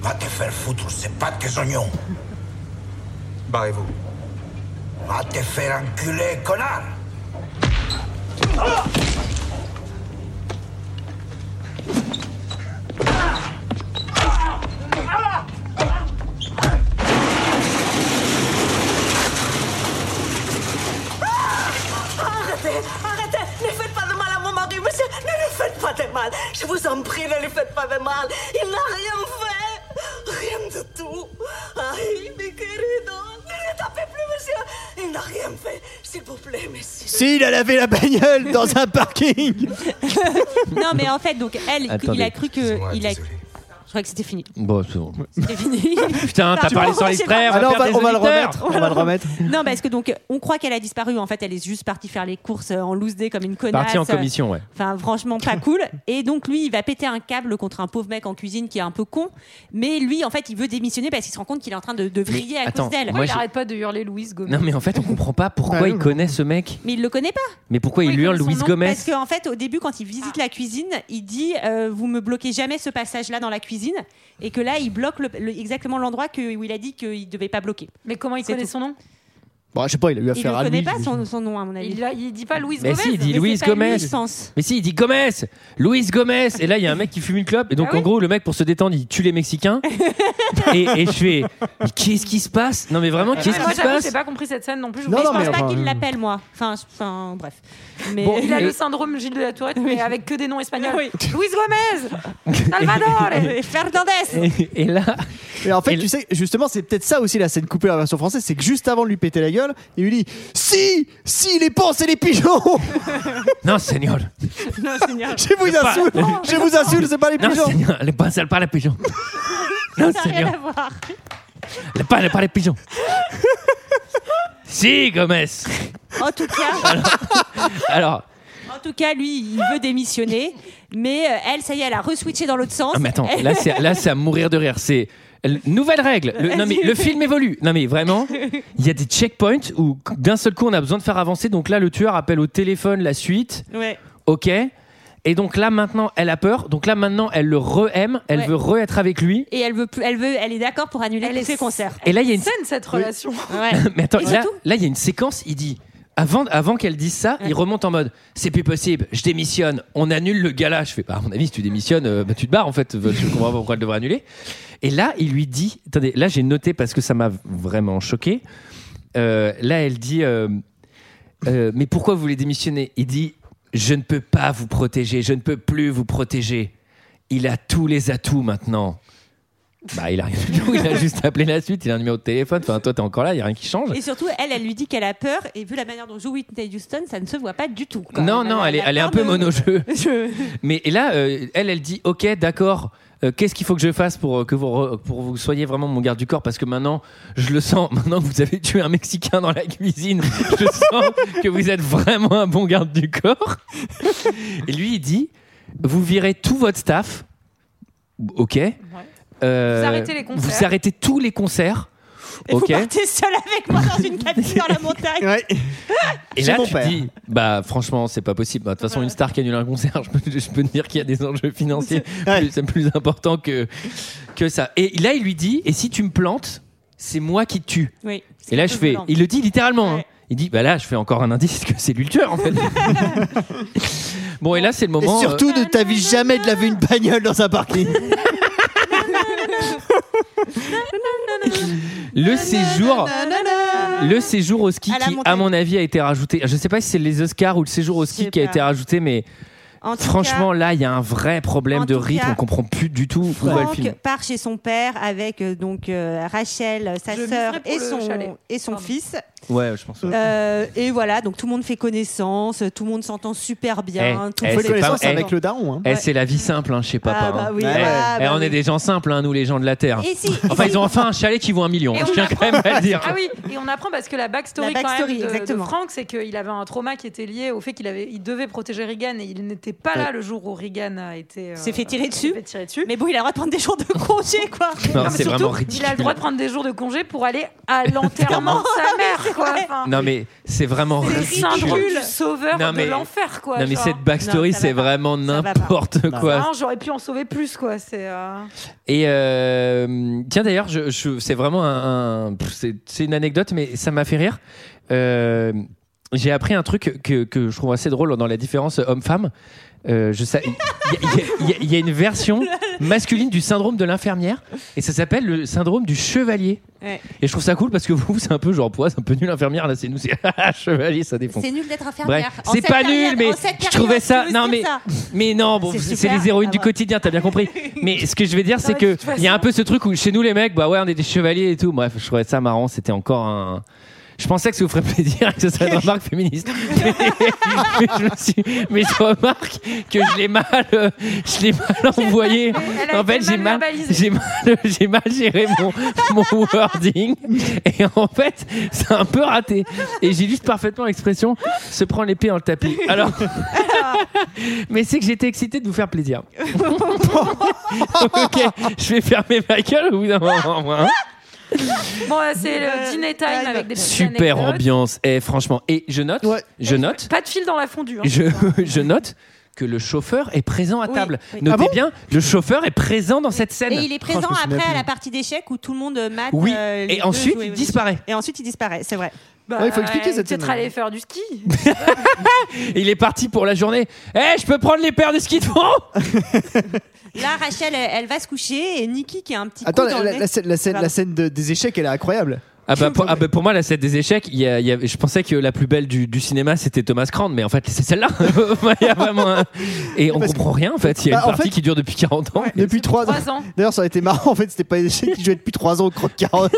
[SPEAKER 2] Va te faire foutre, c'est pas de tes oignons.
[SPEAKER 9] Barrez-vous.
[SPEAKER 2] Va te faire enculer, connard.
[SPEAKER 8] Arrêtez, arrêtez, ne faites pas de mal à mon mari, monsieur, ne lui faites pas de mal. Je vous en prie, ne lui faites pas de mal. Il n'a rien fait, rien du tout. Ay, mi querido, ne le tapez plus, monsieur. Il n'a rien fait, s'il vous plaît, monsieur.
[SPEAKER 7] Si, il a lavé la bagnole dans un parking.
[SPEAKER 6] Non, mais en fait, donc elle, il
[SPEAKER 1] Attendez.
[SPEAKER 6] a cru que
[SPEAKER 9] Excusez-moi,
[SPEAKER 6] il a.
[SPEAKER 9] désolé.
[SPEAKER 6] Je crois que c'était fini.
[SPEAKER 1] Bon, c'est bon.
[SPEAKER 6] C'était fini.
[SPEAKER 1] Putain, t'as
[SPEAKER 6] Tu
[SPEAKER 1] parlé
[SPEAKER 6] vois,
[SPEAKER 1] sans
[SPEAKER 6] j'ai
[SPEAKER 1] l'extrait, on va,
[SPEAKER 7] Alors on va,
[SPEAKER 1] perdre des
[SPEAKER 7] on va le
[SPEAKER 1] auditeurs.
[SPEAKER 7] remettre. On va le remettre.
[SPEAKER 6] non, parce que donc on croit qu'elle a disparu. En fait, elle est juste partie faire les courses euh, en loose day comme une connasse.
[SPEAKER 1] Parti en commission, ouais.
[SPEAKER 6] Enfin, franchement, pas cool. Et donc, lui, il va péter un câble contre un pauvre mec en cuisine qui est un peu con. Mais lui, en fait, il veut démissionner parce qu'il se rend compte qu'il est en train de, de vriller à
[SPEAKER 1] attends,
[SPEAKER 6] cause d'elle.
[SPEAKER 1] Moi,
[SPEAKER 5] Moi, il
[SPEAKER 1] j'ai-
[SPEAKER 5] n'arrête pas de hurler Louise Gomez.
[SPEAKER 1] Non, mais en fait, on comprend pas pourquoi
[SPEAKER 7] Ah,
[SPEAKER 1] il
[SPEAKER 7] non.
[SPEAKER 1] connaît ce mec.
[SPEAKER 6] Mais il le connaît pas.
[SPEAKER 1] Mais pourquoi
[SPEAKER 5] Oui,
[SPEAKER 1] il
[SPEAKER 5] il
[SPEAKER 1] hurle
[SPEAKER 5] connaît son
[SPEAKER 1] Louise
[SPEAKER 5] nom,
[SPEAKER 1] Gomez
[SPEAKER 6] Parce qu'en fait, au début, quand il visite
[SPEAKER 5] Ah.
[SPEAKER 6] la cuisine, il dit euh, Vous me bloquez jamais ce passage-là dans la cuisine. Et que là, il bloque le- le- exactement l'endroit que, où il a dit qu'il devait pas bloquer.
[SPEAKER 5] Mais comment il
[SPEAKER 6] C'est
[SPEAKER 5] connaît
[SPEAKER 6] tout.
[SPEAKER 5] son nom
[SPEAKER 7] Bon, je sais pas, il a eu
[SPEAKER 6] Il
[SPEAKER 7] affaire
[SPEAKER 6] ne
[SPEAKER 7] à
[SPEAKER 6] connaît
[SPEAKER 7] lui.
[SPEAKER 6] pas son,
[SPEAKER 7] j'imagine.
[SPEAKER 6] son nom, à mon avis.
[SPEAKER 5] il, a- il dit pas Louise
[SPEAKER 1] Mais
[SPEAKER 5] Gomez
[SPEAKER 1] si, il dit
[SPEAKER 6] Mais
[SPEAKER 1] Louise
[SPEAKER 6] c'est pas lui,
[SPEAKER 1] Gomez.
[SPEAKER 6] je pense.
[SPEAKER 1] Mais si, il dit Gomez Luis Gomez Et là, il y a un mec qui fume une clope. Et donc,
[SPEAKER 5] Ah oui.
[SPEAKER 1] en gros, le mec, pour se détendre, il tue les Mexicains. et, et je fais mais Qu'est-ce qui se passe Non, mais vraiment, qu'est-ce
[SPEAKER 5] Ah, Moi,
[SPEAKER 1] qui se
[SPEAKER 5] j'avoue,
[SPEAKER 1] passe
[SPEAKER 5] j'ai pas compris cette scène non plus. je
[SPEAKER 7] Non,
[SPEAKER 5] vous
[SPEAKER 6] Mais
[SPEAKER 7] non,
[SPEAKER 5] comprends
[SPEAKER 6] je
[SPEAKER 7] mais
[SPEAKER 6] pense pas
[SPEAKER 7] enfin,
[SPEAKER 6] qu'il
[SPEAKER 7] euh,
[SPEAKER 6] l'appelle, moi. Enfin, je- enfin bref. Mais...
[SPEAKER 1] Bon,
[SPEAKER 5] Il a
[SPEAKER 1] Et-
[SPEAKER 5] le syndrome Gilles de la Tourette, mais avec que des noms espagnols. Louise Gomez Salvador
[SPEAKER 6] Et Fernandez
[SPEAKER 1] Et là,
[SPEAKER 7] Et en fait,
[SPEAKER 1] Et le-
[SPEAKER 7] tu sais, justement, c'est peut-être ça aussi la scène coupée à la version française, c'est que juste avant de lui péter la gueule, il lui dit Si Si, les pans, c'est les pigeons
[SPEAKER 1] non, Seigneur,
[SPEAKER 6] Non, Seigneur.
[SPEAKER 7] Je vous
[SPEAKER 1] pas-
[SPEAKER 7] insulte Je vous insulte, c'est pas les
[SPEAKER 1] non,
[SPEAKER 7] pigeons
[SPEAKER 1] Seigneur, elle parle pas les pigeons. Non,
[SPEAKER 6] Ça n'a rien
[SPEAKER 1] Seigneur,
[SPEAKER 6] à voir.
[SPEAKER 1] elle parle pas les pigeons. si, Gomez
[SPEAKER 6] En tout cas,
[SPEAKER 1] Alors,
[SPEAKER 6] en tout cas, lui, il veut démissionner, mais euh, elle, ça y est, elle a reswitché dans l'autre sens.
[SPEAKER 1] ah, mais attends, là, c'est là, c'est à mourir de rire. C'est. l- Nouvelle règle. Le, non mais le film évolue. Non mais vraiment, il y a des checkpoints où d'un seul coup on a besoin de faire avancer. Donc là, le tueur appelle au téléphone la suite.
[SPEAKER 6] Ouais.
[SPEAKER 1] Ok. Et donc là maintenant, elle a peur. Donc là maintenant, elle le re-aime. Elle
[SPEAKER 6] Ouais.
[SPEAKER 1] veut re-être avec lui.
[SPEAKER 6] Et elle veut, plus- elle veut, elle est d'accord pour annuler
[SPEAKER 5] Elle
[SPEAKER 6] tous
[SPEAKER 5] est-
[SPEAKER 6] ses concerts.
[SPEAKER 1] Et là, il y a une.
[SPEAKER 5] Scène cette relation.
[SPEAKER 6] Ouais.
[SPEAKER 1] Mais attends,
[SPEAKER 6] Et
[SPEAKER 1] là,
[SPEAKER 6] surtout-
[SPEAKER 1] là, il y a une séquence. Il dit. Avant, avant qu'elle dise ça, il remonte en mode c'est plus possible, je démissionne, on annule le gala. Je fais bah, à mon avis, si tu démissionnes, euh, bah, tu te barres en fait, je comprends pas pourquoi elle devrait annuler. Et là, il lui dit attendez, là j'ai noté parce que ça m'a vraiment choqué. Euh, là, elle dit euh, euh, mais pourquoi vous voulez démissionner Il dit je ne peux pas vous protéger, je ne peux plus vous protéger. Il a tous les atouts maintenant. Bah, il a rien du tout, il a juste appelé la suite, il a un numéro de téléphone. Enfin, toi, t'es encore là, il n'y a rien qui change.
[SPEAKER 6] Et surtout, elle, elle lui dit qu'elle a peur, et vu la manière dont joue Whitney Houston, ça ne se voit pas du tout. quoi.
[SPEAKER 1] Non, non, elle est,
[SPEAKER 6] a
[SPEAKER 1] elle est un peu
[SPEAKER 6] peur de-
[SPEAKER 1] monojeu.
[SPEAKER 6] Je-
[SPEAKER 1] Mais et là, euh, elle, elle dit Ok, d'accord, euh, qu'est-ce qu'il faut que je fasse pour euh, que vous, re- pour vous soyez vraiment mon garde du corps Parce que maintenant, je le sens, maintenant que vous avez tué un Mexicain dans la cuisine, je sens que vous êtes vraiment un bon garde du corps. Et lui, il dit Vous virez tout votre staff. Ok. Euh,
[SPEAKER 5] Vous arrêtez les concerts.
[SPEAKER 1] Vous arrêtez tous les concerts.
[SPEAKER 6] Et
[SPEAKER 1] ok.
[SPEAKER 6] vous partez seule avec moi dans une cabine dans la montagne.
[SPEAKER 7] Ouais.
[SPEAKER 1] Et
[SPEAKER 7] C'est
[SPEAKER 1] là,
[SPEAKER 7] mon
[SPEAKER 1] tu
[SPEAKER 7] père.
[SPEAKER 1] dis, bah franchement, c'est pas possible. Bah, De toute façon, une star qui annule un concert, je peux, je peux te dire qu'il y a des enjeux financiers
[SPEAKER 7] Ouais.
[SPEAKER 1] plus, c'est plus important que, que ça. Et là, il lui dit, et si tu me plantes, c'est moi qui te tue.
[SPEAKER 6] Oui,
[SPEAKER 1] Et là, je fais, il le dit littéralement. hein.
[SPEAKER 6] Ouais.
[SPEAKER 1] Il dit, bah là, je fais encore un indice que c'est lui le tueur, en fait. bon, et là, c'est le
[SPEAKER 7] Et
[SPEAKER 1] moment.
[SPEAKER 7] surtout, ne t'avis jamais de laver une bagnole dans un parking
[SPEAKER 1] euh, le séjour.
[SPEAKER 6] Nanana.
[SPEAKER 1] Le séjour au ski
[SPEAKER 6] À la
[SPEAKER 1] qui, à
[SPEAKER 6] montagne.
[SPEAKER 1] mon avis, a été rajouté. Je sais pas si c'est les Oscars ou le séjour au
[SPEAKER 6] Je
[SPEAKER 1] ski
[SPEAKER 6] sais
[SPEAKER 1] qui a
[SPEAKER 6] pas.
[SPEAKER 1] été rajouté, mais
[SPEAKER 6] En tout
[SPEAKER 1] franchement,
[SPEAKER 6] cas,
[SPEAKER 1] là, il y a un vrai problème
[SPEAKER 6] en
[SPEAKER 1] de
[SPEAKER 6] tout
[SPEAKER 1] rythme.
[SPEAKER 6] cas,
[SPEAKER 1] on comprend plus du tout où va le film.
[SPEAKER 6] Franck part chez son père avec euh, donc euh, Rachel, euh, sa
[SPEAKER 5] Je
[SPEAKER 6] sœur
[SPEAKER 5] miserais pour
[SPEAKER 6] et
[SPEAKER 5] le chalet.
[SPEAKER 6] son, et son
[SPEAKER 5] Pardon.
[SPEAKER 6] fils.
[SPEAKER 1] Ouais, je pense.
[SPEAKER 6] Euh, et voilà, donc tout le monde fait connaissance, tout le monde s'entend super
[SPEAKER 1] Eh,
[SPEAKER 6] bien. tout
[SPEAKER 1] eh, c'est
[SPEAKER 6] le monde
[SPEAKER 7] On fait connaissance
[SPEAKER 1] pas- eh,
[SPEAKER 7] avec le daron. hein.
[SPEAKER 1] Eh, c'est la vie simple hein, chez papa.
[SPEAKER 6] Ah, bah
[SPEAKER 1] hein.
[SPEAKER 6] oui,
[SPEAKER 1] Eh,
[SPEAKER 6] ah,
[SPEAKER 1] eh,
[SPEAKER 6] bah
[SPEAKER 1] on est
[SPEAKER 6] oui.
[SPEAKER 1] des gens simples, hein, nous, les gens de la Terre.
[SPEAKER 6] Et si, et
[SPEAKER 1] Enfin,
[SPEAKER 6] si-
[SPEAKER 1] ils ont enfin un chalet qui vaut un million.
[SPEAKER 5] Et
[SPEAKER 1] hein,
[SPEAKER 5] on
[SPEAKER 1] je tiens quand même à le dire.
[SPEAKER 5] Ah oui, et on apprend parce que la backstory,
[SPEAKER 6] La backstory,
[SPEAKER 5] quand même de- de,
[SPEAKER 6] exactement.
[SPEAKER 5] Frank, c'est qu'il avait un trauma qui était lié au fait qu'il avait, il devait protéger Regan et il n'était pas là le jour où Regan a été. euh,
[SPEAKER 6] S'est fait tirer dessus.
[SPEAKER 5] s'est fait tirer dessus.
[SPEAKER 6] Mais bon, il a le droit de prendre des jours de congé, quoi.
[SPEAKER 1] Non,
[SPEAKER 5] Non, mais
[SPEAKER 1] c'est
[SPEAKER 5] surtout,
[SPEAKER 1] vraiment ridicule.
[SPEAKER 5] Il a le droit de prendre des jours de congé pour aller à l'enterrement de sa mère, quoi. Enfin,
[SPEAKER 1] Non, mais c'est vraiment
[SPEAKER 5] c'est le
[SPEAKER 1] ridicule.
[SPEAKER 5] syndrome du sauveur
[SPEAKER 1] Non, mais-
[SPEAKER 5] de l'enfer, quoi.
[SPEAKER 1] Non, mais
[SPEAKER 5] genre.
[SPEAKER 1] cette backstory,
[SPEAKER 6] Non, ça va
[SPEAKER 1] c'est
[SPEAKER 6] pas.
[SPEAKER 1] vraiment
[SPEAKER 6] Ça va pas.
[SPEAKER 1] n'importe quoi.
[SPEAKER 5] Ah, j'aurais pu en sauver plus, quoi. C'est. euh,
[SPEAKER 1] Et euh, tiens d'ailleurs, je, je- c'est vraiment un, un- pff, c'est, c'est une anecdote, mais ça m'a fait rire. Euh, j'ai appris un truc que, que je trouve assez drôle dans la différence homme-femme. Euh, je sais- Il y, a- il y a- il y a- il y a une version masculine du syndrome de l'infirmière et ça s'appelle le syndrome du chevalier.
[SPEAKER 6] Ouais.
[SPEAKER 1] Et je trouve ça cool parce que vous, c'est un peu genre, ouais, c'est un peu nul l'infirmière là, c'est nous, c'est chevalier, ça défonce.
[SPEAKER 6] C'est nul d'être infirmière.
[SPEAKER 1] Bref,
[SPEAKER 6] En
[SPEAKER 1] c'est
[SPEAKER 6] cette
[SPEAKER 1] pas
[SPEAKER 6] période-
[SPEAKER 1] nul, mais
[SPEAKER 6] en cette
[SPEAKER 1] je
[SPEAKER 6] période,
[SPEAKER 1] trouvais ça.
[SPEAKER 6] tu veux
[SPEAKER 1] Non,
[SPEAKER 6] dire
[SPEAKER 1] mais, Eh
[SPEAKER 6] ça
[SPEAKER 1] mais non, bon,
[SPEAKER 6] C'est
[SPEAKER 1] c'est c'est
[SPEAKER 6] super.
[SPEAKER 1] les héroïnes
[SPEAKER 6] Ah
[SPEAKER 1] du
[SPEAKER 6] ouais.
[SPEAKER 1] quotidien, t'as bien compris. Mais ce que je veux dire, c'est
[SPEAKER 5] mais
[SPEAKER 1] que
[SPEAKER 5] de toute
[SPEAKER 1] il y a un
[SPEAKER 5] façon-
[SPEAKER 1] peu ce truc où chez nous, les mecs, bah ouais, on est des chevaliers et tout. Bref, je trouvais ça marrant. C'était encore un. Je pensais que ça vous ferait plaisir que ce serait une remarque féministe. Mais, mais je, me suis- mais je remarque que je l'ai mal, euh, je l'ai mal envoyé.
[SPEAKER 5] elle a
[SPEAKER 1] En fait,
[SPEAKER 5] été
[SPEAKER 1] j'ai mal,
[SPEAKER 5] mal verbalisée.
[SPEAKER 1] j'ai mal, j'ai mal géré mon, mon wording. Et en fait, c'est un peu raté. Et j'illustre parfaitement l'expression se prend l'épée dans le tapis. Alors. Mais c'est que j'étais excité de vous faire plaisir. ok, je vais fermer ma gueule au bout d'un moment. moi, hein.
[SPEAKER 5] Ah, Bon, euh, c'est le dîner time avec des petites
[SPEAKER 1] Super
[SPEAKER 5] anecdotes.
[SPEAKER 1] ambiance, eh, franchement. Et je note,
[SPEAKER 7] Ouais.
[SPEAKER 1] je note,
[SPEAKER 5] Pas de fil dans la fondue. hein.
[SPEAKER 1] je, je note que le chauffeur est présent à
[SPEAKER 6] Oui,
[SPEAKER 1] table.
[SPEAKER 6] oui.
[SPEAKER 1] Notez
[SPEAKER 7] Ah bon
[SPEAKER 1] bien, le chauffeur est présent dans cette scène.
[SPEAKER 6] Et il est présent
[SPEAKER 7] Franchement, je me
[SPEAKER 6] après à
[SPEAKER 7] souviens
[SPEAKER 6] la partie d'échecs où tout le monde mate.
[SPEAKER 1] Oui,
[SPEAKER 6] euh, les
[SPEAKER 1] et
[SPEAKER 6] deux
[SPEAKER 1] ensuite
[SPEAKER 6] jouer
[SPEAKER 1] il
[SPEAKER 6] aux
[SPEAKER 1] disparaît.
[SPEAKER 6] échecs. Et ensuite, il disparaît, c'est vrai.
[SPEAKER 5] Bah,
[SPEAKER 7] Ouais, il faut expliquer
[SPEAKER 5] elle est
[SPEAKER 7] cette
[SPEAKER 5] Peut-être
[SPEAKER 7] scène.
[SPEAKER 5] aller faire du ski.
[SPEAKER 1] Il est parti pour la journée. Eh, je peux prendre les paires de ski devant
[SPEAKER 6] Là, Rachel, elle, elle va se coucher et Nikki qui a un petit
[SPEAKER 7] Attends,
[SPEAKER 6] coup dans le
[SPEAKER 7] la, la-
[SPEAKER 6] nez.
[SPEAKER 7] la scène, la scène-
[SPEAKER 6] Pardon.
[SPEAKER 7] la scène de- des échecs, elle est incroyable.
[SPEAKER 1] Ah bah, pour, ah bah, pour moi, la scène des échecs, il y a- il y a- je pensais que la plus belle du, du cinéma c'était Thomas Crand, mais en fait c'est celle-là. Il y a vraiment un- Et on
[SPEAKER 7] Parce que-
[SPEAKER 1] comprend rien en fait. Il y a
[SPEAKER 7] Bah,
[SPEAKER 1] une
[SPEAKER 7] en
[SPEAKER 1] partie
[SPEAKER 7] fait-
[SPEAKER 1] qui dure depuis 40 ans.
[SPEAKER 7] Depuis trois ans.
[SPEAKER 5] Trois ans.
[SPEAKER 7] D'ailleurs, ça aurait été marrant en fait, c'était pas les échecs qui jouaient depuis 3 ans au croque-carotte.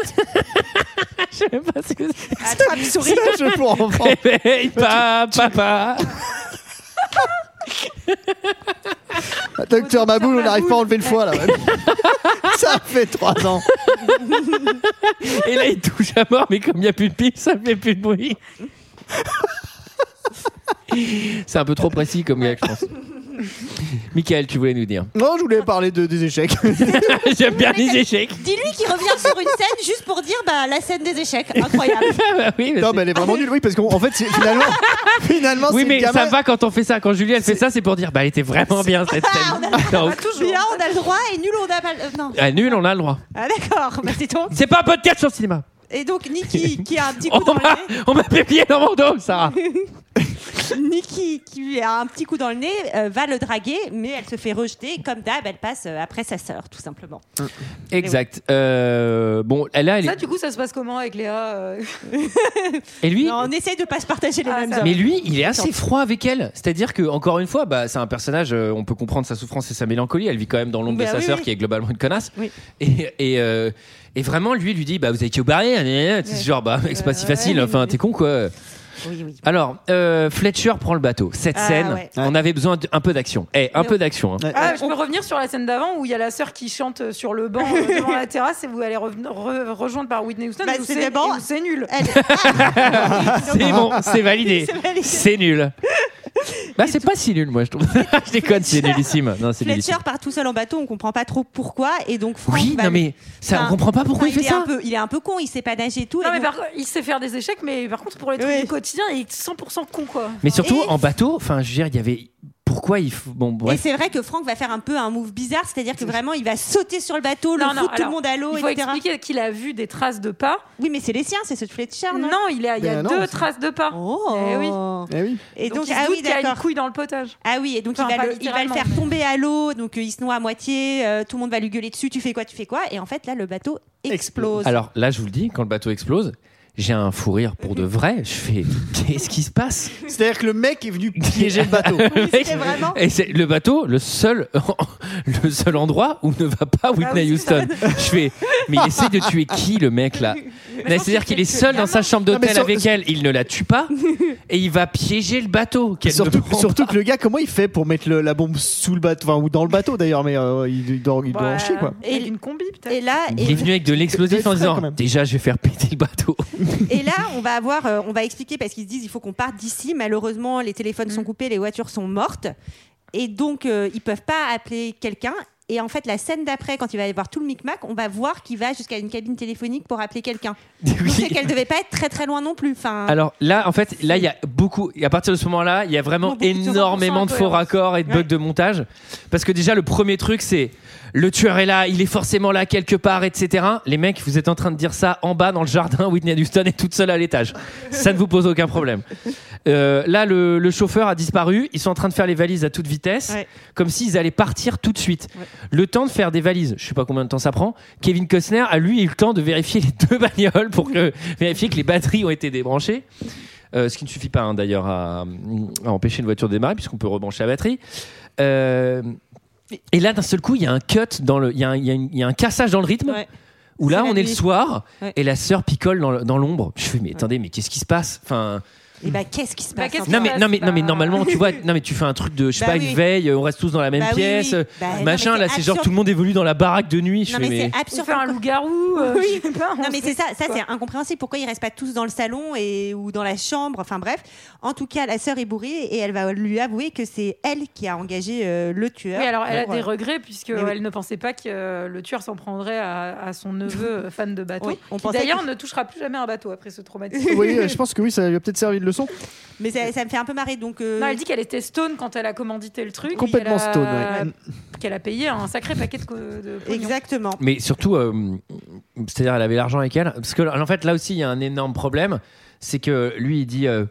[SPEAKER 1] Je sais pas ce que c'est.
[SPEAKER 7] C'est un jeu pour enfants.
[SPEAKER 1] Réveille, pa- Eh ben, papa.
[SPEAKER 7] Docteur Maboul, on n'arrive pas à enlever le foie là. ça fait 3 ans.
[SPEAKER 1] Et là, il touche à mort, mais comme il n'y a plus de pipe, ça fait plus de bruit. C'est un peu trop précis comme gars, je pense. Michael, tu voulais nous dire.
[SPEAKER 7] Non, je voulais parler de, des échecs.
[SPEAKER 1] J'aime bien les échecs.
[SPEAKER 6] Dis-lui qu'il revient sur une scène juste pour dire bah, la scène des échecs. Incroyable.
[SPEAKER 1] Ah bah oui, mais
[SPEAKER 7] non,
[SPEAKER 1] c'est-
[SPEAKER 7] mais elle est vraiment nulle, oui, parce qu'en fait, c'est- finalement, finalement
[SPEAKER 1] Oui,
[SPEAKER 7] c'est
[SPEAKER 1] mais
[SPEAKER 7] le gamin-
[SPEAKER 1] ça va quand on fait ça. Quand Julie, elle fait ça, c'est pour dire bah, elle était vraiment bien cette scène. Non,
[SPEAKER 5] Ah,
[SPEAKER 6] Toujours. Là, on a le droit et nul, on n'a pas le. euh, non.
[SPEAKER 1] à nul, on a le droit.
[SPEAKER 6] Ah, d'accord. Bah, dis donc.
[SPEAKER 1] C'est pas un podcast sur le cinéma.
[SPEAKER 6] Et donc, Nikki qui a un petit
[SPEAKER 1] On
[SPEAKER 6] coup dans
[SPEAKER 1] m'a-
[SPEAKER 6] le nez.
[SPEAKER 1] on m'a pépié dans mon dos, Sarah.
[SPEAKER 6] Nikki qui a un petit coup dans le nez euh, va le draguer, mais elle se fait rejeter. Comme d'hab, elle passe euh, après sa sœur, tout simplement.
[SPEAKER 1] Exact. Euh, bon, elle a. elle
[SPEAKER 5] Ça,
[SPEAKER 1] est-
[SPEAKER 5] du coup, ça se passe comment avec Léa euh,
[SPEAKER 1] Et lui,
[SPEAKER 6] Non, on essaye de pas se partager les
[SPEAKER 5] Ah,
[SPEAKER 6] mêmes
[SPEAKER 5] ça
[SPEAKER 6] hommes.
[SPEAKER 1] Mais lui, il est assez froid avec elle. C'est-à-dire que encore une fois, bah, c'est un personnage. euh, on peut comprendre sa souffrance et sa mélancolie. Elle vit quand même dans l'ombre
[SPEAKER 6] Bah
[SPEAKER 1] de sa
[SPEAKER 6] oui,
[SPEAKER 1] sœur,
[SPEAKER 6] oui.
[SPEAKER 1] qui est globalement une connasse.
[SPEAKER 6] Oui.
[SPEAKER 1] Et, et, euh, et vraiment, lui, lui dit, bah, vous avez qu'à vous barrer. hein, hein, hein. C'est genre, bah, mec, c'est
[SPEAKER 6] Euh,
[SPEAKER 1] pas si facile. Enfin, t'es con quoi.
[SPEAKER 6] Oui, oui.
[SPEAKER 1] Alors, euh, Fletcher prend le bateau. Cette
[SPEAKER 6] Ah,
[SPEAKER 1] scène,
[SPEAKER 6] ouais.
[SPEAKER 1] on avait besoin d'un peu d'action. Eh, un
[SPEAKER 6] Mais
[SPEAKER 1] peu d'action. hein.
[SPEAKER 7] Ouais.
[SPEAKER 6] Euh,
[SPEAKER 5] Ah, je peux revenir sur la scène d'avant où il y a la sœur qui chante sur le banc euh, devant la terrasse et vous allez reven- re- rejoindre par Whitney Houston.
[SPEAKER 6] Bah,
[SPEAKER 5] et où
[SPEAKER 6] c'est
[SPEAKER 5] c'est
[SPEAKER 6] d'abord- Eh,
[SPEAKER 5] et où c'est nul.
[SPEAKER 6] Elle-
[SPEAKER 1] C'est bon, c'est validé.
[SPEAKER 6] Ah. C'est validé.
[SPEAKER 1] C'est nul. Bah, c'est pas si nul, moi, je trouve. je déconne, c'est nullissime. Non, c'est
[SPEAKER 6] Fletcher
[SPEAKER 1] nullissime.
[SPEAKER 6] part tout seul en bateau, on comprend pas trop pourquoi, et donc Franck
[SPEAKER 1] Oui,
[SPEAKER 6] va
[SPEAKER 1] non,
[SPEAKER 6] lui-
[SPEAKER 1] mais ça,
[SPEAKER 6] Enfin,
[SPEAKER 1] on comprend pas pourquoi
[SPEAKER 6] enfin,
[SPEAKER 1] il fait
[SPEAKER 6] est un
[SPEAKER 1] ça.
[SPEAKER 6] peu- il est un peu con, il sait pas nager et tout.
[SPEAKER 5] Non,
[SPEAKER 6] et
[SPEAKER 5] mais
[SPEAKER 6] donc-
[SPEAKER 5] par contre, il sait faire des échecs, mais par contre, pour les trucs
[SPEAKER 6] Oui.
[SPEAKER 5] du quotidien, il est 100% con, quoi.
[SPEAKER 1] Mais surtout
[SPEAKER 6] Et-
[SPEAKER 1] en bateau, enfin, je veux dire, il y avait. Pourquoi il faut. Bon,
[SPEAKER 6] Et
[SPEAKER 1] bref.
[SPEAKER 6] c'est vrai que Franck va faire un peu un move bizarre, c'est-à-dire que vraiment il va sauter sur le bateau, le
[SPEAKER 5] Non, non,
[SPEAKER 6] foutre tout le
[SPEAKER 5] alors,
[SPEAKER 6] monde à l'eau,
[SPEAKER 5] il faut
[SPEAKER 6] etc.
[SPEAKER 5] expliquer qu'il a vu des traces de pas.
[SPEAKER 6] Oui, mais c'est les siens, c'est ceux de Fletcher, non,
[SPEAKER 5] Non, il, a, il y a
[SPEAKER 7] Ben non,
[SPEAKER 5] deux
[SPEAKER 7] c'est-
[SPEAKER 5] traces de pas.
[SPEAKER 6] Oh.
[SPEAKER 5] Eh oui.
[SPEAKER 7] Eh oui.
[SPEAKER 6] Et donc,
[SPEAKER 5] il se
[SPEAKER 6] ah
[SPEAKER 5] doute
[SPEAKER 6] oui,
[SPEAKER 5] qu'il y a une
[SPEAKER 6] d'accord.
[SPEAKER 5] couille dans le potage.
[SPEAKER 6] Ah oui, et donc
[SPEAKER 5] Enfin,
[SPEAKER 6] il, va
[SPEAKER 5] pas
[SPEAKER 6] le, il va le faire
[SPEAKER 5] littéralement,
[SPEAKER 6] tomber à l'eau, donc euh, il se noie à moitié, euh, tout le monde va lui gueuler dessus, tu fais quoi, tu fais quoi, et en fait là le bateau explose.
[SPEAKER 1] Alors là, je vous le dis, quand le bateau explose, J'ai un fou rire pour de vrai. Je fais, qu'est-ce qui se passe
[SPEAKER 7] C'est-à-dire que le mec est venu piéger le bateau.
[SPEAKER 6] C'était vraiment.
[SPEAKER 1] Et c'est le bateau, le seul, le seul endroit où ne va pas Whitney
[SPEAKER 6] Ah oui, c'est
[SPEAKER 1] Houston. Je fais, mais il essaie de tuer qui le mec là Non, C'est-à-dire qu'il est seul dans sa chambre
[SPEAKER 7] mais
[SPEAKER 1] d'hôtel
[SPEAKER 7] sur-
[SPEAKER 1] avec elle, il ne la tue pas et il va piéger le bateau. qu'elle ne
[SPEAKER 7] Surtout,
[SPEAKER 1] prend
[SPEAKER 7] surtout
[SPEAKER 1] pas.
[SPEAKER 7] que le gars, comment il fait pour mettre le- la bombe sous le bateau, enfin, ou dans le bateau d'ailleurs, mais euh, il, il doit, il doit en chier quoi.
[SPEAKER 5] Et une combi, peut-être.
[SPEAKER 6] Euh, Et là,
[SPEAKER 1] Il est
[SPEAKER 6] et,
[SPEAKER 1] venu avec de l'explosif
[SPEAKER 7] Très
[SPEAKER 1] en
[SPEAKER 7] quand
[SPEAKER 1] disant
[SPEAKER 7] même.
[SPEAKER 1] déjà je vais faire péter le bateau.
[SPEAKER 6] et là, on va avoir, euh, on va expliquer parce qu'ils se disent il faut qu'on parte d'ici. Malheureusement, les téléphones
[SPEAKER 1] Mm.
[SPEAKER 6] sont coupés, les voitures sont mortes, et donc euh, ils peuvent pas appeler quelqu'un. Et en fait, la scène d'après, quand il va y avoir tout le micmac, on va voir qu'il va jusqu'à une cabine téléphonique pour appeler quelqu'un.
[SPEAKER 1] Oui.
[SPEAKER 6] Je sais qu'elle devait pas être très très loin non plus. Enfin,
[SPEAKER 1] Alors là en fait là il y a beaucoup et à partir de ce moment-là il y a vraiment
[SPEAKER 6] Beaucoup de choses.
[SPEAKER 1] énormément de faux raccords et de bugs de montage parce que déjà le premier truc c'est le tueur est là il est forcément là quelque part etc les mecs vous êtes en train de dire ça en bas dans le jardin Whitney Houston est toute seule à l'étage ça ne vous pose aucun problème Euh, là le, le chauffeur a disparu ils sont en train de faire les valises à toute vitesse
[SPEAKER 6] Ouais.
[SPEAKER 1] comme s'ils allaient partir tout de suite le temps de faire des valises je sais pas combien de temps ça prend Kevin Costner a lui eu le temps de vérifier les deux bagnoles pour que, vérifier que les batteries ont été débranchées euh, ce qui ne suffit pas hein, d'ailleurs à, à empêcher une voiture de démarrer puisqu'on peut rebrancher la batterie. Euh, et là, d'un seul coup, il y a un cut dans le, il y, a un- il y a une- il y a un cassage dans le rythme.
[SPEAKER 6] Ouais.
[SPEAKER 1] Où
[SPEAKER 6] C'est
[SPEAKER 1] là,
[SPEAKER 6] la
[SPEAKER 1] on est le
[SPEAKER 6] nuit.
[SPEAKER 1] soir
[SPEAKER 6] Ouais.
[SPEAKER 1] et la sœur picole dans le- dans l'ombre. Je fais mais attendez, mais qu'est-ce qui se passe Enfin,
[SPEAKER 6] et bah, qu'est-ce qui se
[SPEAKER 5] Bah,
[SPEAKER 6] passe
[SPEAKER 5] qu'est-ce
[SPEAKER 6] en
[SPEAKER 5] qui
[SPEAKER 6] fait
[SPEAKER 1] non mais non mais non mais
[SPEAKER 5] Bah.
[SPEAKER 1] normalement tu vois, non mais tu fais un truc de je sais
[SPEAKER 6] Bah
[SPEAKER 1] pas
[SPEAKER 6] oui.
[SPEAKER 1] une veille, on reste tous dans la même
[SPEAKER 6] Bah oui,
[SPEAKER 1] pièce,
[SPEAKER 6] oui. Bah, non, mais
[SPEAKER 1] machin.
[SPEAKER 6] c'est
[SPEAKER 1] là, c'est genre
[SPEAKER 6] absurde.
[SPEAKER 1] tout le monde évolue dans la baraque de nuit. Je
[SPEAKER 6] Non
[SPEAKER 1] fais,
[SPEAKER 6] mais
[SPEAKER 1] mais-
[SPEAKER 6] c'est
[SPEAKER 5] Ou
[SPEAKER 6] absurde.
[SPEAKER 5] faire un loup-garou, euh,
[SPEAKER 6] Oui.
[SPEAKER 5] je sais pas.
[SPEAKER 6] Non mais c'est ça, ça
[SPEAKER 5] quoi.
[SPEAKER 6] c'est incompréhensible. Pourquoi ils restent pas tous dans le salon et ou dans la chambre Enfin bref, en tout cas la sœur est bourrée et elle va lui avouer que c'est elle qui a engagé euh, le tueur.
[SPEAKER 5] Oui, alors elle a
[SPEAKER 6] Pour,
[SPEAKER 5] des
[SPEAKER 6] euh,
[SPEAKER 5] regrets puisque
[SPEAKER 6] Mais oui.
[SPEAKER 5] elle ne pensait pas que euh, le tueur s'en prendrait à, à son neveu euh, fan de bateau.
[SPEAKER 6] Oui, on
[SPEAKER 5] qui
[SPEAKER 6] pensait
[SPEAKER 5] d'ailleurs
[SPEAKER 6] que-
[SPEAKER 5] ne touchera plus jamais un bateau après ce traumatisme.
[SPEAKER 7] Oui, euh, je pense que oui, ça lui a peut-être servi de leçon.
[SPEAKER 6] Mais ça, ça me fait un peu marrer donc. euh,
[SPEAKER 5] Non, elle dit qu'elle était stone quand elle a commandité le truc.
[SPEAKER 7] Complètement
[SPEAKER 5] et qu'elle a-
[SPEAKER 7] stone,
[SPEAKER 6] Mm.
[SPEAKER 7] ouais.
[SPEAKER 5] Qu'elle a payé un sacré paquet de, co- de pognon.
[SPEAKER 6] Exactement.
[SPEAKER 1] Mais surtout, euh, c'est-à-dire, elle avait l'argent avec elle. Parce que, en fait, là aussi, il y a un énorme problème. C'est que lui, il dit euh,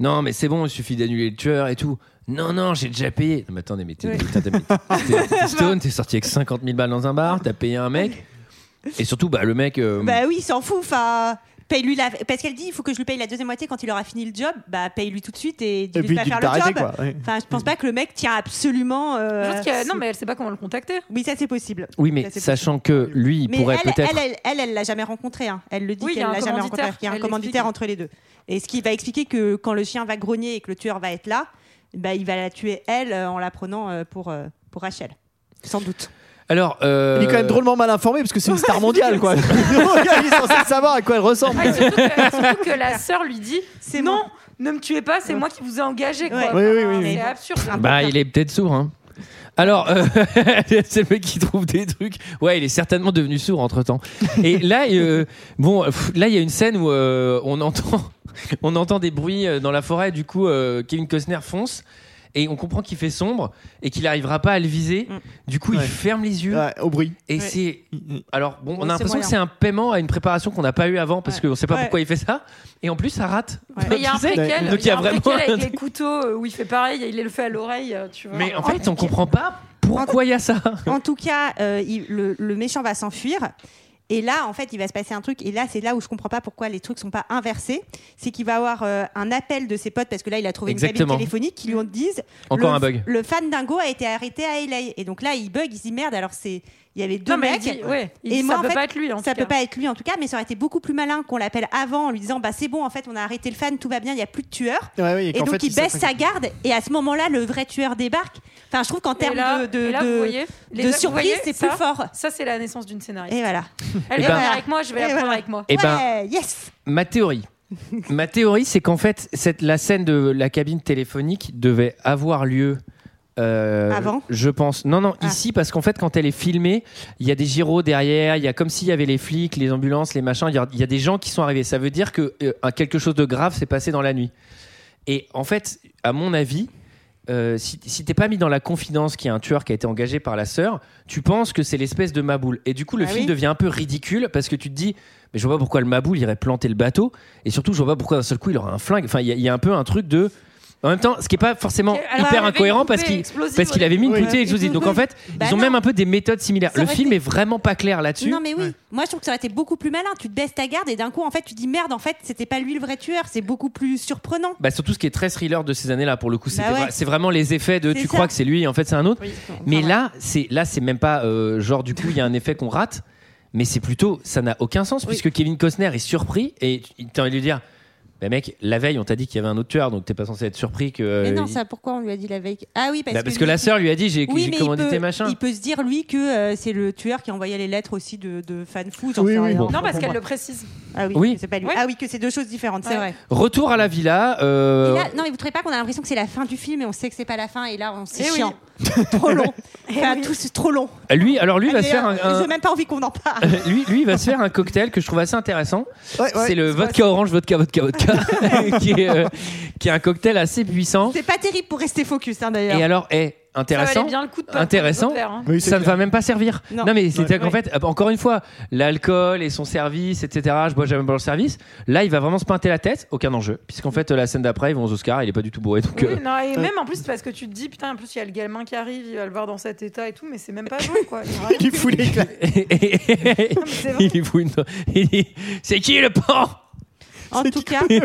[SPEAKER 1] Non, mais c'est bon, il suffit d'annuler le tueur et tout. Non, non, j'ai déjà payé. Non, mais attendez, mais t'es
[SPEAKER 6] Ouais.
[SPEAKER 1] putain, t'as- t'es- t'es stone, t'es sorti avec 50 000 balles dans un bar, t'as payé un mec. Et surtout, bah, le mec. euh,
[SPEAKER 6] Bah oui, il s'en fout. Enfin, paye lui la. Parce qu'elle dit il faut que je lui paye la deuxième moitié quand il aura fini le job. Bah paye lui tout de suite et
[SPEAKER 7] Et
[SPEAKER 6] dis-lui de
[SPEAKER 7] puis
[SPEAKER 6] pas
[SPEAKER 7] il dit
[SPEAKER 6] faire le
[SPEAKER 7] d'arrêter
[SPEAKER 6] job.
[SPEAKER 7] quoi. Mm. ouais.
[SPEAKER 6] Enfin, je pense pas que le mec tient absolument. euh,
[SPEAKER 5] Je pense qu'il y a- Non, mais elle sait pas comment le contacter.
[SPEAKER 6] Oui, ça c'est possible.
[SPEAKER 1] oui, mais
[SPEAKER 6] Ça, c'est
[SPEAKER 1] sachant que lui, il
[SPEAKER 6] Mais
[SPEAKER 1] pourrait
[SPEAKER 6] elle,
[SPEAKER 1] peut-être.
[SPEAKER 6] elle, elle, elle, elle l'a jamais rencontré. hein. Elle le dit
[SPEAKER 5] Oui, il y
[SPEAKER 6] qu'elle
[SPEAKER 5] a un
[SPEAKER 6] l'a jamais rencontré.
[SPEAKER 5] commanditaire.
[SPEAKER 6] Il y a un
[SPEAKER 5] Elle
[SPEAKER 6] commanditaire
[SPEAKER 5] l'explique.
[SPEAKER 6] entre les deux. Et ce qui va expliquer que quand le chien va grogner et que le tueur va être là, bah, il va la tuer elle euh, en la prenant euh, pour, euh, pour Rachel. Sans doute.
[SPEAKER 1] Alors. euh,
[SPEAKER 7] Il est quand même drôlement mal informé parce que c'est une star mondiale quoi. Le gars, il est censé savoir à quoi elle ressemble.
[SPEAKER 5] Ah, et surtout, que, surtout que la sœur lui dit
[SPEAKER 6] C'est
[SPEAKER 5] Non, ne me tuez pas, c'est moi qui vous ai engagé.
[SPEAKER 6] Ouais.
[SPEAKER 5] quoi.
[SPEAKER 7] Oui, oui,
[SPEAKER 5] Enfin,
[SPEAKER 7] oui, oui.
[SPEAKER 5] C'est absurde.
[SPEAKER 1] Bah, il est peut-être sourd, hein. Alors, euh, c'est le mec qui trouve des trucs. Ouais, il est certainement devenu sourd entre temps. Et là, euh, bon, pff, là, il y a une scène où euh, on entend, on entend des bruits euh, dans la forêt. Du coup, euh, Kevin Costner fonce et on comprend qu'il fait sombre et qu'il n'arrivera pas à le viser. Du coup,
[SPEAKER 7] Ouais.
[SPEAKER 1] il ferme les yeux
[SPEAKER 7] Ouais, au bruit.
[SPEAKER 1] et
[SPEAKER 6] Mm. Ouais.
[SPEAKER 1] c'est. Alors, bon, on a
[SPEAKER 6] Ouais, c'est
[SPEAKER 1] l'impression
[SPEAKER 6] moyen.
[SPEAKER 1] que c'est un paiement à une préparation qu'on n'a pas eu avant parce
[SPEAKER 6] Ouais.
[SPEAKER 1] qu'on ne sait pas
[SPEAKER 6] Ouais.
[SPEAKER 1] pourquoi il fait ça. Et en plus, ça rate.
[SPEAKER 6] Ouais.
[SPEAKER 5] Mais il y a un
[SPEAKER 1] Tu sais
[SPEAKER 5] préquel,
[SPEAKER 1] Donc,
[SPEAKER 5] il y a un
[SPEAKER 1] vraiment
[SPEAKER 5] préquel
[SPEAKER 1] un
[SPEAKER 5] avec les couteaux euh, où il fait pareil, il le fait à l'oreille, euh, tu vois.
[SPEAKER 1] Mais en fait, on comprend pas pourquoi il y a ça.
[SPEAKER 6] En tout cas, euh, il- le, le méchant va s'enfuir. Et là, en fait, il va se passer un truc. Et là, c'est là où je comprends pas pourquoi les trucs sont pas inversés. C'est qu'il va avoir euh, un appel de ses potes parce que là, il a trouvé une
[SPEAKER 1] Exactement.
[SPEAKER 6] cabine téléphonique qui lui disent
[SPEAKER 1] Encore
[SPEAKER 6] le,
[SPEAKER 1] un bug.
[SPEAKER 6] Le fan dingo a été arrêté à LA. Et donc là, il bug, il se dit merde. Alors, c'est il y avait deux
[SPEAKER 5] non, mais il
[SPEAKER 6] mecs.
[SPEAKER 5] dit, ouais, il
[SPEAKER 6] Et
[SPEAKER 5] dit,
[SPEAKER 6] moi,
[SPEAKER 5] ça
[SPEAKER 6] en
[SPEAKER 5] peut
[SPEAKER 6] fait,
[SPEAKER 5] pas être lui. En
[SPEAKER 6] ça
[SPEAKER 5] tout
[SPEAKER 6] peut
[SPEAKER 5] cas.
[SPEAKER 6] pas être lui en tout cas, mais ça aurait été beaucoup plus malin qu'on l'appelle avant en lui disant bah c'est bon en fait on a arrêté le fan, tout va bien, il y a plus de tueur.
[SPEAKER 7] Ouais, ouais,
[SPEAKER 6] Et
[SPEAKER 7] qu'en
[SPEAKER 6] donc
[SPEAKER 7] fait,
[SPEAKER 6] il baisse
[SPEAKER 7] s'attaque-
[SPEAKER 6] sa garde et à ce moment-là le vrai tueur débarque. Enfin je trouve qu'en termes
[SPEAKER 5] et là,
[SPEAKER 6] de, de,
[SPEAKER 5] et là,
[SPEAKER 6] de-
[SPEAKER 5] vous voyez, les-
[SPEAKER 6] de
[SPEAKER 5] vous
[SPEAKER 6] surprise
[SPEAKER 5] voyez,
[SPEAKER 6] c'est
[SPEAKER 5] ça,
[SPEAKER 6] plus fort.
[SPEAKER 5] Ça, c'est la naissance d'une scénariste.
[SPEAKER 6] Et voilà.
[SPEAKER 5] Elle
[SPEAKER 1] Eh
[SPEAKER 5] est
[SPEAKER 1] ben-
[SPEAKER 5] avec moi, je vais
[SPEAKER 6] Et
[SPEAKER 5] la prendre
[SPEAKER 6] voilà.
[SPEAKER 5] avec moi.
[SPEAKER 1] Eh ben,
[SPEAKER 6] ouais, yes.
[SPEAKER 1] ma théorie. ma théorie, c'est qu'en fait, cette, la scène de la cabine téléphonique devait avoir lieu. euh,
[SPEAKER 6] Avant
[SPEAKER 1] Je pense. Non, non,
[SPEAKER 6] Ah.
[SPEAKER 1] ici, parce qu'en fait, quand elle est filmée, il y a des gyros derrière, il y a comme s'il y avait les flics, les ambulances, les machins, il y a- il y, a des gens qui sont arrivés. Ça veut dire que euh, un- quelque chose de grave s'est passé dans la nuit. Et en fait, à mon avis, euh, si, si t'es pas mis dans la confidence qu'il y a un tueur qui a été engagé par la sœur, tu penses que c'est l'espèce de maboule. Et du coup, le
[SPEAKER 6] Ah
[SPEAKER 1] film
[SPEAKER 6] oui.
[SPEAKER 1] devient un peu ridicule parce que tu te dis, mais je vois pas pourquoi le maboule irait planter le bateau. Et surtout, je vois pas pourquoi d'un seul coup il aura un flingue. Enfin, il y, a- il y a un peu un truc de. En même temps, ce qui n'est pas forcément
[SPEAKER 5] Ok, alors, elle
[SPEAKER 1] hyper
[SPEAKER 5] avait
[SPEAKER 1] incohérent
[SPEAKER 5] une poupée
[SPEAKER 1] parce qu'il
[SPEAKER 5] explosive
[SPEAKER 1] parce qu'il avait mis une
[SPEAKER 7] Oui.
[SPEAKER 1] poupée explosive. Donc en fait,
[SPEAKER 6] Bah
[SPEAKER 1] ils ont
[SPEAKER 6] non.
[SPEAKER 1] même un peu des méthodes similaires.
[SPEAKER 6] Ça
[SPEAKER 1] Le
[SPEAKER 6] aurait
[SPEAKER 1] film
[SPEAKER 6] été-
[SPEAKER 1] est vraiment pas clair là-dessus.
[SPEAKER 6] Non mais oui, moi je trouve que ça aurait été beaucoup plus malin. Tu te baisses ta garde et d'un coup en fait tu dis merde en fait c'était pas lui le vrai tueur, c'est beaucoup plus surprenant.
[SPEAKER 1] Bah, surtout ce qui est très thriller de ces années-là pour le coup, c'était
[SPEAKER 6] Bah ouais.
[SPEAKER 1] vra- c'est vraiment les effets de
[SPEAKER 6] C'est
[SPEAKER 1] tu
[SPEAKER 6] ça.
[SPEAKER 1] crois que c'est lui et en fait c'est un autre.
[SPEAKER 6] Enfin,
[SPEAKER 1] Mais
[SPEAKER 6] ouais.
[SPEAKER 1] là, c'est là, c'est même pas euh, genre du coup il y a un effet qu'on rate, mais c'est plutôt ça n'a aucun sens puisque Kevin Costner est surpris et tu- il t'a envie de lui dire, bah mec, la veille on t'a dit qu'il y avait un autre tueur, donc t'es pas censé être surpris que. euh,
[SPEAKER 6] Mais non,
[SPEAKER 1] il-
[SPEAKER 6] ça pourquoi on lui a dit la veille Ah oui parce,
[SPEAKER 1] Bah, parce que,
[SPEAKER 6] lui,
[SPEAKER 1] la
[SPEAKER 6] il-
[SPEAKER 1] sœur lui a dit j'ai
[SPEAKER 6] Oui,
[SPEAKER 1] j'ai
[SPEAKER 6] mais il
[SPEAKER 1] commandé
[SPEAKER 6] peut,
[SPEAKER 1] tes machins.
[SPEAKER 6] il peut se dire lui que euh, c'est le tueur qui envoyait les lettres aussi de, de fan fou. j'en
[SPEAKER 7] Oui,
[SPEAKER 6] sais
[SPEAKER 7] oui.
[SPEAKER 6] rien.
[SPEAKER 7] Bon.
[SPEAKER 5] Non, parce qu'elle le précise.
[SPEAKER 6] Ah oui,
[SPEAKER 1] Oui.
[SPEAKER 6] que c'est pas lui.
[SPEAKER 5] Ouais.
[SPEAKER 6] Ah oui, que c'est deux choses différentes, c'est
[SPEAKER 5] Ouais.
[SPEAKER 6] vrai.
[SPEAKER 1] Retour à la villa.
[SPEAKER 6] Et
[SPEAKER 1] euh,
[SPEAKER 6] là, non, mais vous trouvez pas qu'on a l'impression que c'est la fin du film et on sait que c'est pas la fin et là on c'est
[SPEAKER 5] Eh oui. Eh
[SPEAKER 6] chiant. trop long. Enfin, tout c'est trop long.
[SPEAKER 1] Lui, alors lui va se
[SPEAKER 6] Mais,
[SPEAKER 1] faire
[SPEAKER 6] euh,
[SPEAKER 1] un, un-
[SPEAKER 6] J'ai même pas envie qu'on en parle.
[SPEAKER 1] lui, lui il va se faire un cocktail que je trouve assez intéressant.
[SPEAKER 7] Ouais, ouais.
[SPEAKER 1] C'est le vodka orange, vodka, vodka, vodka, qui, est, euh, qui est un cocktail assez puissant.
[SPEAKER 6] C'est pas terrible pour rester focus hein, d'ailleurs.
[SPEAKER 1] Et alors, est
[SPEAKER 5] Ça valait
[SPEAKER 1] intéressant.
[SPEAKER 5] bien le coup de pas
[SPEAKER 1] Intéressant.
[SPEAKER 5] prendre de verre, hein.
[SPEAKER 7] Oui, c'est
[SPEAKER 1] Ça ne
[SPEAKER 7] clair.
[SPEAKER 1] va même pas servir. Non,
[SPEAKER 6] Non.
[SPEAKER 1] mais c'est-à-dire qu'en
[SPEAKER 5] Ouais.
[SPEAKER 1] fait, euh, encore une fois, l'alcool et son service, etc. Je bois jamais pour le service. Là, il va vraiment se pinter la tête. Aucun enjeu, puisqu'en fait, la scène d'après, ils vont aux Oscars. Il est pas du tout bourré, donc. euh,
[SPEAKER 5] Oui, non, et même en plus, parce que tu te dis, putain, en plus, il y a le gamin qui arrive, il va le voir dans cet état et tout, mais c'est même pas joué, quoi. Il y aura-
[SPEAKER 7] Qui fout les claques.
[SPEAKER 5] c'est vrai.
[SPEAKER 1] il fout une- il dit, C'est qui le pan
[SPEAKER 6] en tout cas,
[SPEAKER 5] Il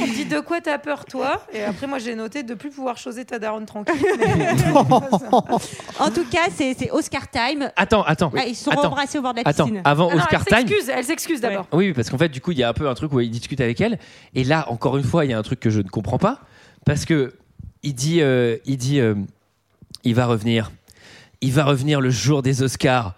[SPEAKER 5] lui dit de quoi t'as peur toi Et après moi j'ai noté de plus pouvoir choser ta daronne tranquille. Mais-
[SPEAKER 6] en tout cas, c'est c'est Oscar time.
[SPEAKER 1] Attends, attends.
[SPEAKER 6] Ah, ils se sont
[SPEAKER 1] attends,
[SPEAKER 6] embrassés au bord de la
[SPEAKER 1] attends.
[SPEAKER 6] piscine.
[SPEAKER 1] Avant
[SPEAKER 5] Ah non,
[SPEAKER 1] Oscar
[SPEAKER 5] elle
[SPEAKER 1] Time.
[SPEAKER 5] s'excuse, elle s'excuse d'abord.
[SPEAKER 1] Oui, oui, parce qu'en fait, du coup, il y a un peu un truc où il discute avec elle. Et là, encore une fois, il y a un truc que je ne comprends pas. Parce que il dit, euh, il dit, euh, il va revenir. Il va revenir le jour des Oscars.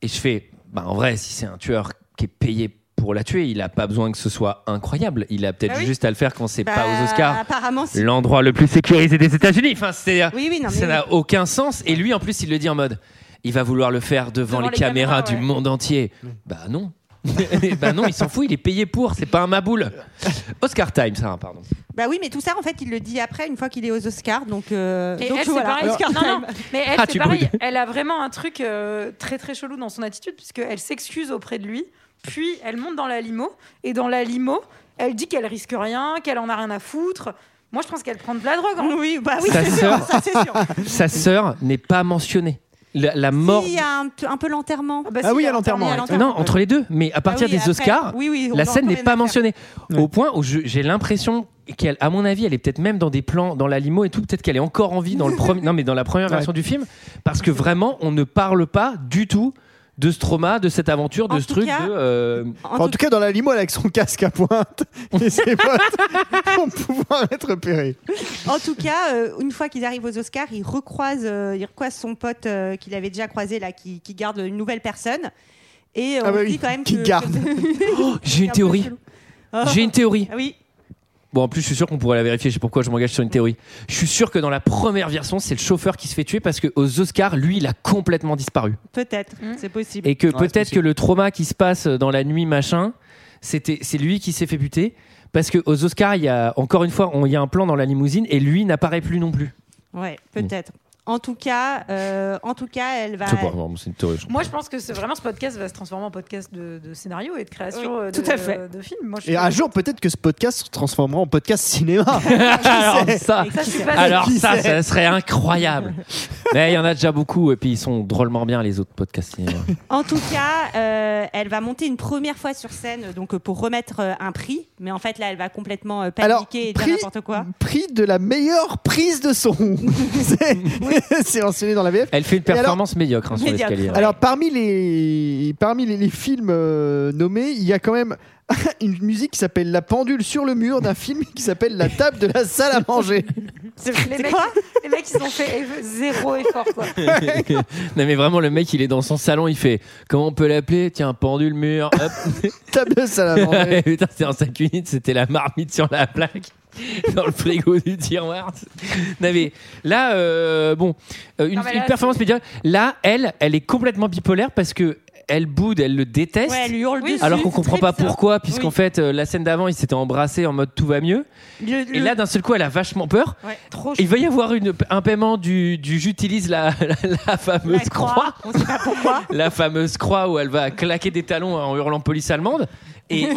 [SPEAKER 1] Et je fais, bah, en vrai, si c'est un tueur qui est payé pour la tuer, il n'a pas besoin que ce soit incroyable. Il a peut-être
[SPEAKER 5] Ah oui.
[SPEAKER 1] juste à le faire quand c'est
[SPEAKER 6] Bah,
[SPEAKER 1] pas aux Oscars.
[SPEAKER 6] Apparemment, si.
[SPEAKER 1] L'endroit le plus sécurisé des États-Unis. Enfin, c'est
[SPEAKER 6] Oui, oui, non, mais
[SPEAKER 1] ça n'a aucun sens. Et lui, en plus, il le dit en mode il va vouloir le faire devant, les, caméras,
[SPEAKER 5] ouais.
[SPEAKER 1] du monde entier. Bah non. bah non, il s'en fout, il est payé pour, c'est pas un maboule. Oscar Time, Sarah, pardon.
[SPEAKER 6] Bah oui, mais tout ça, en fait, il le dit après, une fois qu'il est aux Oscars. Donc, euh,
[SPEAKER 5] Et
[SPEAKER 6] donc
[SPEAKER 5] elle, c'est
[SPEAKER 6] voilà.
[SPEAKER 5] pareil.
[SPEAKER 6] Oscar
[SPEAKER 5] non, non,
[SPEAKER 6] time.
[SPEAKER 5] mais elle,
[SPEAKER 1] Ah, tu
[SPEAKER 5] c'est pareil.
[SPEAKER 1] brûles.
[SPEAKER 5] Elle a vraiment un truc euh, très très chelou dans son attitude, puisqu'elle s'excuse auprès de lui, puis elle monte dans la limo, et dans la limo, elle dit qu'elle risque rien, qu'elle en a rien à foutre. Moi je pense qu'elle prend de la drogue. hein. Bah,
[SPEAKER 6] Oui, bah oui,
[SPEAKER 1] Sa
[SPEAKER 6] c'est sûr.
[SPEAKER 1] sœur.
[SPEAKER 6] Ça, c'est sûr.
[SPEAKER 1] Sa sœur n'est pas mentionnée. La, la mort.
[SPEAKER 6] Si, il y a un, p- un peu l'enterrement.
[SPEAKER 5] bah,
[SPEAKER 7] Ah
[SPEAKER 5] si,
[SPEAKER 7] oui, à
[SPEAKER 5] elle
[SPEAKER 7] l'enterrement,
[SPEAKER 5] enterre-
[SPEAKER 7] ouais.
[SPEAKER 1] Non, entre les deux, mais à partir
[SPEAKER 6] Ah oui,
[SPEAKER 1] des
[SPEAKER 6] après,
[SPEAKER 1] Oscars,
[SPEAKER 6] oui, oui, on
[SPEAKER 1] la
[SPEAKER 6] va
[SPEAKER 1] scène
[SPEAKER 6] encore
[SPEAKER 1] n'est
[SPEAKER 6] rien
[SPEAKER 1] pas
[SPEAKER 6] à faire.
[SPEAKER 1] mentionnée. Au point où je- j'ai l'impression qu'elle, à mon avis, elle est peut-être même dans des plans, dans la limo et tout, peut-être qu'elle est encore en vie dans, le premier, non, mais dans la première
[SPEAKER 7] Ouais.
[SPEAKER 1] version du film, parce que vraiment, on ne parle pas du tout de ce trauma, de cette aventure, de
[SPEAKER 6] En
[SPEAKER 1] ce
[SPEAKER 6] tout
[SPEAKER 1] truc
[SPEAKER 6] cas-
[SPEAKER 1] de. euh,
[SPEAKER 6] En
[SPEAKER 7] Enfin, en
[SPEAKER 6] tout-
[SPEAKER 7] tout cas, dans la limo, elle a avec son casque à pointe et ses bottes pour pouvoir être repérée.
[SPEAKER 6] En tout cas, euh, une fois qu'ils arrivent aux Oscars, ils recroisent, euh, ils recroisent son pote euh, qu'il avait déjà croisé là, qui, qui garde une nouvelle personne. Et euh,
[SPEAKER 7] Ah
[SPEAKER 6] on
[SPEAKER 7] bah
[SPEAKER 6] se
[SPEAKER 7] oui,
[SPEAKER 6] dit quand même
[SPEAKER 7] qui
[SPEAKER 6] que-
[SPEAKER 7] garde.
[SPEAKER 1] Oh, j'ai
[SPEAKER 6] C'est
[SPEAKER 1] une
[SPEAKER 6] peu
[SPEAKER 1] théorie.
[SPEAKER 6] chelou. Oh.
[SPEAKER 1] J'ai une théorie.
[SPEAKER 6] Ah oui.
[SPEAKER 1] Bon, en plus, je suis sûr qu'on pourrait la vérifier. Je sais pourquoi je m'engage sur une théorie. Je suis sûr que dans la première version, c'est le chauffeur qui se fait tuer parce que aux Oscars, lui, il a complètement disparu.
[SPEAKER 6] Peut-être,
[SPEAKER 5] Mmh.
[SPEAKER 6] c'est possible.
[SPEAKER 1] Et que
[SPEAKER 7] c'est
[SPEAKER 1] peut-être que
[SPEAKER 7] possible.
[SPEAKER 1] le trauma qui se passe dans la nuit, machin, c'était, c'est lui qui s'est fait buter. Parce que aux Oscars, il y a encore une fois, on- il y a un plan dans la limousine et lui n'apparaît plus non plus.
[SPEAKER 6] Ouais,
[SPEAKER 1] Mmh.
[SPEAKER 6] peut-être. En tout cas, euh, en tout cas, elle va.
[SPEAKER 1] c'est une théorie.
[SPEAKER 5] Moi, je pense que c'est vraiment ce podcast va se transformer en podcast de, de scénario et de création
[SPEAKER 6] Oui,
[SPEAKER 5] euh,
[SPEAKER 6] tout
[SPEAKER 5] de,
[SPEAKER 6] à fait.
[SPEAKER 5] de films. Moi, je
[SPEAKER 7] Et un jour, peut-être que ce podcast se transformera en podcast cinéma.
[SPEAKER 1] Alors ça,
[SPEAKER 5] Ça, je suis pas
[SPEAKER 1] alors
[SPEAKER 7] ah, Qui
[SPEAKER 1] ça,
[SPEAKER 7] sait
[SPEAKER 1] ça serait incroyable. Mais il y en a déjà beaucoup et puis ils sont drôlement bien les autres podcasts.
[SPEAKER 6] En tout cas, euh, elle va monter une première fois sur scène, donc euh, pour remettre euh, un prix. Mais en fait, là, elle va complètement euh, paniquer
[SPEAKER 7] Alors,
[SPEAKER 6] et dire
[SPEAKER 7] prix,
[SPEAKER 6] n'importe quoi.
[SPEAKER 5] Mmh.
[SPEAKER 7] prix de la meilleure prise de son. C'est- C'est mentionné dans la VF.
[SPEAKER 1] Elle fait une
[SPEAKER 7] alors-
[SPEAKER 1] performance médiocre hein, sur
[SPEAKER 6] Médiocre.
[SPEAKER 1] l'escalier.
[SPEAKER 7] Alors parmi les parmi les, les films euh, nommés, il y a quand même une musique qui s'appelle La pendule sur le mur d'un film qui s'appelle La table de la salle à manger.
[SPEAKER 5] Les mecs, les mecs, ils ont fait eff- zéro effort. Quoi.
[SPEAKER 1] non mais vraiment le mec il est dans son salon il fait comment on peut l'appeler tiens pendule mur hop
[SPEAKER 7] table de salle à manger.
[SPEAKER 1] putain c'est en 5 minutes c'était la marmite sur la plaque dans le frigo du tiroir non mais là euh, bon euh, une,
[SPEAKER 5] Non, mais là,
[SPEAKER 1] une performance médiocre là elle elle est complètement bipolaire parce que elle boude elle le déteste
[SPEAKER 6] Ouais, elle lui hurle
[SPEAKER 5] Oui,
[SPEAKER 6] dessus.
[SPEAKER 1] alors qu'on
[SPEAKER 6] c'est
[SPEAKER 1] comprend
[SPEAKER 6] très
[SPEAKER 1] pas
[SPEAKER 6] bizarre.
[SPEAKER 1] pourquoi puisqu'en
[SPEAKER 6] Oui.
[SPEAKER 1] fait euh, la scène d'avant ils s'étaient embrassés en mode tout va mieux
[SPEAKER 6] Le- le-
[SPEAKER 5] Mm.
[SPEAKER 1] et là d'un seul coup elle a vachement peur
[SPEAKER 6] ouais, trop
[SPEAKER 1] il va y avoir une, un paiement du, du j'utilise la, la, la fameuse
[SPEAKER 6] la
[SPEAKER 1] croix
[SPEAKER 6] croix. On sait pas pourquoi.
[SPEAKER 1] la fameuse croix où elle va claquer des talons en hurlant police allemande. Et,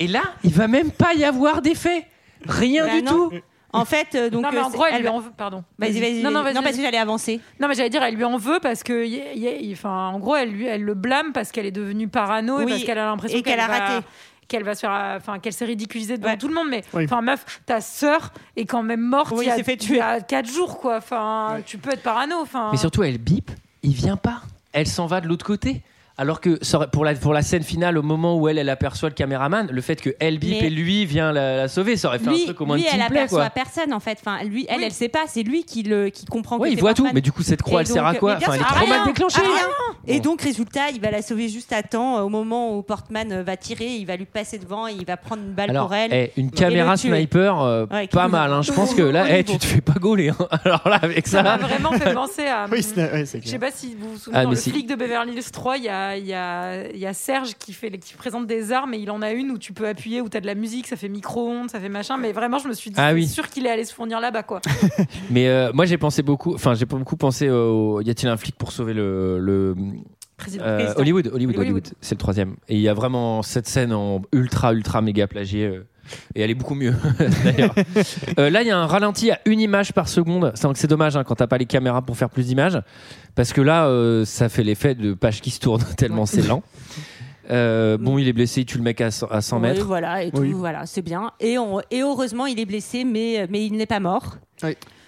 [SPEAKER 1] et là, il va même pas y avoir d'effet. Rien
[SPEAKER 6] Bah
[SPEAKER 1] du
[SPEAKER 6] non.
[SPEAKER 1] tout.
[SPEAKER 6] En fait, euh, donc.
[SPEAKER 5] non, mais
[SPEAKER 6] euh,
[SPEAKER 5] en
[SPEAKER 6] c'est-
[SPEAKER 5] gros, elle,
[SPEAKER 6] elle
[SPEAKER 5] lui
[SPEAKER 6] va-
[SPEAKER 5] en veut. Pardon.
[SPEAKER 6] Vas-y, vas-y.
[SPEAKER 5] Non, non, vas-y.
[SPEAKER 6] non, parce que j'allais avancer.
[SPEAKER 5] Non, mais j'allais dire, elle lui en veut parce que, y- y- y- enfin, en gros, elle, lui, elle le blâme parce qu'elle est devenue parano
[SPEAKER 6] Oui,
[SPEAKER 5] et parce qu'elle a l'impression
[SPEAKER 6] et qu'elle a
[SPEAKER 5] va-
[SPEAKER 6] raté.
[SPEAKER 5] Qu'elle va se faire, euh, enfin, qu'elle s'est ridiculisée devant
[SPEAKER 6] Ouais.
[SPEAKER 5] tout le monde. Mais,
[SPEAKER 7] Oui.
[SPEAKER 5] enfin, meuf, ta sœur est quand même morte.
[SPEAKER 6] Oui,
[SPEAKER 5] il y a,
[SPEAKER 6] elle s'est fait
[SPEAKER 5] il y a quatre jours, quoi. Enfin, tu peux être parano. Enfin,
[SPEAKER 1] Mais surtout, elle bip, il vient pas. Elle s'en va de l'autre côté. Alors que ça aurait- pour la, pour la scène finale, au moment où elle, elle aperçoit le caméraman, le fait que elle bip
[SPEAKER 6] Mais-
[SPEAKER 1] et lui vient la, la sauver, ça aurait fait un
[SPEAKER 6] Lui,
[SPEAKER 1] truc au moins
[SPEAKER 6] lui
[SPEAKER 1] de
[SPEAKER 6] elle
[SPEAKER 1] team play,
[SPEAKER 6] aperçoit
[SPEAKER 1] quoi.
[SPEAKER 6] personne en fait. Enfin, lui, elle,
[SPEAKER 5] Oui.
[SPEAKER 6] elle sait pas. C'est lui qui le qui comprend. que
[SPEAKER 1] Ouais, il
[SPEAKER 6] c'est
[SPEAKER 1] voit tout.
[SPEAKER 6] Bartman.
[SPEAKER 1] Mais du coup, cette croix,
[SPEAKER 6] Et
[SPEAKER 1] elle
[SPEAKER 6] donc, euh,
[SPEAKER 1] sert à quoi
[SPEAKER 6] mais bien
[SPEAKER 1] Enfin, elle est
[SPEAKER 6] sûr,
[SPEAKER 1] trop
[SPEAKER 6] ah à
[SPEAKER 1] mal hein.
[SPEAKER 6] rien,
[SPEAKER 1] déclenchée.
[SPEAKER 6] à rien. Et
[SPEAKER 1] Bon.
[SPEAKER 6] donc, résultat, il va la sauver juste à temps. euh, Au moment où Portman euh, va tirer, il va lui passer devant et il va prendre une balle
[SPEAKER 1] Alors,
[SPEAKER 6] Ah, pour elle.
[SPEAKER 1] eh, une caméra
[SPEAKER 6] le tuer.
[SPEAKER 1] sniper, euh,
[SPEAKER 6] Ouais, qui
[SPEAKER 1] pas
[SPEAKER 6] nous-
[SPEAKER 1] mal. hein. Je pense que là,
[SPEAKER 6] Au
[SPEAKER 1] eh, tu
[SPEAKER 6] niveau.
[SPEAKER 1] te fais pas gauler. hein. Alors là, avec
[SPEAKER 5] ça m'a
[SPEAKER 1] ça,
[SPEAKER 5] vraiment fait penser à.
[SPEAKER 7] Ah Oui, c'est ouais, c'est
[SPEAKER 5] Je sais
[SPEAKER 7] clair.
[SPEAKER 5] pas si vous vous souvenez,
[SPEAKER 1] Ah,
[SPEAKER 5] dans
[SPEAKER 1] mais
[SPEAKER 5] le
[SPEAKER 1] si.
[SPEAKER 5] flic de Beverly Hills 3, il y a, il y, a, il y a Serge qui, fait, qui présente des armes et il en a une où tu peux appuyer, où tu as de la musique, ça fait micro-ondes, ça fait machin. Mais vraiment, je me suis dit,
[SPEAKER 1] Ah oui.
[SPEAKER 5] c'est sûr qu'il est allé se fournir là-bas, quoi.
[SPEAKER 1] mais euh, moi j'ai pensé beaucoup. Enfin, j'ai pas beaucoup pensé. Au... Y a-t-il un flic pour sauver le- le,
[SPEAKER 5] Président.
[SPEAKER 1] Euh,
[SPEAKER 6] Président.
[SPEAKER 1] Hollywood, Hollywood,
[SPEAKER 5] Hollywood.
[SPEAKER 1] Hollywood. c'est le troisième. Et il y a vraiment cette scène en ultra, ultra méga plagiée. euh, et elle est beaucoup mieux, d'ailleurs. Euh, là, il y a un ralenti à une image par seconde. C'est c'est dommage hein, quand t'as pas les caméras pour faire plus d'images. Parce que là, euh, ça fait l'effet de page qui se tourne tellement c'est lent. Euh, bon, il est blessé, il tue le mec à 100 à 100
[SPEAKER 6] Ouais,
[SPEAKER 1] mètres.
[SPEAKER 6] voilà, et tout,
[SPEAKER 7] Oui.
[SPEAKER 6] voilà, c'est bien. Et, on- et heureusement, il est blessé, mais, mais il n'est pas mort.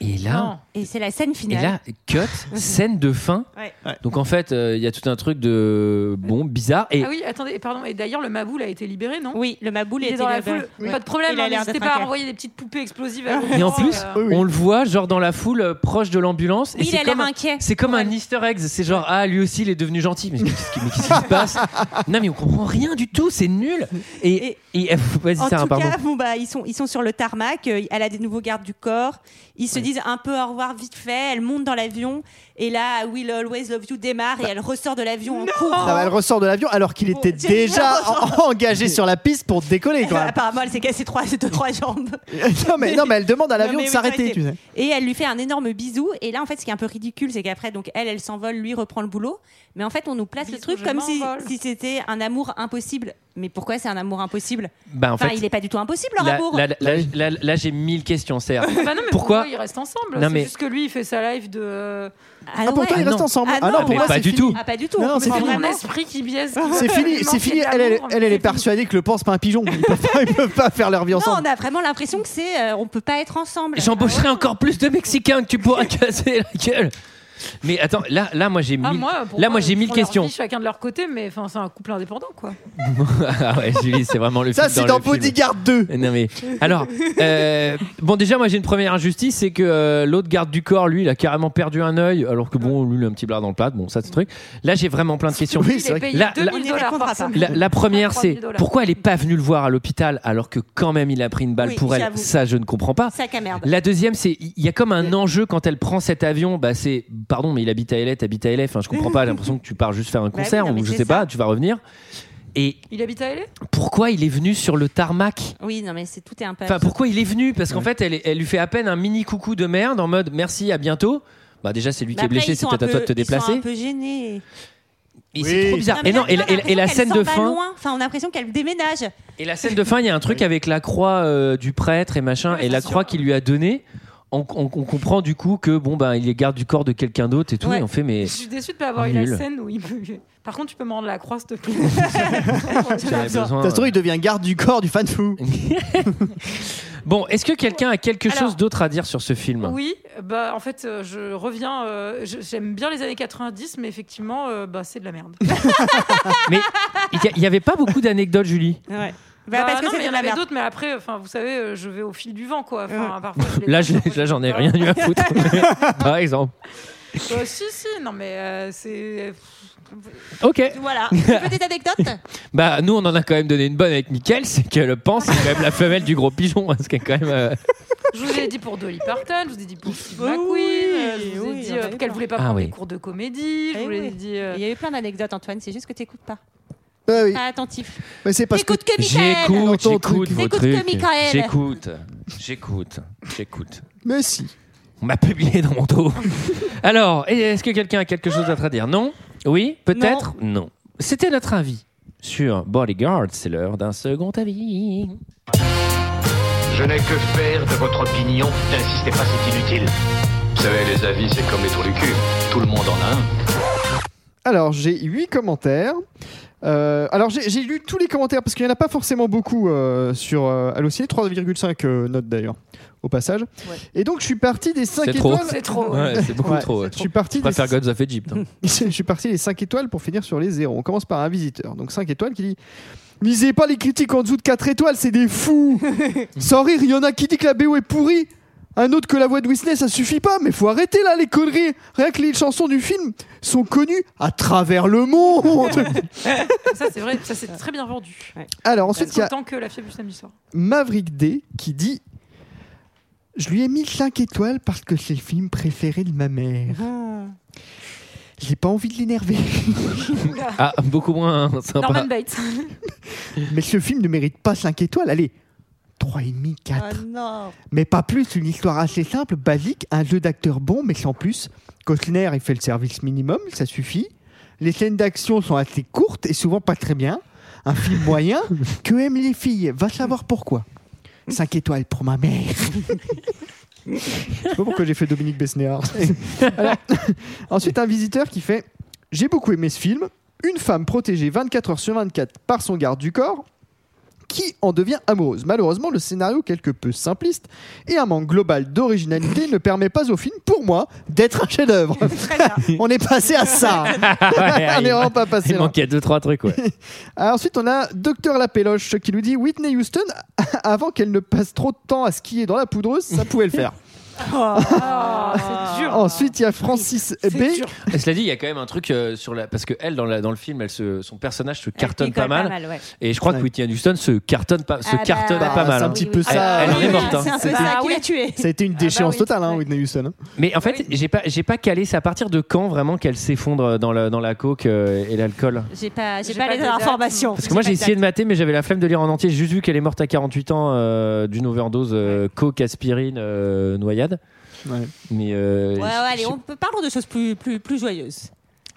[SPEAKER 1] Et là,
[SPEAKER 5] Non.
[SPEAKER 6] Et c'est la scène
[SPEAKER 1] et
[SPEAKER 6] finale.
[SPEAKER 1] là, cut, scène de fin.
[SPEAKER 6] Ouais.
[SPEAKER 1] Donc en fait, euh, il y a tout un truc de bon bizarre. Et
[SPEAKER 5] Ah oui, attendez, pardon. Et d'ailleurs, le Maboul a été libéré, non
[SPEAKER 6] Oui, le maboule
[SPEAKER 5] Il est
[SPEAKER 6] était
[SPEAKER 5] dans la
[SPEAKER 6] là-bas.
[SPEAKER 5] foule.
[SPEAKER 6] Oui.
[SPEAKER 5] Pas de problème,
[SPEAKER 6] Il a
[SPEAKER 5] hein,
[SPEAKER 6] l'air
[SPEAKER 5] n'hésitez
[SPEAKER 6] d'être
[SPEAKER 5] pas à
[SPEAKER 6] inquiet.
[SPEAKER 5] envoyer des petites poupées explosives. à
[SPEAKER 1] Et en
[SPEAKER 5] l'enfant,
[SPEAKER 1] plus,
[SPEAKER 5] euh,
[SPEAKER 7] Oui, oui.
[SPEAKER 1] on le voit genre dans la foule euh, proche de l'ambulance. et
[SPEAKER 6] Oh Oui, il
[SPEAKER 1] c'est
[SPEAKER 6] a
[SPEAKER 1] comme
[SPEAKER 6] l'air
[SPEAKER 1] un-
[SPEAKER 6] inquiet.
[SPEAKER 1] C'est comme un easter egg, c'est genre ah lui aussi il est devenu gentil, mais qu'est-ce qui, mais qu'est-ce qui se passe Non mais on comprend rien du tout, c'est nul. Et, et, vas-y
[SPEAKER 6] En
[SPEAKER 1] Sarah,
[SPEAKER 6] tout
[SPEAKER 1] pardon.
[SPEAKER 6] cas, bon, bah, ils, sont, ils sont sur le tarmac, euh, elle a des nouveaux gardes du corps, ils se disent un peu au revoir vite fait, elle monte dans l'avion, et là, Will Always Love You démarre
[SPEAKER 1] Bah,
[SPEAKER 6] et elle ressort de l'avion en courant.
[SPEAKER 7] Ah bah, elle ressort de l'avion alors qu'il
[SPEAKER 6] Bon,
[SPEAKER 7] était
[SPEAKER 6] tiens,
[SPEAKER 7] déjà
[SPEAKER 6] je la
[SPEAKER 7] engagé sur la piste pour décoller. Quand même.
[SPEAKER 6] Apparemment, elle s'est cassée trois, deux, trois jambes.
[SPEAKER 7] non, mais, non, mais elle demande à l'avion
[SPEAKER 6] Non, mais
[SPEAKER 7] de
[SPEAKER 6] oui,
[SPEAKER 7] s'arrêter.
[SPEAKER 6] s'arrêter.
[SPEAKER 7] Tu sais.
[SPEAKER 6] Et elle lui fait un énorme bisou. Et là, en fait, ce qui est un peu ridicule, c'est qu'après, donc elle, elle s'envole, lui reprend le boulot. Mais en fait, on nous place le
[SPEAKER 5] Bisous,
[SPEAKER 6] truc
[SPEAKER 5] je
[SPEAKER 6] comme si,
[SPEAKER 5] m'envole.
[SPEAKER 6] si c'était un amour impossible. Mais pourquoi c'est un amour impossible
[SPEAKER 1] Bah en
[SPEAKER 6] Enfin,
[SPEAKER 1] fait,
[SPEAKER 6] il n'est pas du tout impossible leur
[SPEAKER 1] là,
[SPEAKER 6] amour.
[SPEAKER 1] là- là- là- là- là, j'ai mille questions, Sarah.
[SPEAKER 5] bah non, mais
[SPEAKER 1] Pourquoi
[SPEAKER 5] pourquoi, ils restent ensemble
[SPEAKER 1] Non,
[SPEAKER 5] C'est
[SPEAKER 1] mais-
[SPEAKER 5] juste que lui, il fait sa live de. euh,
[SPEAKER 6] Ah,
[SPEAKER 7] Ah, pour
[SPEAKER 6] ouais.
[SPEAKER 7] toi, ils
[SPEAKER 1] Ah
[SPEAKER 7] restent
[SPEAKER 1] non.
[SPEAKER 7] ensemble.
[SPEAKER 6] Ah
[SPEAKER 7] Ah
[SPEAKER 6] non,
[SPEAKER 7] non, pour
[SPEAKER 1] mais
[SPEAKER 7] moi,
[SPEAKER 1] pas
[SPEAKER 7] c'est
[SPEAKER 1] du
[SPEAKER 7] fini.
[SPEAKER 1] tout.
[SPEAKER 6] Ah, pas du tout.
[SPEAKER 7] Non, non,
[SPEAKER 6] Mais
[SPEAKER 7] c'est
[SPEAKER 5] C'est
[SPEAKER 7] fini.
[SPEAKER 5] mon
[SPEAKER 6] vraiment.
[SPEAKER 5] esprit qui biaise.
[SPEAKER 7] C'est fini, c'est fini. Elle, elle, elle, elle est persuadée que le pan, c'est pas un pigeon. Ils peuvent pas, ils peuvent pas faire leur vie
[SPEAKER 6] Non,
[SPEAKER 7] ensemble.
[SPEAKER 6] on a vraiment l'impression que c'est, euh, on peut pas être ensemble.
[SPEAKER 1] J'embaucherai encore plus de Mexicains que tu pourras casser la gueule. Mais attends, là, là moi j'ai
[SPEAKER 5] Ah,
[SPEAKER 1] mille.
[SPEAKER 5] moi, pour
[SPEAKER 1] là moi
[SPEAKER 5] ils
[SPEAKER 1] j'ai mille
[SPEAKER 5] font leur
[SPEAKER 1] questions.
[SPEAKER 5] vie chacun de leur côté, mais enfin, c'est un couple indépendant, quoi.
[SPEAKER 1] ah ouais, Julie, c'est vraiment le
[SPEAKER 7] Ça,
[SPEAKER 1] film
[SPEAKER 7] c'est dans
[SPEAKER 1] le film.
[SPEAKER 7] Bodyguard 2.
[SPEAKER 1] Non mais alors euh, bon déjà moi j'ai une première injustice c'est que euh, l'autre garde du corps lui il a carrément perdu un œil alors que bon lui il a un petit blard dans le plat bon ça c'est le truc là j'ai vraiment plein de questions
[SPEAKER 7] Oui,
[SPEAKER 5] Il
[SPEAKER 7] c'est
[SPEAKER 5] est
[SPEAKER 7] vrai que-
[SPEAKER 5] payé
[SPEAKER 1] Là-
[SPEAKER 5] 2000
[SPEAKER 6] là-
[SPEAKER 5] dollars
[SPEAKER 6] On y
[SPEAKER 5] par
[SPEAKER 6] répondra
[SPEAKER 5] ça.
[SPEAKER 6] pas.
[SPEAKER 1] la, la première
[SPEAKER 5] 3 000
[SPEAKER 1] c'est
[SPEAKER 5] dollars.
[SPEAKER 1] pourquoi elle est pas venue le voir à l'hôpital alors que quand même il a pris une balle
[SPEAKER 6] Oui,
[SPEAKER 1] pour elle
[SPEAKER 6] j'avoue.
[SPEAKER 1] ça je ne comprends pas
[SPEAKER 6] Sac à merde.
[SPEAKER 1] la deuxième, c'est il y a comme un enjeu quand elle prend cet avion. Bah c'est pardon, mais il habite à LA, t'habites à LA. Enfin, je comprends pas. J'ai l'impression que tu pars juste faire un
[SPEAKER 6] Bah oui,
[SPEAKER 1] concert
[SPEAKER 6] non, mais
[SPEAKER 1] ou je
[SPEAKER 6] c'est
[SPEAKER 1] sais pas.
[SPEAKER 6] ça.
[SPEAKER 1] Tu vas revenir. Et
[SPEAKER 5] Il habite à LA
[SPEAKER 1] pourquoi il est venu sur le tarmac
[SPEAKER 6] Oui, non, mais c'est tout est un peu.
[SPEAKER 1] Enfin, pourquoi il est venu Parce qu'en fait, elle, elle lui fait à peine un mini coucou de merde en mode merci, à bientôt. Bah déjà, c'est lui
[SPEAKER 6] Mais
[SPEAKER 1] qui est
[SPEAKER 6] après,
[SPEAKER 1] blessé,
[SPEAKER 6] ils
[SPEAKER 1] c'est
[SPEAKER 6] sont
[SPEAKER 1] peut-être
[SPEAKER 6] un
[SPEAKER 1] à toi de
[SPEAKER 6] peu-
[SPEAKER 1] te déplacer.
[SPEAKER 6] Ils sont un peu gênés.
[SPEAKER 1] Et
[SPEAKER 7] Oui.
[SPEAKER 1] c'est trop bizarre.
[SPEAKER 6] Non, mais
[SPEAKER 1] et non, et,
[SPEAKER 6] là, on a
[SPEAKER 1] et- et la
[SPEAKER 6] l'impression
[SPEAKER 1] scène
[SPEAKER 6] qu'elle
[SPEAKER 1] de
[SPEAKER 6] s'en va
[SPEAKER 1] fin,
[SPEAKER 6] loin. Enfin, on a l'impression qu'elle déménage.
[SPEAKER 1] et la scène de fin, il y a un truc avec la croix euh, du prêtre et machin, et la croix qu'il lui a donnée. On, on- on comprend du coup que bon bah il est garde du corps de quelqu'un d'autre et tout.
[SPEAKER 6] Ouais.
[SPEAKER 1] Et on fait mais
[SPEAKER 5] Je suis déçue de pas avoir eu
[SPEAKER 1] Nul.
[SPEAKER 5] la scène où il me- Par contre, tu peux me rendre la croix, s'il te plaît.
[SPEAKER 1] j'en avais besoin. euh.
[SPEAKER 7] Ça se trouve, il devient garde du corps du fan fou.
[SPEAKER 1] Bon, est-ce que quelqu'un a quelque
[SPEAKER 5] Alors-
[SPEAKER 1] chose d'autre à dire sur ce film
[SPEAKER 5] Oui, bah en fait, euh, je reviens. euh, je- J'aime bien les années 90, mais effectivement, euh, bah, c'est de la merde.
[SPEAKER 1] Il n'y avait pas beaucoup d'anecdotes, Julie.
[SPEAKER 6] Ouais.
[SPEAKER 5] Bah,
[SPEAKER 6] parce que
[SPEAKER 5] non,
[SPEAKER 6] c'est
[SPEAKER 5] mais
[SPEAKER 6] de
[SPEAKER 5] il y en
[SPEAKER 6] la
[SPEAKER 5] avait
[SPEAKER 6] merde.
[SPEAKER 5] d'autres, mais après, enfin, vous savez, euh, je vais au fil du vent, quoi. Enfin, parfois, je les-
[SPEAKER 1] Là, je- là, j'en ai rien eu à foutre. Par exemple.
[SPEAKER 5] Euh, si, si, non, mais euh, c'est.
[SPEAKER 1] Ok.
[SPEAKER 6] Voilà. Petite anecdote.
[SPEAKER 1] Bah, nous, on en a quand même donné une bonne avec Mickaël, c'est que le pan, c'est quand même la femelle du gros pigeon, hein, ce qui est quand même. euh,
[SPEAKER 5] Je vous ai dit pour Dolly Parton, je vous ai dit pour Steve
[SPEAKER 6] Oui,
[SPEAKER 5] McQueen, euh, je vous ai
[SPEAKER 6] oui,
[SPEAKER 5] dit
[SPEAKER 6] il y en
[SPEAKER 5] euh,
[SPEAKER 6] avait
[SPEAKER 5] qu'elle
[SPEAKER 6] plein.
[SPEAKER 5] voulait pas
[SPEAKER 1] Ah
[SPEAKER 5] prendre
[SPEAKER 1] oui.
[SPEAKER 5] des cours de comédie, je
[SPEAKER 6] Eh
[SPEAKER 5] vous l'ai
[SPEAKER 6] oui.
[SPEAKER 5] dit. euh,
[SPEAKER 6] Il y a eu plein d'anecdotes, Antoine. C'est juste que t'écoutes pas.
[SPEAKER 7] Ah oui,
[SPEAKER 6] Pas attentif.
[SPEAKER 7] mais c'est parce que.
[SPEAKER 6] T'écoutes que Michael.
[SPEAKER 1] J'écoute,
[SPEAKER 7] Entends ton
[SPEAKER 1] j'écoute
[SPEAKER 7] truc.
[SPEAKER 1] vos
[SPEAKER 6] T'écoutes
[SPEAKER 1] trucs.
[SPEAKER 6] que Michael.
[SPEAKER 1] J'écoute, j'écoute, j'écoute.
[SPEAKER 7] Mais si.
[SPEAKER 1] On m'a publié dans mon dos. Alors, et est-ce que quelqu'un a quelque chose d'autre à dire Non Oui Peut-être Non. C'était notre avis sur Bodyguard. C'est l'heure d'un second avis.
[SPEAKER 4] Je
[SPEAKER 11] Je n'ai que faire de votre opinion. N'insistez pas, c'est inutile. Vous savez, les avis, c'est comme les trous du cul. Tout le monde en a un.
[SPEAKER 7] Alors, j'ai 8 commentaires. Euh, alors, j'ai j'ai lu tous les commentaires parce qu'il n'y en a pas forcément beaucoup euh, sur euh, Allociné. 3,5 euh, notes d'ailleurs, au passage. Et donc, je suis parti des 5
[SPEAKER 1] C'est
[SPEAKER 7] étoiles.
[SPEAKER 1] trop. C'est trop. Ouais, c'est beaucoup trop, ouais.
[SPEAKER 7] Je suis parti
[SPEAKER 1] Je
[SPEAKER 7] des
[SPEAKER 1] préfère Gods of Egypt. hein.
[SPEAKER 7] je suis parti les 5 étoiles pour finir sur les 0. On commence par un visiteur. Donc 5 étoiles qui dit Lisez pas les critiques en dessous de 4 étoiles, c'est des fous Sans rire, il y en a qui dit que la BO est pourrie. Un autre que la voix de Whitney, ça suffit pas, mais faut arrêter là les conneries. Rien que les chansons du film sont connues à travers le monde.
[SPEAKER 5] ça, c'est vrai, ça, c'est très bien vendu.
[SPEAKER 7] Alors ensuite, il y a
[SPEAKER 5] Autant que la fièvre du samedi soir.
[SPEAKER 7] Maverick D qui dit Je lui ai mis 5 étoiles parce que c'est le film préféré de ma mère.
[SPEAKER 6] Ah.
[SPEAKER 7] J'ai pas envie de l'énerver.
[SPEAKER 1] Ah, beaucoup moins hein, sympa.
[SPEAKER 5] Norman Bates.
[SPEAKER 7] Mais ce film ne mérite pas 5 étoiles. Allez, 3,5, 4.
[SPEAKER 6] Ah Oh non.
[SPEAKER 7] Mais pas plus, une histoire assez simple, basique, un jeu d'acteur bon, mais sans plus. Costner, il fait le service minimum, ça suffit. Les scènes d'action sont assez courtes et souvent pas très bien. Un film moyen que aiment les filles. Va savoir pourquoi. 5 étoiles pour ma mère. Je sais pas pourquoi j'ai fait Dominique Besnéard. Alors, ensuite, un visiteur qui fait J'ai beaucoup aimé ce film. Une femme protégée 24 heures sur 24 par son garde du corps qui en devient amoureuse. Malheureusement, le scénario quelque peu simpliste et un manque global d'originalité ne permet pas au film, pour moi, d'être un chef-d'œuvre. on est passé à ça.
[SPEAKER 1] Ah, Ouais,
[SPEAKER 7] on
[SPEAKER 1] il-
[SPEAKER 7] est vraiment pas passé
[SPEAKER 1] Il
[SPEAKER 7] là.
[SPEAKER 1] manquait deux, trois trucs, ouais.
[SPEAKER 7] Ah, Ensuite, on a Docteur La Péloche qui nous dit Whitney Houston, avant qu'elle ne passe trop de temps à skier dans la poudreuse, ça pouvait le faire. Ah,
[SPEAKER 5] Oh,
[SPEAKER 7] oh.
[SPEAKER 5] c'est dur.
[SPEAKER 1] Oh,
[SPEAKER 7] Ensuite, il y a Francis B.
[SPEAKER 1] Et cela dit, il y a quand même un truc euh, sur la. Parce que elle, dans, la- dans le film, elle se- son personnage se cartonne
[SPEAKER 6] picole
[SPEAKER 1] pas mal.
[SPEAKER 6] pas mal, ouais.
[SPEAKER 1] Et je crois
[SPEAKER 7] Ouais.
[SPEAKER 1] que Whitney Houston se cartonne pas, se
[SPEAKER 6] Ah bah,
[SPEAKER 1] cartonne
[SPEAKER 6] Bah,
[SPEAKER 1] pas mal.
[SPEAKER 7] c'est un
[SPEAKER 1] hein.
[SPEAKER 7] petit peu
[SPEAKER 1] Elle-
[SPEAKER 7] ça.
[SPEAKER 1] Elle, en est morte. Ah bah hein.
[SPEAKER 6] C'est un peu
[SPEAKER 5] Bah,
[SPEAKER 6] ça qui
[SPEAKER 5] oui.
[SPEAKER 6] l'a tué.
[SPEAKER 7] Ça a été une déchéance
[SPEAKER 5] oui,
[SPEAKER 7] totale, hein,
[SPEAKER 5] ouais.
[SPEAKER 7] Whitney Houston. hein.
[SPEAKER 1] Mais en fait, j'ai pas, j'ai pas calé. C'est à partir de quand vraiment qu'elle s'effondre dans la, dans la coke euh, et l'alcool
[SPEAKER 6] J'ai pas, j'ai
[SPEAKER 5] J'ai
[SPEAKER 6] pas,
[SPEAKER 5] pas
[SPEAKER 6] les
[SPEAKER 5] les dates.
[SPEAKER 6] informations.
[SPEAKER 1] Parce que moi, j'ai essayé de mater, mais j'avais la flemme de lire en entier. J'ai juste vu qu'elle est morte à 48 ans euh, d'une overdose euh, coke, aspirine, euh, noyade.
[SPEAKER 7] Ouais.
[SPEAKER 1] Mais euh,
[SPEAKER 6] Ouais, ouais,
[SPEAKER 1] je-
[SPEAKER 6] allez,
[SPEAKER 1] je-
[SPEAKER 6] on peut parlons de choses plus, plus, plus joyeuses.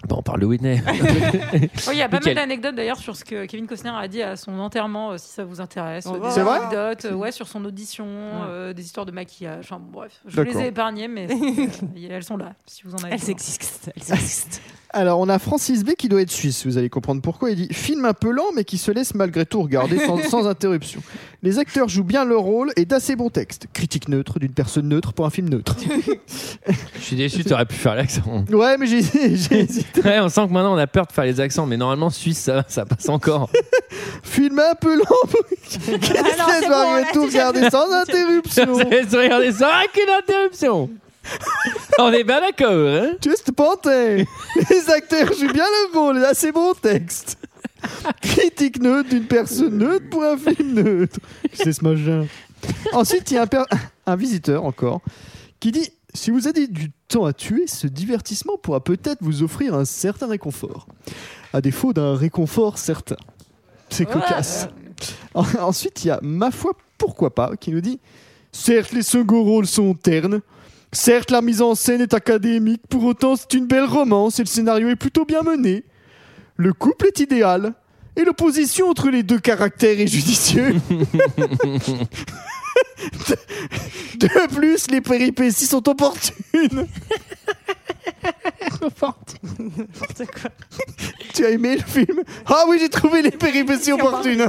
[SPEAKER 1] Bah, on parle de Whitney.
[SPEAKER 5] Oui, Oh, il y a pas
[SPEAKER 1] Nickel.
[SPEAKER 5] mal d'anecdotes d'ailleurs sur ce que Kevin Costner a dit à son enterrement, euh, si ça vous intéresse.
[SPEAKER 6] Oh,
[SPEAKER 5] Des
[SPEAKER 6] c'est
[SPEAKER 7] vrai
[SPEAKER 5] anecdotes, euh, ouais, sur son audition, euh, des histoires de maquillage. Enfin, bon, bref, je vous les
[SPEAKER 7] D'accord.
[SPEAKER 5] ai épargnées, mais c'est- euh, elles sont là, si vous en avez.
[SPEAKER 6] Elles
[SPEAKER 5] besoin.
[SPEAKER 6] existent. Elles existent.
[SPEAKER 7] Alors, on a Francis B qui doit être suisse, vous allez comprendre pourquoi. Il dit film un peu lent, mais qui se laisse malgré tout regarder sans, sans interruption. Les acteurs jouent bien leur rôle et d'assez bon texte. Critique neutre d'une personne neutre pour un film neutre.
[SPEAKER 1] je suis déçu, t'aurais pu faire l'accent.
[SPEAKER 7] Ouais, mais j'ai j'ai hésité.
[SPEAKER 1] Ouais, on sent que maintenant on a peur de faire les accents, mais normalement Suisse ça, ça passe encore.
[SPEAKER 7] Film un peu lent, qu'est-ce
[SPEAKER 6] c'est
[SPEAKER 7] qu'elle
[SPEAKER 6] bon,
[SPEAKER 7] va
[SPEAKER 6] là,
[SPEAKER 7] tout
[SPEAKER 6] c'est
[SPEAKER 7] regarder sans interruption
[SPEAKER 1] Regardez ça, aucune interruption. On est bien d'accord, hein
[SPEAKER 7] Juste panté Les acteurs jouent bien leur rôle et d'assez bon texte. Critique neutre d'une personne neutre pour un film neutre. C'est ce machin. Ensuite, il y a un, per- un visiteur encore qui dit Si vous avez du temps à tuer, ce divertissement pourra peut-être vous offrir un certain réconfort. À défaut d'un réconfort certain. C'est cocasse. En- Ensuite, il y a Ma foi, pourquoi pas qui nous dit Certes, les seconds rôles sont ternes. Certes, la mise en scène est académique, pour autant, c'est une belle romance et le scénario est plutôt bien mené. Le couple est idéal et l'opposition entre les deux caractères est judicieux. De- De plus, les péripéties sont opportunes. Tu as aimé le film Ah oui, j'ai trouvé les péripéties opportunes.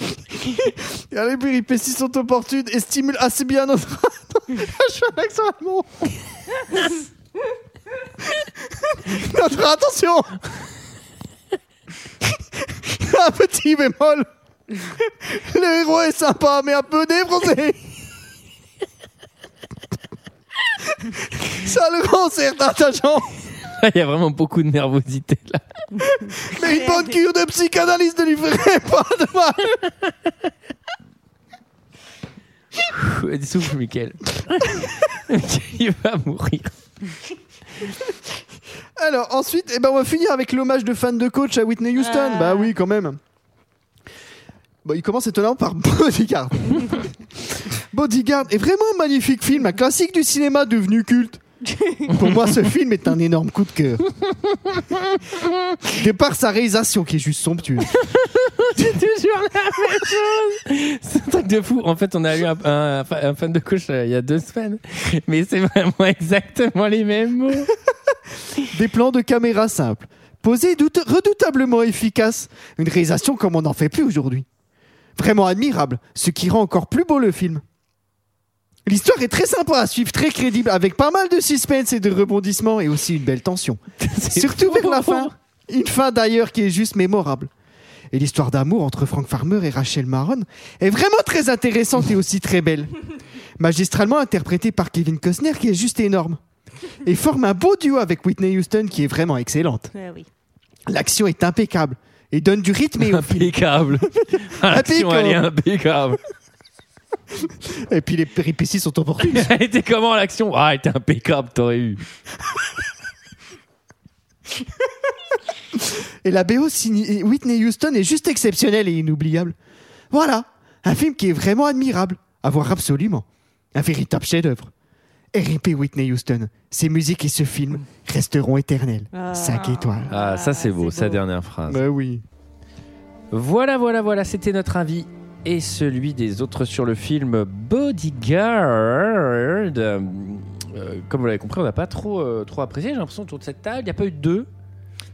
[SPEAKER 7] Et les péripéties sont opportunes et stimulent assez bien notre. Je suis un accent allemand. notre attention. un petit bémol. Le héros est sympa mais un peu débronzé. Ça le rend certes attachant,
[SPEAKER 1] Il y a vraiment beaucoup de nervosité là.
[SPEAKER 7] mais une bonne cure de psychanalyse ne lui ferait pas de mal.
[SPEAKER 1] Pff, Souffle, Michael. Michael, il va mourir.
[SPEAKER 7] Alors ensuite, eh ben, on va finir avec l'hommage de fan de coach à Whitney Houston. Bah oui, quand même. Bon, il commence étonnamment par Bodyguard. Bodyguard est vraiment un magnifique film, un classique du cinéma devenu culte. Pour moi, ce film est un énorme coup de cœur. De par sa réalisation qui est juste somptueuse.
[SPEAKER 1] C'est toujours la même chose. C'est un truc de fou. En fait, on a eu un, un- un fan de couche euh, il y a deux semaines, mais c'est vraiment exactement les mêmes mots.
[SPEAKER 7] Des plans de caméra simples, posés et doute- redoutablement efficaces. Une réalisation comme on n'en fait plus aujourd'hui. Vraiment admirable, ce qui rend encore plus beau le film. L'histoire est très sympa à suivre, très crédible, avec pas mal de suspense et de rebondissements, et aussi une belle tension. Surtout vers la fin. Une fin d'ailleurs qui est juste mémorable. Et l'histoire d'amour entre Frank Farmer et Rachel Maron est vraiment très intéressante et aussi très belle. Magistralement interprétée par Kevin Costner qui est juste énorme. Et forme un beau duo avec Whitney Houston qui est vraiment excellente.
[SPEAKER 6] Ouais, oui.
[SPEAKER 7] L'action est impeccable et donne du rythme et au film.
[SPEAKER 1] Impeccable. Ah, L'action, elle est impeccable.
[SPEAKER 7] Et puis les péripéties sont opportunes.
[SPEAKER 1] Elle était comment l'action Ah, elle était impeccable, t'aurais eu.
[SPEAKER 7] Et la BO signée Whitney Houston est juste exceptionnelle et inoubliable. Voilà, un film qui est vraiment admirable, à voir absolument. Un véritable chef-d'œuvre. R.I.P. Whitney Houston, ses musiques et ce film resteront éternels. 5 étoiles.
[SPEAKER 1] Ah, ça c'est beau, sa dernière phrase.
[SPEAKER 7] Bah oui.
[SPEAKER 1] Voilà, voilà, voilà, c'était notre avis et celui des autres sur le film Bodyguard. Euh, comme vous l'avez compris, on n'a pas trop, euh, trop apprécié. J'ai l'impression autour de cette table, il n'y a pas eu deux.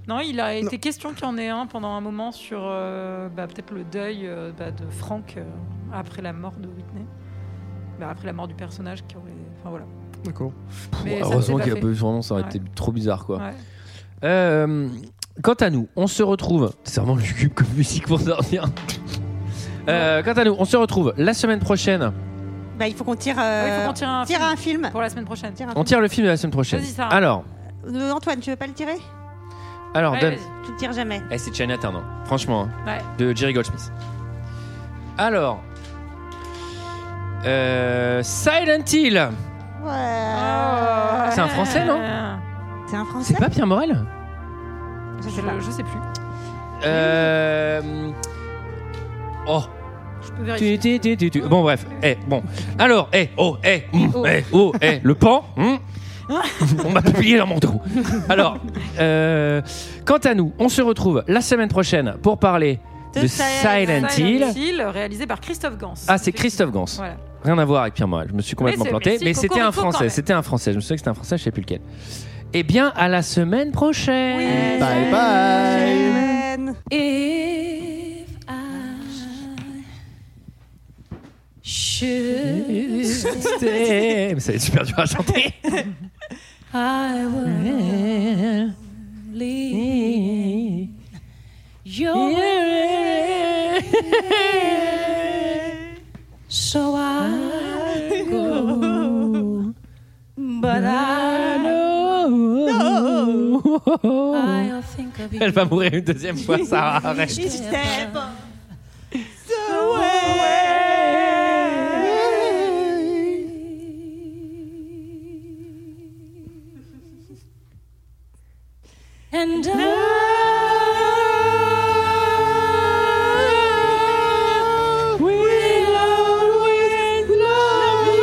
[SPEAKER 5] Non, il a été question qu'il y en ait un pendant un moment sur euh, bah, peut-être le deuil euh, bah, de Franck euh, après la mort de Whitney. Bah, après la mort du personnage qui aurait. Enfin voilà.
[SPEAKER 7] D'accord.
[SPEAKER 5] Mais ça,
[SPEAKER 1] Heureusement
[SPEAKER 5] c'est
[SPEAKER 1] qu'il n'y a
[SPEAKER 5] fait.
[SPEAKER 1] pas eu vraiment, ça aurait
[SPEAKER 5] Ouais.
[SPEAKER 1] été trop bizarre quoi.
[SPEAKER 5] Ouais.
[SPEAKER 1] Euh, quant à nous, on se retrouve. C'est vraiment le cube comme musique pour dormir. Euh, quant à nous, on se retrouve la semaine prochaine.
[SPEAKER 6] Bah, il faut qu'on tire,
[SPEAKER 5] Ah oui,
[SPEAKER 6] euh,
[SPEAKER 5] faut qu'on tire un,
[SPEAKER 6] tire
[SPEAKER 5] film
[SPEAKER 6] un film.
[SPEAKER 5] pour la semaine prochaine.
[SPEAKER 6] Tire un
[SPEAKER 1] On
[SPEAKER 6] film.
[SPEAKER 1] tire le film de la semaine prochaine.
[SPEAKER 5] Vas-y, Sarah.
[SPEAKER 1] Alors,
[SPEAKER 6] Euh, Antoine, tu veux pas le tirer
[SPEAKER 1] alors,
[SPEAKER 5] Ouais,
[SPEAKER 1] donne.
[SPEAKER 5] vas-y.
[SPEAKER 6] Tu le tires jamais.
[SPEAKER 1] Eh, c'est Chinatown, hein. franchement, hein,
[SPEAKER 5] Ouais.
[SPEAKER 1] de Jerry Goldsmith. Alors, euh, Silent Hill,
[SPEAKER 6] Ouais.
[SPEAKER 1] C'est un Français, non
[SPEAKER 6] C'est un français
[SPEAKER 1] c'est pas Pierre Morel
[SPEAKER 6] Je sais pas.
[SPEAKER 5] je, je sais plus.
[SPEAKER 1] euh... Oh,
[SPEAKER 5] Je peux
[SPEAKER 1] Tu,
[SPEAKER 5] vérifier.
[SPEAKER 1] tu, tu, tu, tu. Bon, bref. Eh, bon. Alors, eh, oh, eh, mm, eh, oh, eh, le pan, mm. on m'a publié dans mon dos. Alors, euh, quant à nous, on se retrouve la semaine prochaine pour parler de,
[SPEAKER 6] De
[SPEAKER 1] Silent,
[SPEAKER 6] Silent
[SPEAKER 1] Hill.
[SPEAKER 5] Hill, réalisé par Christophe Gans.
[SPEAKER 1] Ah, c'est Christophe Gans.
[SPEAKER 5] Voilà.
[SPEAKER 1] Rien à voir avec Pierre Morel. Je me suis complètement
[SPEAKER 5] Mais c'est-
[SPEAKER 1] planté.
[SPEAKER 5] mais si,
[SPEAKER 1] Mais c'était un
[SPEAKER 5] cocorico quand
[SPEAKER 1] français.
[SPEAKER 5] même.
[SPEAKER 1] C'était un français. Je me souviens que c'était un français, je sais plus lequel. Eh bien, à la semaine prochaine.
[SPEAKER 7] Bye bye.
[SPEAKER 6] Amen.
[SPEAKER 10] If I should,
[SPEAKER 1] Mais ça va être super dur à chanter.
[SPEAKER 10] I would leave your so I go, but I I'll think of you.
[SPEAKER 1] Elle va mourir une deuxième fois, Sarah. Arrête.
[SPEAKER 6] She step
[SPEAKER 10] And
[SPEAKER 6] Ah,
[SPEAKER 10] I will always love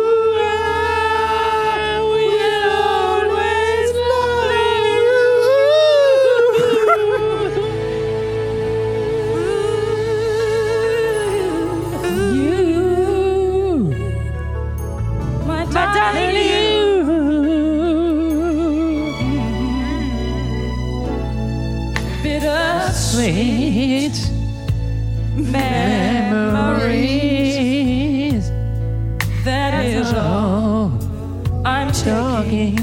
[SPEAKER 10] you. I will always love you. You, my darling, bittersweet memories. That is all I'm talking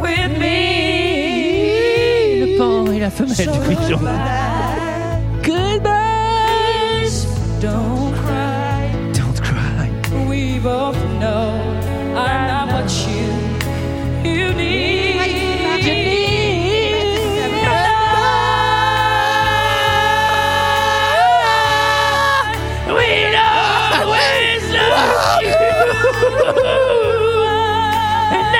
[SPEAKER 10] with me.
[SPEAKER 1] Le pan et la femelle du pigeon.
[SPEAKER 10] Goodbyes, don't cry.
[SPEAKER 1] Don't cry.
[SPEAKER 10] We both know I'm not what you you need. You need. And I will always love you. And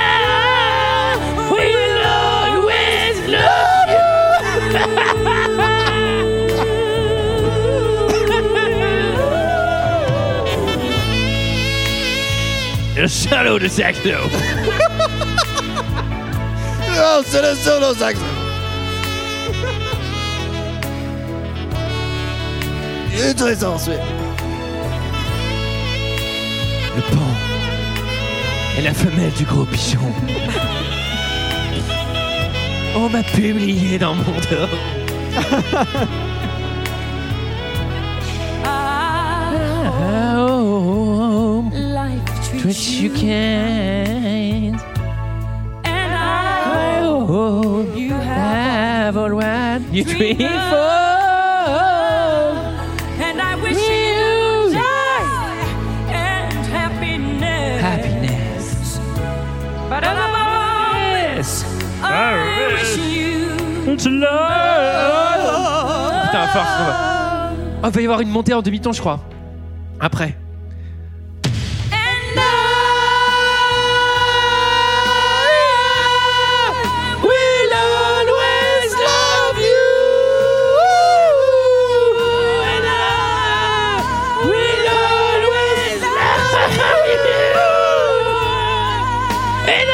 [SPEAKER 10] I will always love you.
[SPEAKER 1] le salaud de Saxo.
[SPEAKER 10] Oh, c'est le solo sax.
[SPEAKER 7] Il est très sensuel.
[SPEAKER 1] Le pan est la femelle du gros pigeon. On m'a publié dans mon dos. Ah, oh, oh, oh.
[SPEAKER 10] Life
[SPEAKER 1] But
[SPEAKER 10] treats
[SPEAKER 1] you can't.
[SPEAKER 10] And I
[SPEAKER 1] Oh, you have all what you dream for.
[SPEAKER 10] And I wish you joy and happiness.
[SPEAKER 1] Happiness.
[SPEAKER 10] But above all this,
[SPEAKER 1] Ah
[SPEAKER 10] I wish you
[SPEAKER 1] to love. Putain, fort, fort, fort. Oh, il va y avoir une montée en demi-ton, je crois. Après. We'll always love you. And I will always love you. And I-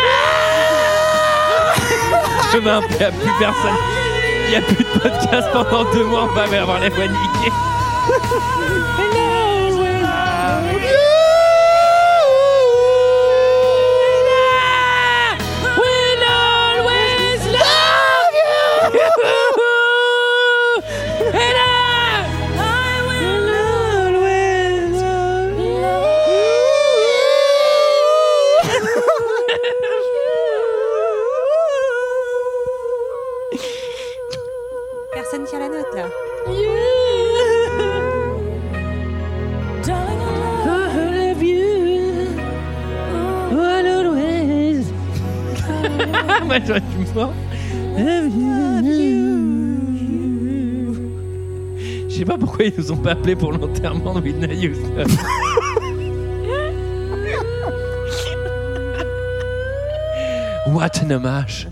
[SPEAKER 1] Demain, il n'y a plus personne. Il n'y a plus de podcast pendant deux mois. On va avoir les voix niquées. We'll always love you. And I, I will always love
[SPEAKER 6] Personne tient la note là.
[SPEAKER 1] Moi, j'aurais dû mort. Je sais pas pourquoi ils nous ont pas appelés pour l'enterrement de Whitney Houston. What an hommage.